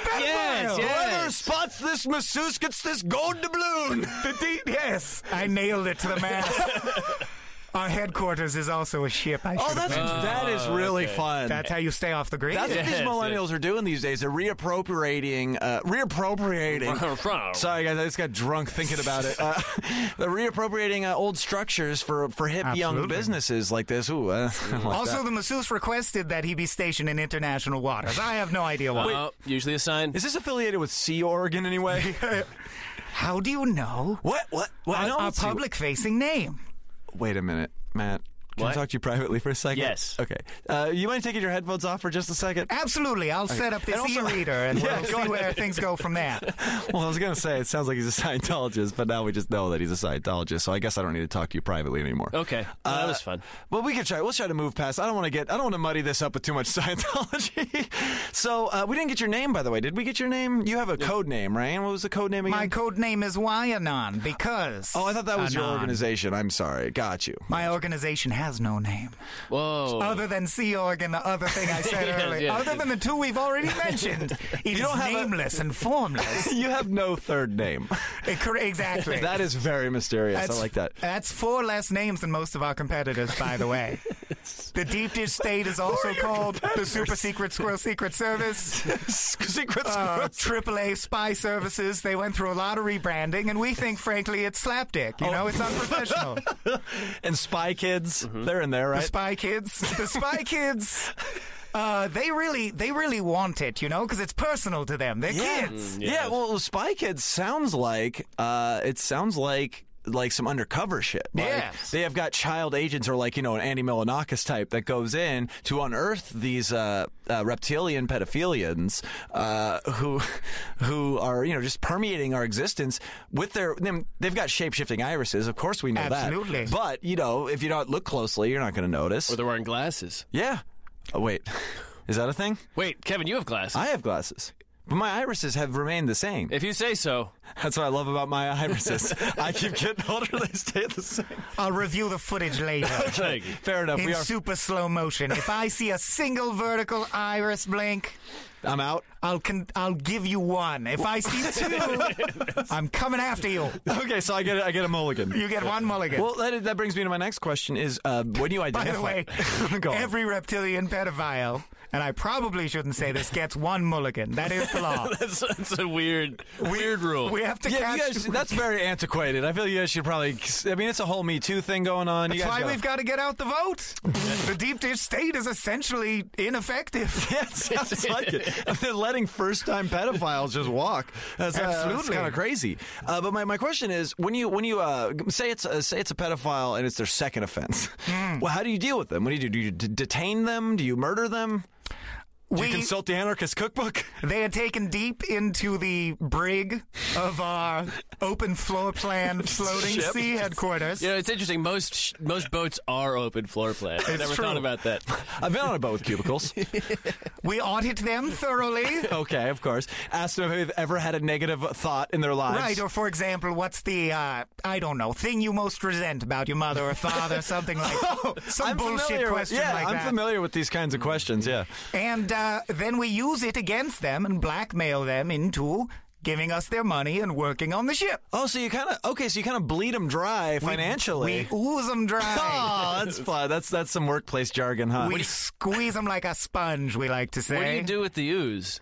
[SPEAKER 2] Yes,
[SPEAKER 4] pedophile.
[SPEAKER 2] Whoever spots this masseuse gets this gold doubloon.
[SPEAKER 4] The deep, yes, I nailed it to the man. Our headquarters is also a ship. I
[SPEAKER 2] Oh,
[SPEAKER 4] should have
[SPEAKER 2] that's
[SPEAKER 4] mentioned.
[SPEAKER 2] that is really fun.
[SPEAKER 4] That's how you stay off the grid.
[SPEAKER 2] That's what these
[SPEAKER 3] Yes,
[SPEAKER 2] millennials are doing these days. They're reappropriating, uh, reappropriating. Sorry, guys, I just got drunk thinking about it. Uh, they're reappropriating uh, old structures for for hip young
[SPEAKER 4] Absolutely.
[SPEAKER 2] businesses like this. Ooh, uh,
[SPEAKER 4] also, the masseuse requested that he be stationed in international waters. I have no idea why.
[SPEAKER 3] Uh, usually a sign.
[SPEAKER 2] is this affiliated with Sea Org in any way?
[SPEAKER 4] How do you know
[SPEAKER 3] Uh,
[SPEAKER 2] what? What? what? I
[SPEAKER 4] our,
[SPEAKER 2] don't
[SPEAKER 4] our
[SPEAKER 2] see-
[SPEAKER 4] public facing name?
[SPEAKER 2] Wait a minute, Matt. Can
[SPEAKER 3] What?
[SPEAKER 2] I talk to you privately for a second?
[SPEAKER 3] Yes.
[SPEAKER 2] Okay. Uh, you mind taking your headphones off for just a second?
[SPEAKER 4] Absolutely. I'll set up this
[SPEAKER 2] And also-
[SPEAKER 4] e-reader and
[SPEAKER 2] Yeah,
[SPEAKER 4] we'll
[SPEAKER 2] go
[SPEAKER 4] see where
[SPEAKER 2] ahead.
[SPEAKER 4] things go from there.
[SPEAKER 2] Well, I was going to say, it sounds like he's a Scientologist, but now we just know that he's a Scientologist, so I guess I don't need to talk to you privately anymore.
[SPEAKER 3] Okay, Well, that was fun.
[SPEAKER 2] Well, we can try. We'll try to move past. I don't want to get. I don't want to muddy this up with too much Scientology. so uh, we didn't get your name, by the way. Did we get your name? You have a code name, right? What was the code name again?
[SPEAKER 4] My code name is Wyanon because
[SPEAKER 2] Oh, I thought that was your
[SPEAKER 4] Anon.
[SPEAKER 2] organization. I'm sorry. Got you.
[SPEAKER 4] My organization has no name.
[SPEAKER 3] Whoa.
[SPEAKER 4] Other than Sea Org and the other thing I said
[SPEAKER 3] Yes,
[SPEAKER 4] earlier.
[SPEAKER 3] yes,
[SPEAKER 4] other
[SPEAKER 3] yes.
[SPEAKER 4] than the two we've already mentioned. it is
[SPEAKER 2] don't have a-
[SPEAKER 4] nameless and formless.
[SPEAKER 2] You have no third name.
[SPEAKER 4] Eh, cor- exactly.
[SPEAKER 2] that is very mysterious. I like that.
[SPEAKER 4] That's four less names than most of our competitors, by the way. the Deep Dish State is also called the Super Secret Squirrel Secret Service,
[SPEAKER 2] Secret
[SPEAKER 4] uh,
[SPEAKER 2] Squirrel.
[SPEAKER 4] AAA Spy Services. They went through a lot of rebranding, and we think, frankly, it's slapdick. You know, it's unprofessional.
[SPEAKER 2] and Spy Kids. They're in there,
[SPEAKER 4] the
[SPEAKER 2] right?
[SPEAKER 4] Spy Kids, the Spy Kids. Uh, they really, they really want it, you know, because it's personal to them. They're kids.
[SPEAKER 2] yeah. Mm. well, Spy Kids sounds like uh, it sounds like like some undercover shit. Like,
[SPEAKER 4] Yes.
[SPEAKER 2] they have got child agents or like you know an Andy Milonakis type that goes in to unearth these uh, uh, reptilian pedophilians uh, who who are you know just permeating our existence with their them- they've got shape shifting irises. Of course, we know
[SPEAKER 4] Absolutely.
[SPEAKER 2] that. But you know, if you don't look closely, you're not going to notice.
[SPEAKER 3] Or they're wearing glasses.
[SPEAKER 2] yeah. Oh, wait, is that a thing?
[SPEAKER 3] Wait, Kevin, you have glasses.
[SPEAKER 2] I have glasses. But my irises have remained the same.
[SPEAKER 3] if you say so.
[SPEAKER 2] That's what I love about my irises. I keep getting older; they stay the same.
[SPEAKER 4] I'll review the footage later.
[SPEAKER 3] Thank you.
[SPEAKER 2] Fair enough.
[SPEAKER 4] in
[SPEAKER 2] We uh, are.
[SPEAKER 4] super slow motion. If I see a single vertical iris blink,
[SPEAKER 2] I'm out.
[SPEAKER 4] I'll con- I'll give you one. If I see two, I'm coming after you.
[SPEAKER 2] Okay, so I get I get a mulligan.
[SPEAKER 4] You get one mulligan.
[SPEAKER 2] Well, that, that brings me to my next question: Is uh, when you
[SPEAKER 4] By
[SPEAKER 2] identify?
[SPEAKER 4] the way,
[SPEAKER 2] Go on.
[SPEAKER 4] every reptilian pedophile, and I probably shouldn't say this, gets one mulligan. That is the law.
[SPEAKER 3] That's, that's a weird, weird rule.
[SPEAKER 4] We have to
[SPEAKER 2] yeah,
[SPEAKER 4] catch.
[SPEAKER 2] you guys, that's very antiquated. I feel you guys should probably. I mean, it's a whole Me Too thing going on. you
[SPEAKER 4] that's
[SPEAKER 2] guys
[SPEAKER 4] why
[SPEAKER 2] gotta-
[SPEAKER 4] we've got to get out the vote. the deep dish state is essentially ineffective.
[SPEAKER 2] Yeah, it sounds like it. They're letting first-time pedophiles just walk. That's,
[SPEAKER 4] Absolutely.
[SPEAKER 2] kind of crazy. Uh, but my, my question is, when you when you uh, say it's uh, say it's a pedophile and it's their second offense,
[SPEAKER 4] Hmm.
[SPEAKER 2] well, how do you deal with them? What do you do? Do you d- detain them? Do you murder them? Do
[SPEAKER 4] We-
[SPEAKER 2] you consult the anarchist cookbook?
[SPEAKER 4] They had taken deep into the brig of our open floor plan floating
[SPEAKER 2] Ship.
[SPEAKER 4] sea headquarters.
[SPEAKER 3] You know, it's interesting. Most sh- most boats are open floor plan. I never
[SPEAKER 4] true.
[SPEAKER 3] thought about that.
[SPEAKER 2] I've been on a boat with cubicles.
[SPEAKER 4] We audit them thoroughly.
[SPEAKER 2] okay, of course. Ask them if they've ever had a negative thought in their lives.
[SPEAKER 4] Right, or for example, what's the, uh, I don't know, thing you most resent about your mother or father, something like Some
[SPEAKER 2] Oh, I'm
[SPEAKER 4] bullshit
[SPEAKER 2] familiar with,
[SPEAKER 4] question
[SPEAKER 2] yeah,
[SPEAKER 4] like
[SPEAKER 2] I'm
[SPEAKER 4] that. Hmm.
[SPEAKER 2] familiar with these kinds of questions. Yeah.
[SPEAKER 4] And uh, then we use it against them and blackmail them into giving us their money and working on the ship.
[SPEAKER 2] Oh, so you kind of okay? So you kind of bleed them dry financially.
[SPEAKER 4] We ooze them dry.
[SPEAKER 2] Oh, that's fun. That's that's some workplace jargon, huh?
[SPEAKER 4] We squeeze them like a sponge, we like to say.
[SPEAKER 3] What do you do with the ooze?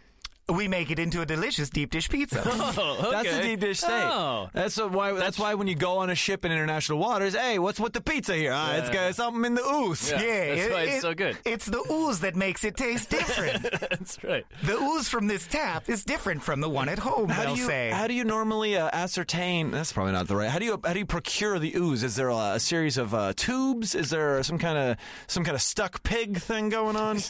[SPEAKER 4] We make it into a delicious deep dish pizza.
[SPEAKER 3] Oh, okay.
[SPEAKER 2] That's the deep dish steak.
[SPEAKER 3] Oh.
[SPEAKER 2] That's a- why. That's, why when you go on a ship in international waters, hey, what's with the pizza here? Ah, it's got something in the ooze.
[SPEAKER 3] Yeah,
[SPEAKER 4] Yeah,
[SPEAKER 3] that's
[SPEAKER 4] it-
[SPEAKER 3] why it's
[SPEAKER 4] it-
[SPEAKER 3] so good.
[SPEAKER 4] It's the ooze that makes it taste different.
[SPEAKER 3] That's right.
[SPEAKER 4] the ooze from this tap is different from the one at home.
[SPEAKER 2] How
[SPEAKER 4] they'll
[SPEAKER 2] do you
[SPEAKER 4] say.
[SPEAKER 2] how do you normally uh, ascertain? That's probably not the right. How do you how do you procure the ooze? Is there a, a series of uh, tubes? Is there some kind of some kind of stuck pig thing going on?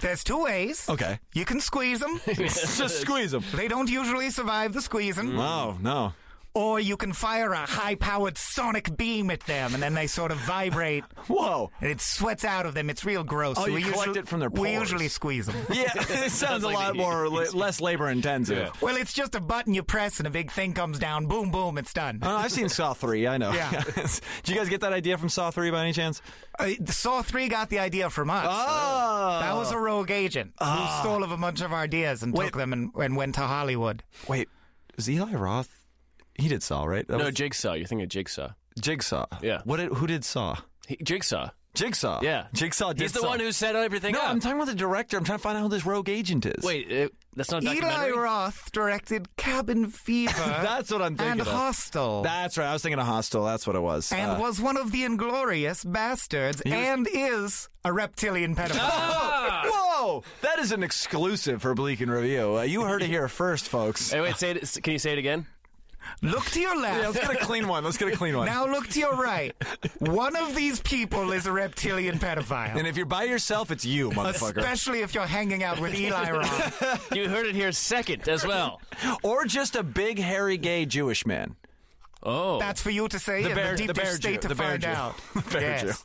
[SPEAKER 4] There's two ways.
[SPEAKER 2] Okay,
[SPEAKER 4] You can squeeze them.
[SPEAKER 2] just squeeze them.
[SPEAKER 4] they don't usually survive the squeezing.
[SPEAKER 2] Oh no.
[SPEAKER 4] Or you can fire a high-powered sonic beam at them, and then they sort of vibrate,
[SPEAKER 2] Whoa.
[SPEAKER 4] and it sweats out of them. It's real gross.
[SPEAKER 2] Oh,
[SPEAKER 4] So
[SPEAKER 2] you
[SPEAKER 4] we
[SPEAKER 2] collect
[SPEAKER 4] usually,
[SPEAKER 2] it from their
[SPEAKER 4] We
[SPEAKER 2] pores.
[SPEAKER 4] usually squeeze them.
[SPEAKER 2] Yeah, it sounds a
[SPEAKER 3] like
[SPEAKER 2] lot
[SPEAKER 3] the-
[SPEAKER 2] more la- less labor intensive.
[SPEAKER 4] well, it's just a button you press, and a big thing comes down. Boom, boom, it's done.
[SPEAKER 2] Oh, no, I've seen Saw 3, I know.
[SPEAKER 4] Yeah.
[SPEAKER 2] Did you guys get that idea from Saw 3 by any chance?
[SPEAKER 4] Uh, Saw three got the idea from us.
[SPEAKER 2] Oh!
[SPEAKER 4] That was a rogue agent who stole of a bunch of ideas and took
[SPEAKER 2] Ah. Wait.
[SPEAKER 4] them and, and went to Hollywood.
[SPEAKER 2] Wait, was Eli Roth? He did Saw, right? That
[SPEAKER 3] No,
[SPEAKER 2] was
[SPEAKER 3] jigsaw. You're thinking of jigsaw.
[SPEAKER 2] Jigsaw.
[SPEAKER 3] Yeah.
[SPEAKER 2] What did, who did Saw?
[SPEAKER 3] He, jigsaw.
[SPEAKER 2] Jigsaw.
[SPEAKER 3] Yeah.
[SPEAKER 2] Jigsaw did
[SPEAKER 3] He's the
[SPEAKER 2] Saw.
[SPEAKER 3] one who set everything
[SPEAKER 2] No,
[SPEAKER 3] up.
[SPEAKER 2] I'm talking about the director. I'm trying to find out who this rogue agent is.
[SPEAKER 3] Wait, uh, that's not a
[SPEAKER 4] Eli
[SPEAKER 3] documentary.
[SPEAKER 4] Roth directed Cabin Fever.
[SPEAKER 2] That's what I'm thinking
[SPEAKER 4] And
[SPEAKER 2] of.
[SPEAKER 4] Hostel.
[SPEAKER 2] That's right. I was thinking of Hostel. That's what it was.
[SPEAKER 4] and
[SPEAKER 2] Uh,
[SPEAKER 4] was one of the inglorious bastards and is a reptilian pedophile.
[SPEAKER 3] Ah!
[SPEAKER 2] Whoa! That is an exclusive for Bleak and Review. Uh, you heard it here first, folks.
[SPEAKER 3] Hey, wait. Say it. Can you say it again?
[SPEAKER 4] Look to your
[SPEAKER 2] Yeah,
[SPEAKER 4] left.
[SPEAKER 2] let's get a clean one. Let's get a clean one.
[SPEAKER 4] Now look to your right. One of these people is a reptilian pedophile.
[SPEAKER 2] and if you're by yourself, it's you, motherfucker.
[SPEAKER 4] Especially if you're hanging out with Eli Roth.
[SPEAKER 3] You heard it here second as well.
[SPEAKER 2] or just a big, hairy, gay Jewish man.
[SPEAKER 3] Oh,
[SPEAKER 4] That's for you to say in the deep dish state to
[SPEAKER 2] the bear
[SPEAKER 4] find
[SPEAKER 2] Jew.
[SPEAKER 4] out.
[SPEAKER 2] The bear
[SPEAKER 4] yes.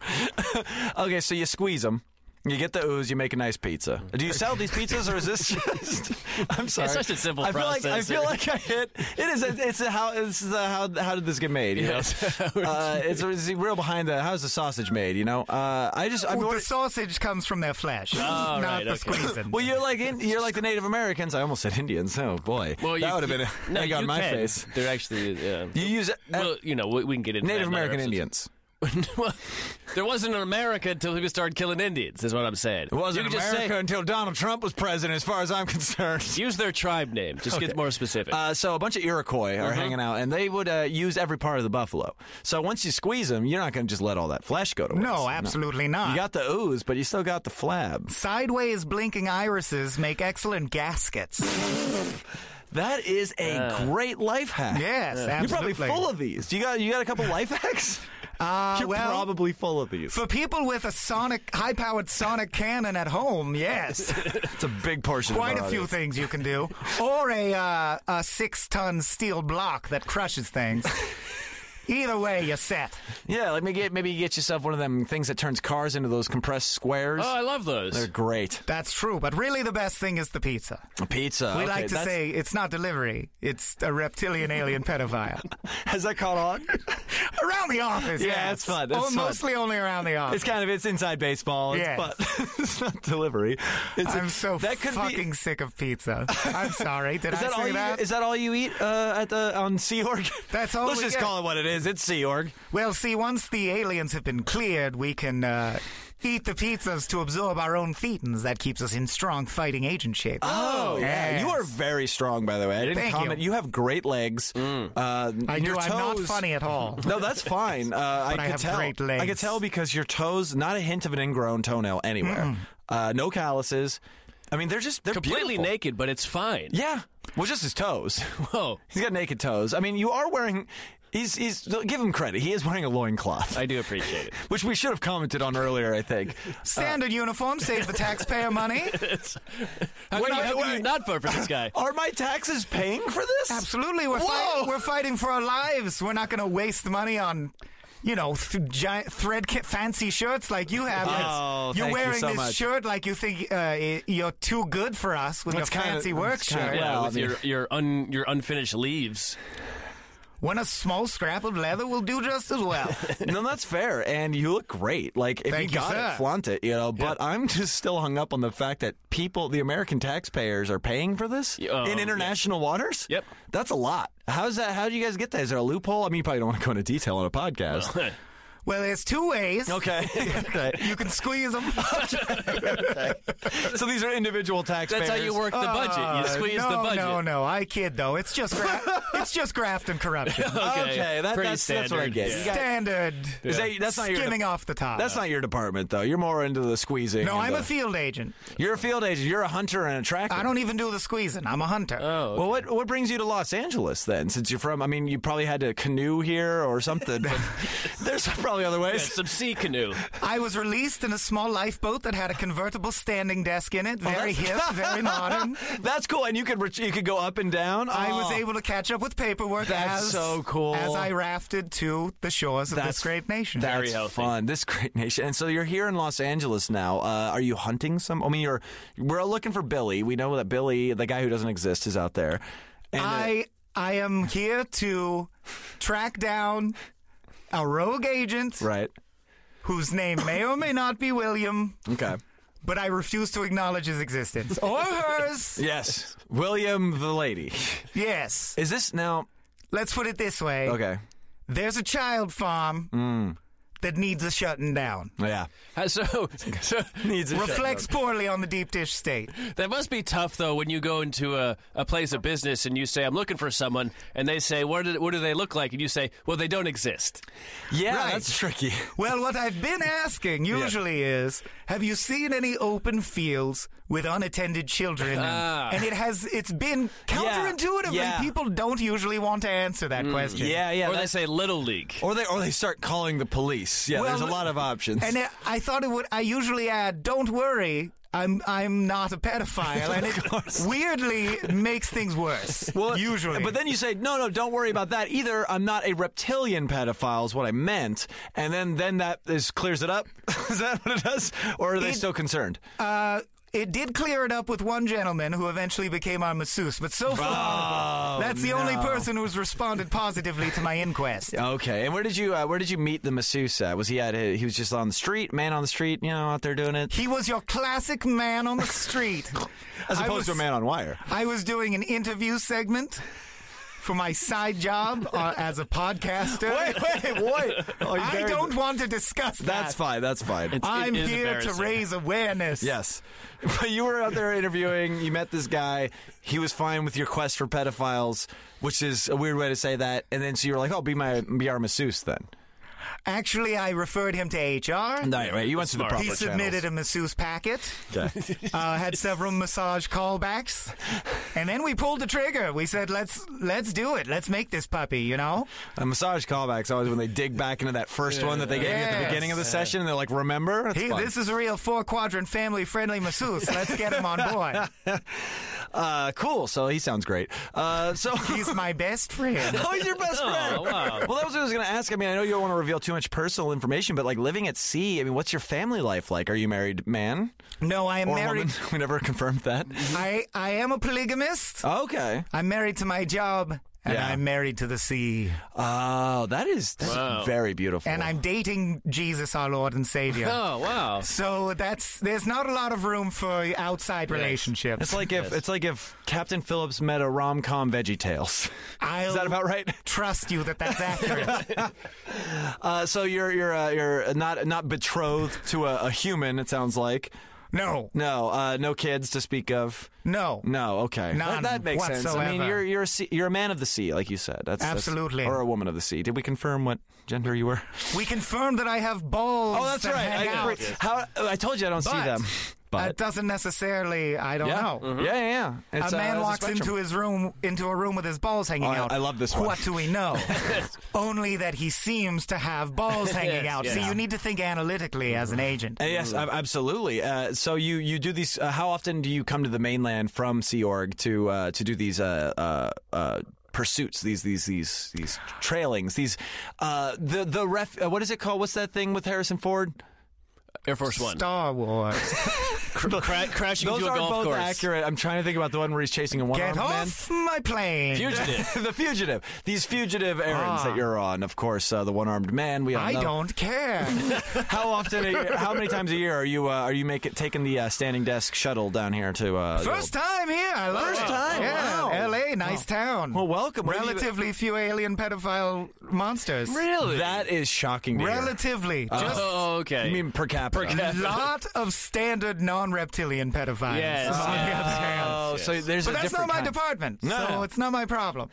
[SPEAKER 2] Jew. okay, so you squeeze them. You get the ooze, you make a nice pizza. Do you sell these pizzas, or is this just? I'm sorry.
[SPEAKER 3] such a simple
[SPEAKER 2] I feel like I
[SPEAKER 3] process.
[SPEAKER 2] feel like I hit. It is. It's a how. It's a how. How did this get made? You know? uh, it's, it's real behind the. How's the sausage made? You know. Uh, I just. I'm
[SPEAKER 4] Well,
[SPEAKER 2] more,
[SPEAKER 4] the sausage comes from their flesh, not
[SPEAKER 3] right,
[SPEAKER 4] the
[SPEAKER 3] okay.
[SPEAKER 4] squeezing.
[SPEAKER 2] well, you're like in, you're like the Native Americans. I almost said Indians. Oh boy, that would have been a egg on
[SPEAKER 3] you
[SPEAKER 2] my
[SPEAKER 3] can.
[SPEAKER 2] face.
[SPEAKER 3] They're actually yeah.
[SPEAKER 2] You use uh,
[SPEAKER 3] well, you know, we, we can get into
[SPEAKER 2] Native
[SPEAKER 3] that in other
[SPEAKER 2] American
[SPEAKER 3] episodes.
[SPEAKER 2] Indians.
[SPEAKER 3] Well, there wasn't an America until people started killing Indians. Is what I'm saying.
[SPEAKER 2] It wasn't
[SPEAKER 3] you could
[SPEAKER 2] America
[SPEAKER 3] Just say,
[SPEAKER 2] until Donald Trump was president, as far as I'm concerned.
[SPEAKER 3] use their tribe name. Just get more specific.
[SPEAKER 2] Uh, so a bunch of Iroquois are hanging out, and they would uh, use every part of the buffalo. So once you squeeze them, you're not going to just let all that flesh go to waste.
[SPEAKER 4] no, absolutely not.
[SPEAKER 2] You got the ooze, but you still got the flab.
[SPEAKER 4] Sideways blinking irises make excellent gaskets.
[SPEAKER 2] That is a great life hack.
[SPEAKER 4] Yes,
[SPEAKER 2] You're probably
[SPEAKER 4] absolutely.
[SPEAKER 2] full of these. You got you got a couple life hacks.
[SPEAKER 4] Uh,
[SPEAKER 2] You're
[SPEAKER 4] well,
[SPEAKER 2] probably full of these.
[SPEAKER 4] for people with a sonic, high-powered sonic cannon at home, yes,
[SPEAKER 2] It's a big portion. of
[SPEAKER 4] quite
[SPEAKER 2] our
[SPEAKER 4] a few
[SPEAKER 2] audience.
[SPEAKER 4] things you can do, or a uh, a six-ton steel block that crushes things. Either way, you're set.
[SPEAKER 2] Yeah, like maybe get, maybe you get yourself one of them things that turns cars into those compressed squares.
[SPEAKER 3] oh, I love those.
[SPEAKER 2] They're great.
[SPEAKER 4] That's true, but really, the best thing is the pizza.
[SPEAKER 2] Pizza.
[SPEAKER 4] We
[SPEAKER 2] okay,
[SPEAKER 4] like to
[SPEAKER 2] that's-
[SPEAKER 4] say it's not delivery; it's a reptilian alien pedophile.
[SPEAKER 2] Has that caught on?
[SPEAKER 4] around the office.
[SPEAKER 2] Yeah,
[SPEAKER 4] yes.
[SPEAKER 2] it's fun, it's
[SPEAKER 4] oh,
[SPEAKER 2] fun.
[SPEAKER 4] mostly only around the office.
[SPEAKER 2] It's kind of it's inside baseball. It's
[SPEAKER 4] Yes.
[SPEAKER 2] fun. it's not delivery. It's
[SPEAKER 4] I'm so
[SPEAKER 2] that could
[SPEAKER 4] fucking
[SPEAKER 2] Be,
[SPEAKER 4] sick of pizza. I'm sorry. Did
[SPEAKER 2] is
[SPEAKER 4] I
[SPEAKER 2] that
[SPEAKER 4] say
[SPEAKER 2] all you?
[SPEAKER 4] that?
[SPEAKER 2] Is that all you eat uh, at the on Sea Org?
[SPEAKER 4] That's all
[SPEAKER 2] Let's
[SPEAKER 4] we
[SPEAKER 2] just
[SPEAKER 4] get.
[SPEAKER 2] call it what it is. It's Sea Org.
[SPEAKER 4] Well, see, once the aliens have been cleared, we can uh, eat the pizzas to absorb our own thetans. That keeps us in strong fighting agent shape.
[SPEAKER 2] Oh yeah, you are very strong by the way. I didn't
[SPEAKER 4] Thank
[SPEAKER 2] comment. You.
[SPEAKER 4] you.
[SPEAKER 2] have great legs.
[SPEAKER 3] Mm.
[SPEAKER 2] Uh,
[SPEAKER 4] I
[SPEAKER 2] your
[SPEAKER 4] do. I'm not
[SPEAKER 2] toes-
[SPEAKER 4] funny at all.
[SPEAKER 2] No, that's fine. Uh, I
[SPEAKER 4] But
[SPEAKER 2] could
[SPEAKER 4] I have
[SPEAKER 2] tell.
[SPEAKER 4] great
[SPEAKER 2] I could
[SPEAKER 4] legs.
[SPEAKER 2] tell because your toes, not a hint of an ingrown toenail anywhere.
[SPEAKER 4] Mm.
[SPEAKER 2] Uh, no calluses. I mean, they're just they're
[SPEAKER 3] completely
[SPEAKER 2] beautiful.
[SPEAKER 3] naked, but it's fine. Oh,
[SPEAKER 2] Yeah. Well, just his toes.
[SPEAKER 3] Whoa.
[SPEAKER 2] He's got naked toes. I mean, you are wearing. He's, he's give him credit. He is wearing a loincloth,
[SPEAKER 3] I do appreciate it.
[SPEAKER 2] which we should have commented on earlier, I think.
[SPEAKER 4] Standard uniform saves the taxpayer money.
[SPEAKER 3] How
[SPEAKER 2] Wait,
[SPEAKER 3] can you, how
[SPEAKER 2] wait,
[SPEAKER 3] can you
[SPEAKER 2] wait.
[SPEAKER 3] not vote for this guy?
[SPEAKER 2] Are my taxes paying for this?
[SPEAKER 4] Absolutely, we're,
[SPEAKER 2] Whoa!
[SPEAKER 4] fight- we're fighting for our lives. We're not going to waste money on, you know, th- giant thread ki- fancy shirts like you have. Like,
[SPEAKER 2] Oh,
[SPEAKER 4] you're
[SPEAKER 2] thank you
[SPEAKER 4] wearing
[SPEAKER 2] so
[SPEAKER 4] this
[SPEAKER 2] much.
[SPEAKER 4] shirt like you think uh, i- you're too good for us with
[SPEAKER 2] That's
[SPEAKER 4] your
[SPEAKER 2] kinda-
[SPEAKER 4] fancy work
[SPEAKER 2] that's kinda-
[SPEAKER 4] shirt.
[SPEAKER 2] Yeah,
[SPEAKER 3] Yeah,
[SPEAKER 2] I
[SPEAKER 3] with
[SPEAKER 2] mean-
[SPEAKER 3] your your un your unfinished leaves.
[SPEAKER 4] When a small scrap of leather will do just as well.
[SPEAKER 2] No, that's fair. And you look great. Like if
[SPEAKER 4] Thank
[SPEAKER 2] you
[SPEAKER 4] you,
[SPEAKER 2] got
[SPEAKER 4] sir.
[SPEAKER 2] it, flaunt it. You know. But I'm just still hung up on the fact that people, the American taxpayers, are paying for this
[SPEAKER 3] Yeah, uh,
[SPEAKER 2] in international waters.
[SPEAKER 3] Yep.
[SPEAKER 2] That's a lot. How's that? How do you guys get that? Is there a loophole? I mean, you probably don't want to go into detail on a podcast.
[SPEAKER 4] well, there's two ways.
[SPEAKER 2] okay. okay.
[SPEAKER 4] You can squeeze them.
[SPEAKER 2] So these are individual taxpayers.
[SPEAKER 3] That's how you work the budget. You squeeze
[SPEAKER 4] Uh, no,
[SPEAKER 3] the budget.
[SPEAKER 4] no, no. I kid though. It's just gra- it's just graft and corruption.
[SPEAKER 2] Okay, that-
[SPEAKER 3] pretty
[SPEAKER 2] that's- that's what I
[SPEAKER 3] standard.
[SPEAKER 2] get. You got-
[SPEAKER 4] Standard.
[SPEAKER 2] Is that- that's not your
[SPEAKER 4] skimming off the top.
[SPEAKER 2] That's not your department, though. You're more into the squeezing.
[SPEAKER 4] No,
[SPEAKER 2] and
[SPEAKER 4] I'm
[SPEAKER 2] the-
[SPEAKER 4] a field agent.
[SPEAKER 2] You're a field agent. You're a hunter and a tracker.
[SPEAKER 4] I don't even do the squeezing. I'm a hunter.
[SPEAKER 3] Oh,
[SPEAKER 2] Well, what what brings you to Los Angeles then? Since you're from, I mean, you probably had to canoe here or something. But there's probably other
[SPEAKER 3] yeah,
[SPEAKER 2] ways.
[SPEAKER 3] some sea canoe.
[SPEAKER 4] I was released in a small lifeboat that had a convertible standing desk in it. Very hip, very modern.
[SPEAKER 2] That's cool, and you could ret- you could go up and down.
[SPEAKER 4] I
[SPEAKER 2] Oh,
[SPEAKER 4] was able to catch up with paperwork.
[SPEAKER 2] That's
[SPEAKER 4] as,
[SPEAKER 2] so cool.
[SPEAKER 4] As I rafted to the shores of
[SPEAKER 2] That's-
[SPEAKER 4] this great nation.
[SPEAKER 2] That's
[SPEAKER 3] Very healthy.
[SPEAKER 2] fun. This great nation. And so you're here in Los Angeles now. Uh, are you hunting some? I mean, you're we're all looking for Billy. We know that Billy, the guy who doesn't exist, is out there. And, uh,
[SPEAKER 4] I I am here to track down a rogue agent
[SPEAKER 2] right.
[SPEAKER 4] whose name may or may not be William,
[SPEAKER 2] Okay.
[SPEAKER 4] but I refuse to acknowledge his existence or hers.
[SPEAKER 2] Yes, William the lady.
[SPEAKER 4] Yes.
[SPEAKER 2] Is this now
[SPEAKER 4] Let's put it this way.
[SPEAKER 2] okay? Mm.
[SPEAKER 4] There's a child farm that needs a shutting down.
[SPEAKER 2] Yeah.
[SPEAKER 3] Uh, So, so
[SPEAKER 2] Needs a
[SPEAKER 4] Reflects poorly on the deep dish state.
[SPEAKER 3] that must be tough, though, when you go into a, a place of business and you say, I'm looking for someone, and they say, what, do- what do they look like? And you say, well, they don't exist.
[SPEAKER 2] Yeah,
[SPEAKER 4] Right.
[SPEAKER 2] that's tricky.
[SPEAKER 4] Well, what I've been asking usually is, have you seen any open fields with unattended children? in 'em?
[SPEAKER 3] Ah.
[SPEAKER 4] And it has it's been counterintuitive
[SPEAKER 2] yeah. Mm.
[SPEAKER 4] and people don't usually want to answer that question.
[SPEAKER 2] Yeah, yeah.
[SPEAKER 3] or they
[SPEAKER 2] that's-
[SPEAKER 3] say Little League.
[SPEAKER 2] or they or they start calling the police. Yeah, there's a
[SPEAKER 4] Well,
[SPEAKER 2] lot of options.
[SPEAKER 4] And it, I thought it would I usually add, don't worry, I'm I'm not a pedophile and it weirdly makes things worse.
[SPEAKER 2] Well,
[SPEAKER 4] usually.
[SPEAKER 2] But then you say, no, no, don't worry about that either. I'm not a reptilian pedophile is what I meant. And then then that is clears it up. is that what it does? Or are they
[SPEAKER 4] It-
[SPEAKER 2] still concerned?
[SPEAKER 4] Uh, it did clear it up with one gentleman who eventually became our masseuse, but so far, that's the only
[SPEAKER 2] Oh, no.
[SPEAKER 4] person who's responded positively to my inquest.
[SPEAKER 2] Okay. And where did you uh, where did you meet the masseuse at? Was he at a, he was just on the street, man on the street, you know, out there doing it?
[SPEAKER 4] He was your classic man on the street.
[SPEAKER 2] As
[SPEAKER 4] I
[SPEAKER 2] opposed
[SPEAKER 4] was-
[SPEAKER 2] to a man on wire.
[SPEAKER 4] I was doing an interview segment for my side job uh, as a podcaster.
[SPEAKER 2] wait, wait. Oh, you
[SPEAKER 4] I
[SPEAKER 2] buried-
[SPEAKER 4] don't want to discuss that.
[SPEAKER 2] That's fine. That's fine.
[SPEAKER 4] I'm
[SPEAKER 3] It is
[SPEAKER 4] here to
[SPEAKER 3] embarrassing.
[SPEAKER 4] raise awareness.
[SPEAKER 2] Yes. But you were out there interviewing, you met this guy, he was fine with your quest for pedophiles, which is a weird way to say that, and then so you were like, Oh, be my be our masseuse then.
[SPEAKER 4] Actually, I referred him to HR.
[SPEAKER 2] Right, right. You went to the proper
[SPEAKER 4] He submitted a masseuse packet. uh, had several massage callbacks, and then we pulled the trigger. We said, "Let's let's do it. Let's make this puppy." You know,
[SPEAKER 2] a massage callback's always when they dig back into that first one that they gave you at the
[SPEAKER 4] Yes.
[SPEAKER 2] beginning of the session, and they're like, "Remember, That's
[SPEAKER 4] hey,
[SPEAKER 2] fun.
[SPEAKER 4] this is a real four quadrant family friendly masseuse. Let's get him on board.
[SPEAKER 2] uh, cool." So he sounds great. Uh, so.
[SPEAKER 4] He's my best friend.
[SPEAKER 2] Oh, he's your best friend.
[SPEAKER 3] wow.
[SPEAKER 2] Well, that was what I was going to ask. I mean, I know you don't want to reveal too much personal information, but like living at sea, I mean, what's your family life like? Are you married man
[SPEAKER 4] No, I am
[SPEAKER 2] or
[SPEAKER 4] married.
[SPEAKER 2] woman? We never confirmed that.
[SPEAKER 4] I I am a polygamist.
[SPEAKER 2] Okay.
[SPEAKER 4] I'm married to my job, and
[SPEAKER 2] Yeah.
[SPEAKER 4] I'm married to the sea,
[SPEAKER 2] Oh, that is that's
[SPEAKER 3] Wow.
[SPEAKER 2] very beautiful.
[SPEAKER 4] and I'm dating Jesus, our Lord and Savior.
[SPEAKER 3] Oh, wow.
[SPEAKER 4] So that's there's not a lot of room for outside relationships.
[SPEAKER 2] It's like if it's like if Captain Phillips met a rom com Veggie Tales.
[SPEAKER 4] I'll
[SPEAKER 2] Is that about right?
[SPEAKER 4] trust you that that's accurate.
[SPEAKER 2] Uh, so you're you're uh, you're not not betrothed to a, a human. It sounds like
[SPEAKER 4] no,
[SPEAKER 2] no uh, no kids to speak of.
[SPEAKER 4] no,
[SPEAKER 2] No, okay, that,
[SPEAKER 4] None
[SPEAKER 2] that makes sense. I mean,
[SPEAKER 4] whatsoever.
[SPEAKER 2] you're you're a sea, you're a man of the sea, like you said. That's that's-
[SPEAKER 4] Absolutely.
[SPEAKER 2] or a woman of the sea. Did we confirm what gender you were?
[SPEAKER 4] We confirmed that I have balls.
[SPEAKER 2] Oh, that's
[SPEAKER 4] that
[SPEAKER 2] right.
[SPEAKER 4] hang
[SPEAKER 2] I,
[SPEAKER 4] out.
[SPEAKER 2] how, I told you I don't see
[SPEAKER 4] But-
[SPEAKER 2] them. But
[SPEAKER 4] That doesn't necessarily. I don't
[SPEAKER 2] yeah.
[SPEAKER 4] know.
[SPEAKER 2] yeah, yeah, yeah. It's,
[SPEAKER 4] Mm-hmm. A
[SPEAKER 2] uh,
[SPEAKER 4] man
[SPEAKER 2] it's
[SPEAKER 4] walks
[SPEAKER 2] spectrum.
[SPEAKER 4] into his room, into a room with his balls hanging
[SPEAKER 2] Oh, I-
[SPEAKER 4] out.
[SPEAKER 2] I love this one.
[SPEAKER 4] What do we know? Only that he seems to have balls hanging out. So you need to think analytically as an agent.
[SPEAKER 2] Uh, Yes, ab- absolutely. Uh, so you you do these. Uh, how often do you come to the mainland from Sea Org to uh, to do these uh, uh, uh, pursuits? These these these these trailings. These uh, the the ref. Uh, what is it called? What's that thing with Harrison Ford?
[SPEAKER 3] Air Force One.
[SPEAKER 4] Star Wars.
[SPEAKER 3] Cra- crashing
[SPEAKER 2] Those
[SPEAKER 3] into a
[SPEAKER 2] are
[SPEAKER 3] golf
[SPEAKER 2] both
[SPEAKER 3] course.
[SPEAKER 2] accurate. I'm trying to think about the one where he's chasing a one armed
[SPEAKER 4] Get
[SPEAKER 2] man.
[SPEAKER 4] off my plane.
[SPEAKER 3] Fugitive.
[SPEAKER 2] the fugitive. These fugitive errands
[SPEAKER 4] Ah.
[SPEAKER 2] that you're on, of course, uh, the one armed man. We all
[SPEAKER 4] I
[SPEAKER 2] know.
[SPEAKER 4] don't care.
[SPEAKER 2] How often? A year, how many times a year are you uh, are you making taking the uh, standing desk shuttle down here to uh, the old-
[SPEAKER 4] First time here. I love
[SPEAKER 2] First
[SPEAKER 4] it.
[SPEAKER 2] time,
[SPEAKER 4] Yeah.
[SPEAKER 2] wow.
[SPEAKER 4] L.A. Nice town.
[SPEAKER 2] Well, welcome. Where do you-
[SPEAKER 4] Relatively few alien pedophile monsters.
[SPEAKER 2] Really? Uh-huh. That is shocking. To hear.
[SPEAKER 4] Relatively. just
[SPEAKER 3] Oh, okay.
[SPEAKER 2] You mean per capita?
[SPEAKER 3] Per cap-
[SPEAKER 4] a lot of standard non-reptilian pedophiles.
[SPEAKER 3] Yes.
[SPEAKER 4] on the other hand.
[SPEAKER 2] Oh, so there's
[SPEAKER 4] But
[SPEAKER 2] a
[SPEAKER 4] that's not
[SPEAKER 2] different
[SPEAKER 4] my
[SPEAKER 2] kind.
[SPEAKER 4] department,
[SPEAKER 2] No,
[SPEAKER 4] so
[SPEAKER 2] no.
[SPEAKER 4] it's not my problem.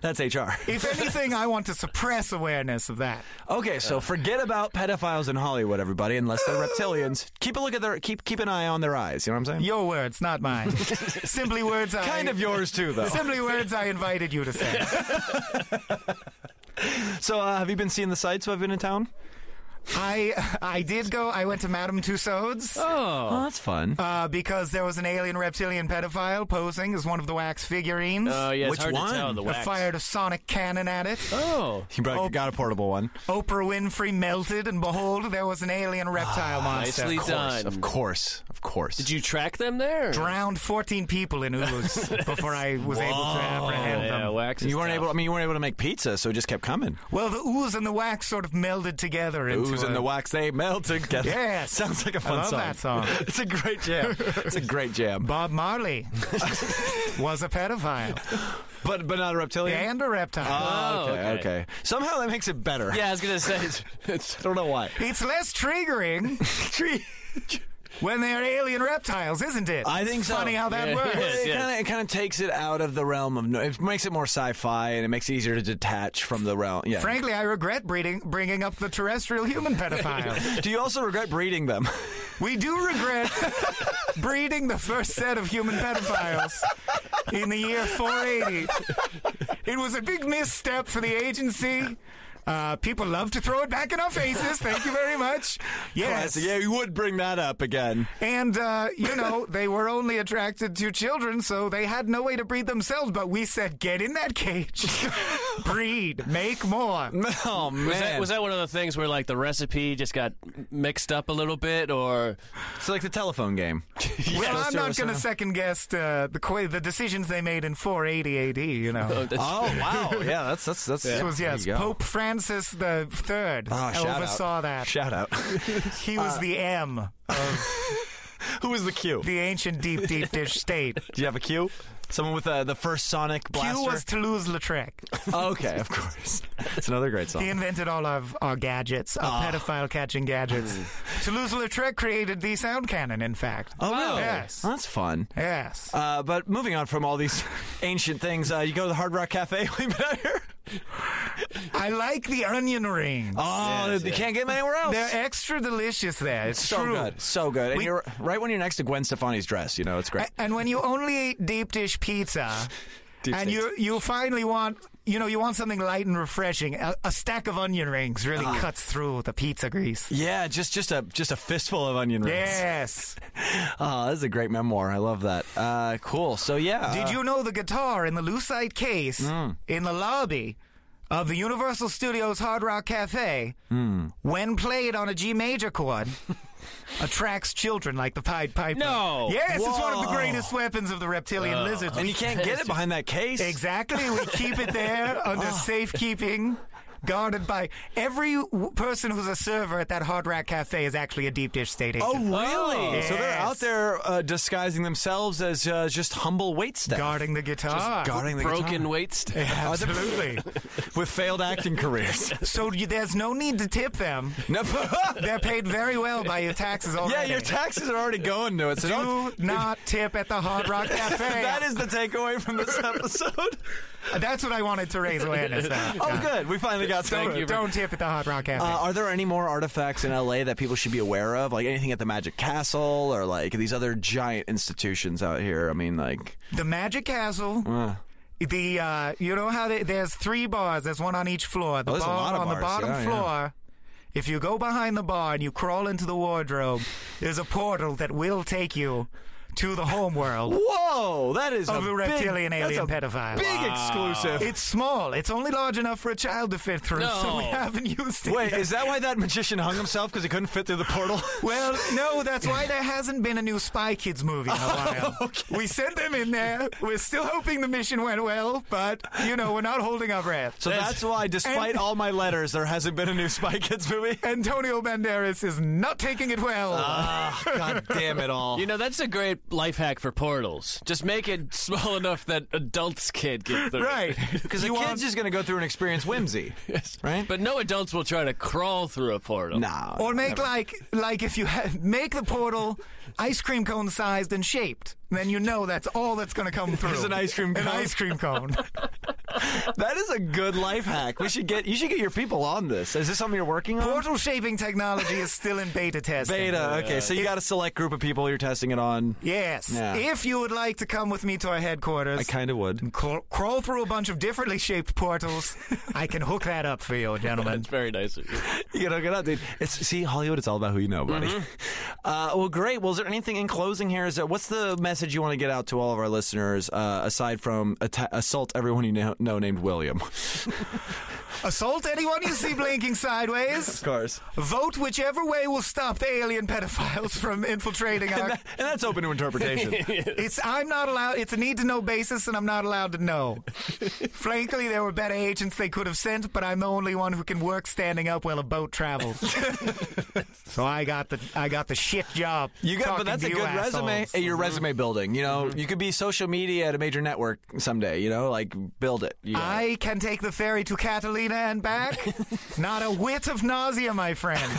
[SPEAKER 2] That's HR.
[SPEAKER 4] If anything, I want to suppress awareness of that.
[SPEAKER 2] Okay, so forget about pedophiles in Hollywood, everybody, unless they're reptilians. Keep a look at their keep keep an eye on their eyes. You know what I'm saying?
[SPEAKER 4] Your words, not mine. Simply words I
[SPEAKER 2] kind of yours too, though.
[SPEAKER 4] Simply words I invited you to say.
[SPEAKER 2] So, uh, have you been seeing the sights while I've been in town?
[SPEAKER 4] I I did go. I went to Madame Tussauds
[SPEAKER 3] oh.
[SPEAKER 2] Oh, that's fun.
[SPEAKER 4] uh, because there was an alien reptilian pedophile posing as one of the wax figurines.
[SPEAKER 3] Oh, yeah. It's
[SPEAKER 2] Which
[SPEAKER 3] hard
[SPEAKER 2] one?
[SPEAKER 3] to tell. The
[SPEAKER 4] I
[SPEAKER 3] wax.
[SPEAKER 4] fired a sonic cannon at it.
[SPEAKER 3] Oh.
[SPEAKER 2] you probably got a portable one.
[SPEAKER 4] Oprah Winfrey melted, and behold, there was an alien reptile monster.
[SPEAKER 3] Nicely
[SPEAKER 2] Of course,
[SPEAKER 3] done.
[SPEAKER 2] of course, of of course.
[SPEAKER 3] Did you track them there?
[SPEAKER 4] Drowned 14 people in Ulus before I was able to apprehend them.
[SPEAKER 3] yeah, wax. is
[SPEAKER 2] You weren't
[SPEAKER 3] tough.
[SPEAKER 2] able. I mean, you weren't able to make pizza, so it just kept coming.
[SPEAKER 4] Well, the ooze and the wax sort of melded together into
[SPEAKER 2] Ooze and
[SPEAKER 4] a-
[SPEAKER 2] the wax, they melt together.
[SPEAKER 4] Yes.
[SPEAKER 2] sounds like a
[SPEAKER 4] I
[SPEAKER 2] fun
[SPEAKER 4] love
[SPEAKER 2] song.
[SPEAKER 4] that song.
[SPEAKER 2] it's a great jam. it's a great jam.
[SPEAKER 4] Bob Marley was a pedophile
[SPEAKER 2] But but not a reptilian.
[SPEAKER 4] and a reptile.
[SPEAKER 2] Oh, okay,
[SPEAKER 3] okay.
[SPEAKER 2] okay. Somehow that makes it better.
[SPEAKER 3] Yeah, I was gonna say.
[SPEAKER 2] I don't know why.
[SPEAKER 4] it's less triggering
[SPEAKER 2] Tree.
[SPEAKER 4] when they're alien reptiles, isn't it?
[SPEAKER 2] I think
[SPEAKER 4] It's
[SPEAKER 2] so.
[SPEAKER 4] Funny how that
[SPEAKER 3] Yeah.
[SPEAKER 4] works.
[SPEAKER 3] Yes,
[SPEAKER 2] It
[SPEAKER 3] yes.
[SPEAKER 2] kind of it kind of takes it out of the realm of no- it makes it more sci-fi and it makes it easier to detach from the realm. Yeah.
[SPEAKER 4] Frankly, I regret breeding, bringing up the terrestrial human pedophile.
[SPEAKER 2] Do you also regret breeding them?
[SPEAKER 4] we do regret breeding the first set of human pedophiles in the year 480. It was a big misstep for the agency. Uh, people love to throw it back in our faces. Thank you very much. Yes.
[SPEAKER 2] Yeah, you would bring that up again.
[SPEAKER 4] And, uh, you know, they were only attracted to children, so they had no way to breed themselves. But we said, get in that cage, breed, make more.
[SPEAKER 2] Oh man,
[SPEAKER 3] Was that, was that one of the things where like the recipe just got mixed up a little bit, or
[SPEAKER 2] it's like the telephone game.
[SPEAKER 4] Well, I'm not
[SPEAKER 2] Service
[SPEAKER 4] going to
[SPEAKER 2] now.
[SPEAKER 4] second guess uh, the qu- the decisions they made in 480 AD. You know,
[SPEAKER 2] Oh wow, yeah, that's that's that's.
[SPEAKER 4] it was yes,
[SPEAKER 2] there you go.
[SPEAKER 4] Pope Francis the Third
[SPEAKER 2] Ah, shout out.
[SPEAKER 4] oversaw that.
[SPEAKER 2] Shout out.
[SPEAKER 4] he was the M of
[SPEAKER 2] Who was the Q? Do
[SPEAKER 4] the ancient deep deep dish state.
[SPEAKER 2] you have a Q? Someone with uh, the first Sonic blaster.
[SPEAKER 4] Q was Toulouse-Lautrec.
[SPEAKER 2] okay, of course. It's another great
[SPEAKER 4] He
[SPEAKER 2] song.
[SPEAKER 4] invented all of our gadgets,
[SPEAKER 2] Ah.
[SPEAKER 4] our pedophile catching gadgets. Toulouse-Lautrec created the sound cannon. In fact,
[SPEAKER 2] Oh, really?
[SPEAKER 4] yes,
[SPEAKER 2] Well, that's fun.
[SPEAKER 4] yes.
[SPEAKER 2] Uh, but moving on from all these ancient things, uh, you go to the Hard Rock Cafe way better.
[SPEAKER 4] I like the onion ring.
[SPEAKER 2] Oh,
[SPEAKER 3] Yes,
[SPEAKER 2] you
[SPEAKER 3] yes.
[SPEAKER 2] can't get them anywhere else.
[SPEAKER 4] They're extra delicious there. It's
[SPEAKER 2] so
[SPEAKER 4] true.
[SPEAKER 2] good, so good. And
[SPEAKER 4] We-
[SPEAKER 2] you're right when you're next to Gwen Stefani's dress. You know, it's great.
[SPEAKER 4] A- And when you only eat deep dish pizza,
[SPEAKER 2] dish.
[SPEAKER 4] and you you finally want you know you want something light and refreshing, a, a stack of onion rings really
[SPEAKER 2] Ah.
[SPEAKER 4] cuts through the pizza grease.
[SPEAKER 2] yeah, just just a just a fistful of onion rings.
[SPEAKER 4] Yes.
[SPEAKER 2] Oh, this is a great memoir. I love that. Uh, cool. So yeah,
[SPEAKER 4] Did
[SPEAKER 2] uh,
[SPEAKER 4] you know the guitar in the lucite case
[SPEAKER 2] Hmm.
[SPEAKER 4] in the lobby of the Universal Studios Hard Rock Cafe,
[SPEAKER 2] Hmm.
[SPEAKER 4] when played on a G major chord, attracts children like the Pied Piper?
[SPEAKER 3] No.
[SPEAKER 4] Yes, it's one of the
[SPEAKER 2] Whoa. Uh,
[SPEAKER 4] greatest weapons of the reptilian lizards.
[SPEAKER 2] And you can't get it behind that case.
[SPEAKER 4] Exactly. We keep it there under
[SPEAKER 2] Oh.
[SPEAKER 4] safekeeping, guarded by every w- person who's a server at that Hard Rock Cafe is actually a deep dish state agent.
[SPEAKER 2] Oh, really?
[SPEAKER 4] Oh.
[SPEAKER 2] So they're
[SPEAKER 4] Yes.
[SPEAKER 2] out there uh, disguising themselves as uh, just humble wait staff.
[SPEAKER 4] guarding the guitar.
[SPEAKER 2] guarding the
[SPEAKER 3] broken
[SPEAKER 2] guitar.
[SPEAKER 3] weights?
[SPEAKER 4] Absolutely.
[SPEAKER 2] with failed acting careers.
[SPEAKER 4] so you, there's no need to tip them.
[SPEAKER 2] No-
[SPEAKER 4] They're paid very well by your taxes
[SPEAKER 2] yeah,
[SPEAKER 4] already.
[SPEAKER 2] your taxes are already going to it. So don't.
[SPEAKER 4] Do not tip at the Hard Rock Cafe.
[SPEAKER 2] That is the takeaway from this episode.
[SPEAKER 4] That's what I wanted to raise awareness about.
[SPEAKER 2] Oh,
[SPEAKER 4] Yeah.
[SPEAKER 2] good. We finally got
[SPEAKER 3] Thank
[SPEAKER 2] somewhere.
[SPEAKER 3] you.
[SPEAKER 4] Don't tip at the Hard Rock Cafe.
[SPEAKER 2] Uh, are there any more artifacts in LA that people should be aware of? Like anything at the Magic Castle or like these other giant institutions out here? I mean, like.
[SPEAKER 4] The Magic Castle. The uh, you know how they, there's three bars. There's one on each floor. The
[SPEAKER 2] Oh, there's a
[SPEAKER 4] bar
[SPEAKER 2] lot of
[SPEAKER 4] on the
[SPEAKER 2] bars.
[SPEAKER 4] bottom
[SPEAKER 2] Yeah, yeah.
[SPEAKER 4] floor. If you go behind the bar and you crawl into the wardrobe, there's a portal that will take you to the homeworld
[SPEAKER 2] Whoa! That is
[SPEAKER 4] of
[SPEAKER 2] a
[SPEAKER 4] the
[SPEAKER 2] big-
[SPEAKER 4] reptilian
[SPEAKER 2] that's
[SPEAKER 4] alien
[SPEAKER 2] a
[SPEAKER 4] pedophile.
[SPEAKER 2] Big exclusive.
[SPEAKER 4] It's small. It's only large enough for a child to fit through, so we
[SPEAKER 3] No.
[SPEAKER 4] haven't used it.
[SPEAKER 2] Wait,
[SPEAKER 4] yet.
[SPEAKER 2] is that why that magician hung himself because he couldn't fit through the portal?
[SPEAKER 4] Well, no, that's why there hasn't been a new Spy Kids movie in
[SPEAKER 2] Oh,
[SPEAKER 4] a while. We sent them in there. We're still hoping the mission went well, but, you know, we're not holding our breath.
[SPEAKER 2] So that's why, despite
[SPEAKER 4] And-
[SPEAKER 2] all my letters, there hasn't been a new Spy Kids movie.
[SPEAKER 4] Antonio Banderas is not taking it well.
[SPEAKER 2] Ah. God damn it all!
[SPEAKER 3] You know, that's a great life hack for portals. Just make it small enough that adults can't get through.
[SPEAKER 4] right.
[SPEAKER 2] Because the
[SPEAKER 4] You
[SPEAKER 2] kid's
[SPEAKER 4] want-
[SPEAKER 2] just going to go through and experience whimsy, right?
[SPEAKER 3] But no adults will try to crawl through a portal.
[SPEAKER 2] no,
[SPEAKER 4] Or make like like if you ha- make the portal ice cream cone sized and shaped, then you know that's all that's going to come through.
[SPEAKER 2] an ice cream
[SPEAKER 4] An
[SPEAKER 2] cone.
[SPEAKER 4] ice cream cone.
[SPEAKER 2] that is a good life hack. We should get you should get your people on this. Is this something you're working on?
[SPEAKER 4] portal shaping technology is still in beta testing.
[SPEAKER 2] Beta. Okay, so you got a select group of people you're testing it on.
[SPEAKER 4] Yes.
[SPEAKER 2] Yeah.
[SPEAKER 4] If you would like to come with me to our headquarters,
[SPEAKER 2] I kind of would.
[SPEAKER 4] crawl, crawl through a bunch of differently shaped portals. I can hook that up for you, gentlemen.
[SPEAKER 3] That's very nice of you.
[SPEAKER 2] You gotta get out, dude. It's see Hollywood. It's all about who you know, buddy.
[SPEAKER 4] Mm-hmm.
[SPEAKER 2] Uh, well, great. Well, is there anything in closing here? Is there, what's the message you want to get out to all of our listeners uh, aside from atta- assault everyone you know, know named William. of
[SPEAKER 4] Assault anyone you see blinking sideways.
[SPEAKER 2] course.
[SPEAKER 4] Vote whichever way will stop the alien pedophiles from infiltrating our.
[SPEAKER 2] And that's open to interpretation.
[SPEAKER 4] It's I'm not allowed. It's a need to know basis, and I'm not allowed to know. Frankly, there were better agents they could have sent, but I'm the only one who can work standing up while a boat travels. so I got the I got the shit job.
[SPEAKER 2] You got,
[SPEAKER 4] talking
[SPEAKER 2] but that's
[SPEAKER 4] to
[SPEAKER 2] a
[SPEAKER 4] you
[SPEAKER 2] good resume.
[SPEAKER 4] assholes. Mm-hmm.
[SPEAKER 2] Hey, your resume building. You know, you could be social media at a major network someday. You know, like build it. You know.
[SPEAKER 4] I can take the ferry to Catalina and back. Not a whit of nausea, my friend.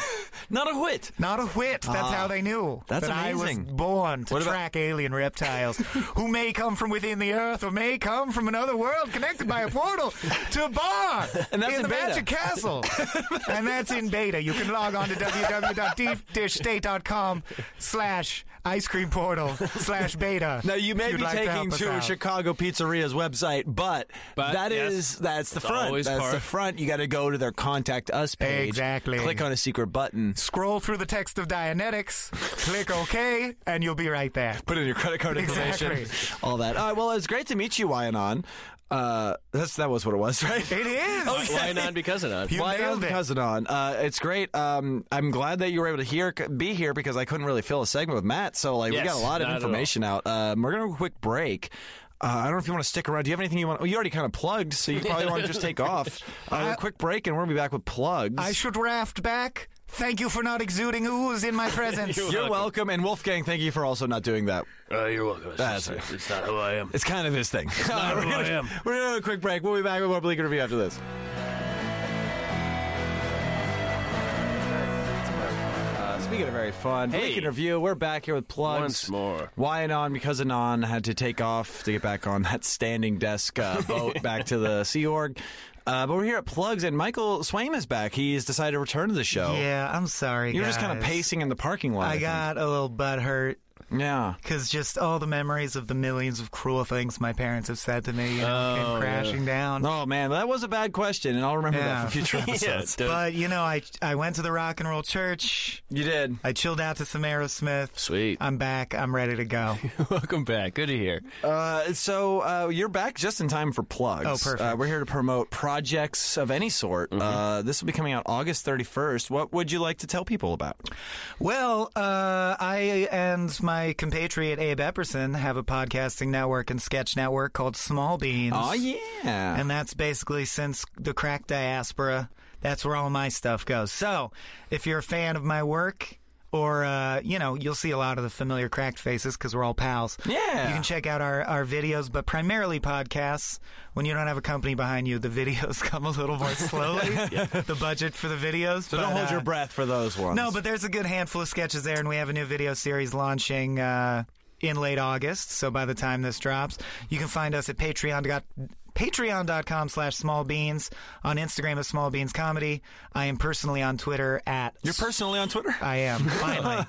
[SPEAKER 2] not a wit.
[SPEAKER 4] Not a whit. That's how they knew.
[SPEAKER 2] Ah. that's
[SPEAKER 4] that I was
[SPEAKER 2] amazing.
[SPEAKER 4] born to
[SPEAKER 2] What about-
[SPEAKER 4] track alien reptiles who may come from within the earth or may come from another world connected by a portal to a bar
[SPEAKER 2] And that's
[SPEAKER 4] in
[SPEAKER 2] in
[SPEAKER 4] the
[SPEAKER 2] beta.
[SPEAKER 4] Magic Castle. and that's in beta. You can log on to www.deepdishstate.com slash ice cream portal slash beta.
[SPEAKER 2] Now you may
[SPEAKER 4] if you'd
[SPEAKER 2] be
[SPEAKER 4] like
[SPEAKER 2] taking
[SPEAKER 4] help us
[SPEAKER 2] to,
[SPEAKER 4] out.
[SPEAKER 2] Chicago Pizzeria's website, but,
[SPEAKER 3] But,
[SPEAKER 2] that
[SPEAKER 3] yes,
[SPEAKER 2] is that's the
[SPEAKER 3] it's
[SPEAKER 2] front.
[SPEAKER 3] always
[SPEAKER 2] That's
[SPEAKER 3] part-
[SPEAKER 2] the front. You got to go to their contact us page.
[SPEAKER 4] Exactly.
[SPEAKER 2] Click on a secret button.
[SPEAKER 4] Scroll through the text of Dianetics, click OK, and you'll be right there.
[SPEAKER 2] Put in your credit card information.
[SPEAKER 4] Exactly.
[SPEAKER 2] All that. All right. Well, it's great to meet you, Wyanon. Uh, that's that was what it was, right?
[SPEAKER 4] It is.
[SPEAKER 2] Oh,
[SPEAKER 3] Why not? Because of not.
[SPEAKER 4] Oh, You
[SPEAKER 2] Why
[SPEAKER 4] nailed it.
[SPEAKER 2] cousin on? Uh, it's great. Um, I'm glad that you were able to hear, be here because I couldn't really fill a segment with Matt. So like
[SPEAKER 3] Yes,
[SPEAKER 2] we got a lot of
[SPEAKER 3] not at all.
[SPEAKER 2] information out. Um, we're gonna do a quick break. Uh, I don't know if you want to stick around. Do you have anything you want? Oh, you already kind of plugged, so you probably want to just take off. Uh, a quick break, and we're gonna be back with plugs.
[SPEAKER 4] I should raft back. Thank you for not exuding ooze in my presence.
[SPEAKER 2] You're welcome. and Wolfgang, thank you for also not doing that.
[SPEAKER 1] Uh, you're welcome. It's,
[SPEAKER 2] That's
[SPEAKER 1] just- it's not who I am.
[SPEAKER 2] It's kind of his thing.
[SPEAKER 1] not
[SPEAKER 2] we're
[SPEAKER 1] who I
[SPEAKER 2] gonna-
[SPEAKER 1] am.
[SPEAKER 2] We're gonna do a quick break. We'll be back with more Bleaker Review after this. Uh, Speaking of very fun,
[SPEAKER 3] Hey.
[SPEAKER 2] Bleak Review, we're back here with plugs.
[SPEAKER 3] Once more.
[SPEAKER 2] Why and on because Anon had to take off to get back on that standing desk uh, boat back to the Sea Org. Uh, but we're here at Plugs, and Michael Swaim is back. He's decided to return to the show.
[SPEAKER 4] Yeah, I'm sorry.
[SPEAKER 2] You're just kind of
[SPEAKER 4] guys.
[SPEAKER 2] pacing in the parking lot.
[SPEAKER 4] I
[SPEAKER 2] think.
[SPEAKER 4] got a little butt hurt
[SPEAKER 2] Yeah.
[SPEAKER 4] because just all the memories of the millions of cruel things my parents have said to me you know, came crashing down.
[SPEAKER 2] Oh, man, that was a bad question, and I'll remember
[SPEAKER 4] Yeah.
[SPEAKER 2] that for future episodes.
[SPEAKER 3] Yeah, dude.
[SPEAKER 4] But you know, I I went to the rock and roll church.
[SPEAKER 2] You did.
[SPEAKER 4] I chilled out to some Aerosmith.
[SPEAKER 3] Sweet.
[SPEAKER 4] I'm back. I'm ready to go.
[SPEAKER 3] Welcome back. Good to hear.
[SPEAKER 2] Uh, so uh, you're back just in time for plugs.
[SPEAKER 4] Oh, perfect.
[SPEAKER 2] Uh, we're here to promote projects of any sort. Uh, this will be coming out August 31st. What would you like to tell people about?
[SPEAKER 4] Well, uh, I and my compatriot Abe Epperson have a podcasting network and sketch network called Small Beans.
[SPEAKER 2] Oh yeah.
[SPEAKER 4] And that's basically since the crack diaspora. That's where all my stuff goes. So, if you're a fan of my work, or uh, you know, you'll see a lot of the familiar cracked faces because we're all pals.
[SPEAKER 2] Yeah.
[SPEAKER 4] you can check out our our videos, but primarily podcasts. When you don't have a company behind you, the videos come a little more slowly. The budget for the videos. uh,
[SPEAKER 2] so don't hold your breath for those ones.
[SPEAKER 4] No, but there's a good handful of sketches there, and we have a new video series launching uh, in late August. So by the time this drops, you can find us at Patreon. Got patreon.com slash small beans on instagram at small beans comedy i am personally on twitter at
[SPEAKER 2] you're personally on Twitter.
[SPEAKER 4] i am finally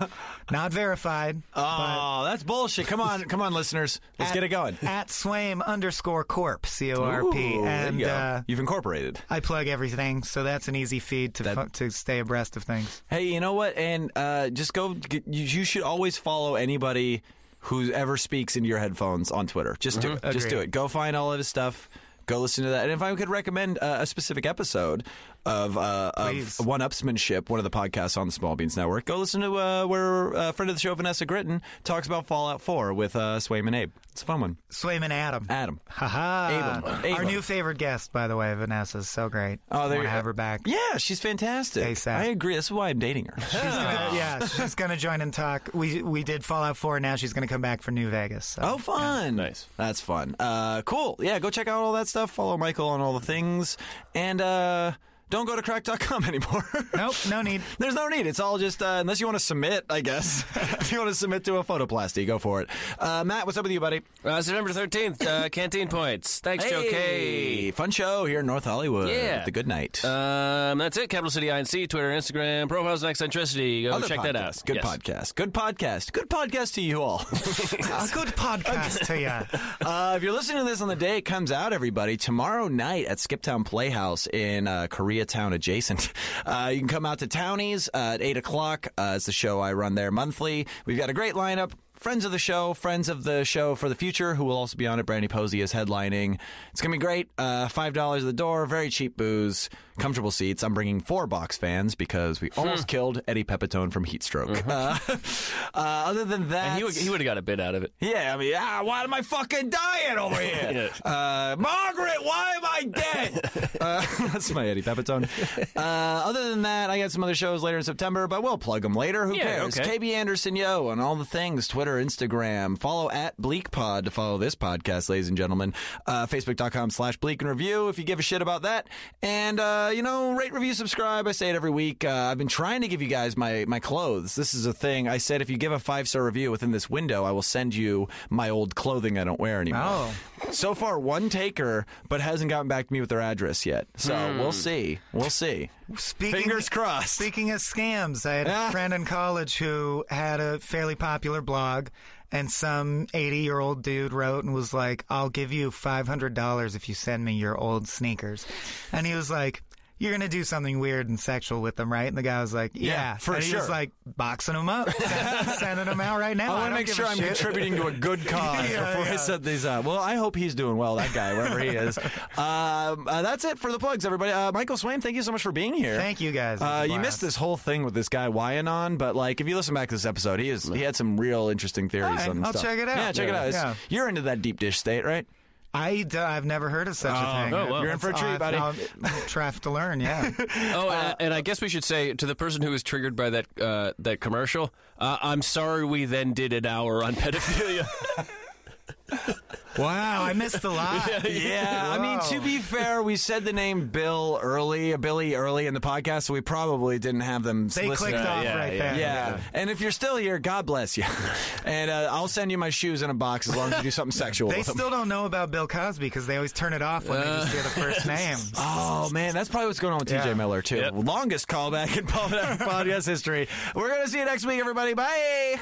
[SPEAKER 4] not verified
[SPEAKER 2] Oh, that's bullshit! Come on, come on, listeners, let's
[SPEAKER 4] at-
[SPEAKER 2] get it going.
[SPEAKER 4] at swaim underscore corp c-o-r-p
[SPEAKER 2] Ooh, there
[SPEAKER 4] and
[SPEAKER 2] you go.
[SPEAKER 4] uh
[SPEAKER 2] You've incorporated.
[SPEAKER 4] i plug everything so that's an easy feed to fu- to stay abreast of things
[SPEAKER 2] Hey, you know what? And uh, just go. Get, you, you should always follow anybody who ever speaks into your headphones on Twitter. Just do it. Just do
[SPEAKER 4] Mm-hmm. Agreed.
[SPEAKER 2] it. Go find all of his stuff. Go listen to that. And if I could recommend uh, a specific episode of, uh, of
[SPEAKER 4] Please.
[SPEAKER 2] One Upsmanship, one of the podcasts on the Small Beans Network, go listen to uh, where uh, friend of the show Vanessa Gritton talks about Fallout 4 with uh, Swaim and Abe. It's a fun one.
[SPEAKER 4] swaim and adam
[SPEAKER 2] Adam.
[SPEAKER 4] Haha.
[SPEAKER 2] Abel.
[SPEAKER 4] Our
[SPEAKER 2] Abel.
[SPEAKER 4] new favorite guest, by the way, Vanessa's so great.
[SPEAKER 2] Oh, there
[SPEAKER 4] Wanna
[SPEAKER 2] you-
[SPEAKER 4] have her back.
[SPEAKER 2] Yeah, she's fantastic.
[SPEAKER 4] ASAP.
[SPEAKER 2] I agree. This is why I'm dating her.
[SPEAKER 4] She's gonna, yeah, she's gonna join and talk. We we did Fallout Four. Now she's gonna come back for New Vegas. So.
[SPEAKER 2] Oh, fun!
[SPEAKER 3] Nice.
[SPEAKER 2] That's fun. Uh, cool. Yeah, go check out all that stuff. Follow Michael on all the things, and uh, don't go to crack.com anymore.
[SPEAKER 4] nope, no need.
[SPEAKER 2] There's no need. It's all just uh, unless you want to submit, I guess. if you want to submit to a photoplasty, go for it. Uh, Matt, what's up with you, buddy?
[SPEAKER 3] Uh, September 13th, uh, Canteen Points. Thanks, Joe K.
[SPEAKER 2] Hey, fun show here in North Hollywood.
[SPEAKER 3] Yeah.
[SPEAKER 2] the Good Night.
[SPEAKER 3] Um, that's it. Capital City INC, Twitter, Instagram, profiles and eccentricity. Go
[SPEAKER 2] Other
[SPEAKER 3] check that out.
[SPEAKER 2] podcasts. Good
[SPEAKER 3] Yes.
[SPEAKER 2] podcast. Good podcast. Good podcast to you all.
[SPEAKER 4] A good podcast to you.
[SPEAKER 2] Uh, if you're listening to this on the day it comes out, everybody, tomorrow night at Skiptown Playhouse in uh, Koreatown adjacent, uh, you can come out to Townies uh, at 8 o'clock. Uh, it's the show I run there monthly. We've got a great lineup. friends of the show, friends of the show for the future, who will also be on it. Brandy Posey is headlining. It's gonna be great. Uh, Five dollars at the door, very cheap booze, comfortable seats. I'm bringing four box fans because
[SPEAKER 3] Hmm.
[SPEAKER 2] we almost killed Eddie Pepitone from heat stroke. Uh, uh, other than that,
[SPEAKER 3] Uh-huh. He would, he would have got a bit out of it.
[SPEAKER 2] yeah, I mean, ah, why am I fucking dying over here? uh, Margaret, why am I dead? uh, that's my Eddie Pepitone. Uh, other than that, I got some other shows later in September, but we'll plug them later. Who
[SPEAKER 3] Yeah,
[SPEAKER 2] cares?
[SPEAKER 3] okay.
[SPEAKER 2] KB Anderson Yo on all the things Twitter, Instagram. Follow at Bleak Pod to follow this podcast, ladies and gentlemen. Uh, Facebook.com slash Bleak and Review if you give a shit about that. And, uh, you know, rate, review, subscribe. I say it every week. Uh, I've been trying to give you guys my, my clothes. This is a thing. I said if you give a five star review within this window, I will send you my old clothing I don't wear anymore.
[SPEAKER 4] Oh.
[SPEAKER 2] So far, one taker, but hasn't gotten back to me with their address yet. So we'll see. We'll see.
[SPEAKER 4] Speaking,
[SPEAKER 2] Fingers crossed.
[SPEAKER 4] Speaking of scams, I had
[SPEAKER 2] Ah.
[SPEAKER 4] a friend in college who had a fairly popular blog, and some 80 year old dude wrote and was like, I'll give you $500 if you send me your old sneakers. And he was like, you're gonna do something weird and sexual with them, right? And the guy was like, "Yeah,
[SPEAKER 2] for
[SPEAKER 4] and he
[SPEAKER 2] sure.
[SPEAKER 4] was like, "Boxing them up, sending them out right now."
[SPEAKER 2] I want
[SPEAKER 4] don't
[SPEAKER 2] to make
[SPEAKER 4] give
[SPEAKER 2] sure
[SPEAKER 4] a
[SPEAKER 2] I'm
[SPEAKER 4] shit.
[SPEAKER 2] contributing to a good cause
[SPEAKER 4] Yeah,
[SPEAKER 2] before I
[SPEAKER 4] yeah.
[SPEAKER 2] set these up. Well, I hope he's doing well, that guy, wherever he is. Um, uh, that's it for the plugs, everybody. Uh, Michael Swain, thank you so much for being here.
[SPEAKER 4] Thank you guys. It was
[SPEAKER 2] Uh,
[SPEAKER 4] a
[SPEAKER 2] you
[SPEAKER 4] blast.
[SPEAKER 2] missed this whole thing with this guy Wyanon, but like if you listen back to this episode, he is he had some real interesting theories
[SPEAKER 4] right,
[SPEAKER 2] on
[SPEAKER 4] I'll
[SPEAKER 2] stuff.
[SPEAKER 4] check it out.
[SPEAKER 2] Yeah, check it
[SPEAKER 4] Yeah.
[SPEAKER 2] out. It's-
[SPEAKER 4] Yeah.
[SPEAKER 2] You're into that deep dish state, right?
[SPEAKER 4] I d- I've never heard of such a thing.
[SPEAKER 3] oh, well.
[SPEAKER 2] You're in for a
[SPEAKER 4] That's-
[SPEAKER 2] treat, buddy.
[SPEAKER 4] I'll, I'll try to learn. Yeah.
[SPEAKER 3] Oh, and, and I guess we should say to the person who was triggered by that uh, that commercial, uh, I'm sorry we then did an hour on pedophilia.
[SPEAKER 4] wow, I missed a lot.
[SPEAKER 2] Yeah, I mean, to
[SPEAKER 4] Wow.
[SPEAKER 2] be fair, we said the name Bill early, Billy early in the podcast, so we probably didn't have them.
[SPEAKER 4] They
[SPEAKER 2] listen-
[SPEAKER 4] clicked off
[SPEAKER 3] yeah,
[SPEAKER 4] right
[SPEAKER 3] yeah,
[SPEAKER 4] there.
[SPEAKER 2] Yeah. And if you're still here, God bless you. and uh, I'll send you my shoes in a box as long as you do something sexual
[SPEAKER 4] They
[SPEAKER 2] with them.
[SPEAKER 4] still don't know about Bill Cosby because they always turn it off when
[SPEAKER 3] Uh,
[SPEAKER 4] they just hear the first name.
[SPEAKER 2] Oh man, that's probably what's going on with TJ
[SPEAKER 4] Yeah.
[SPEAKER 2] Miller too.
[SPEAKER 3] Yep.
[SPEAKER 2] Longest callback in pod- podcast history. We're gonna see you next week, everybody. Bye.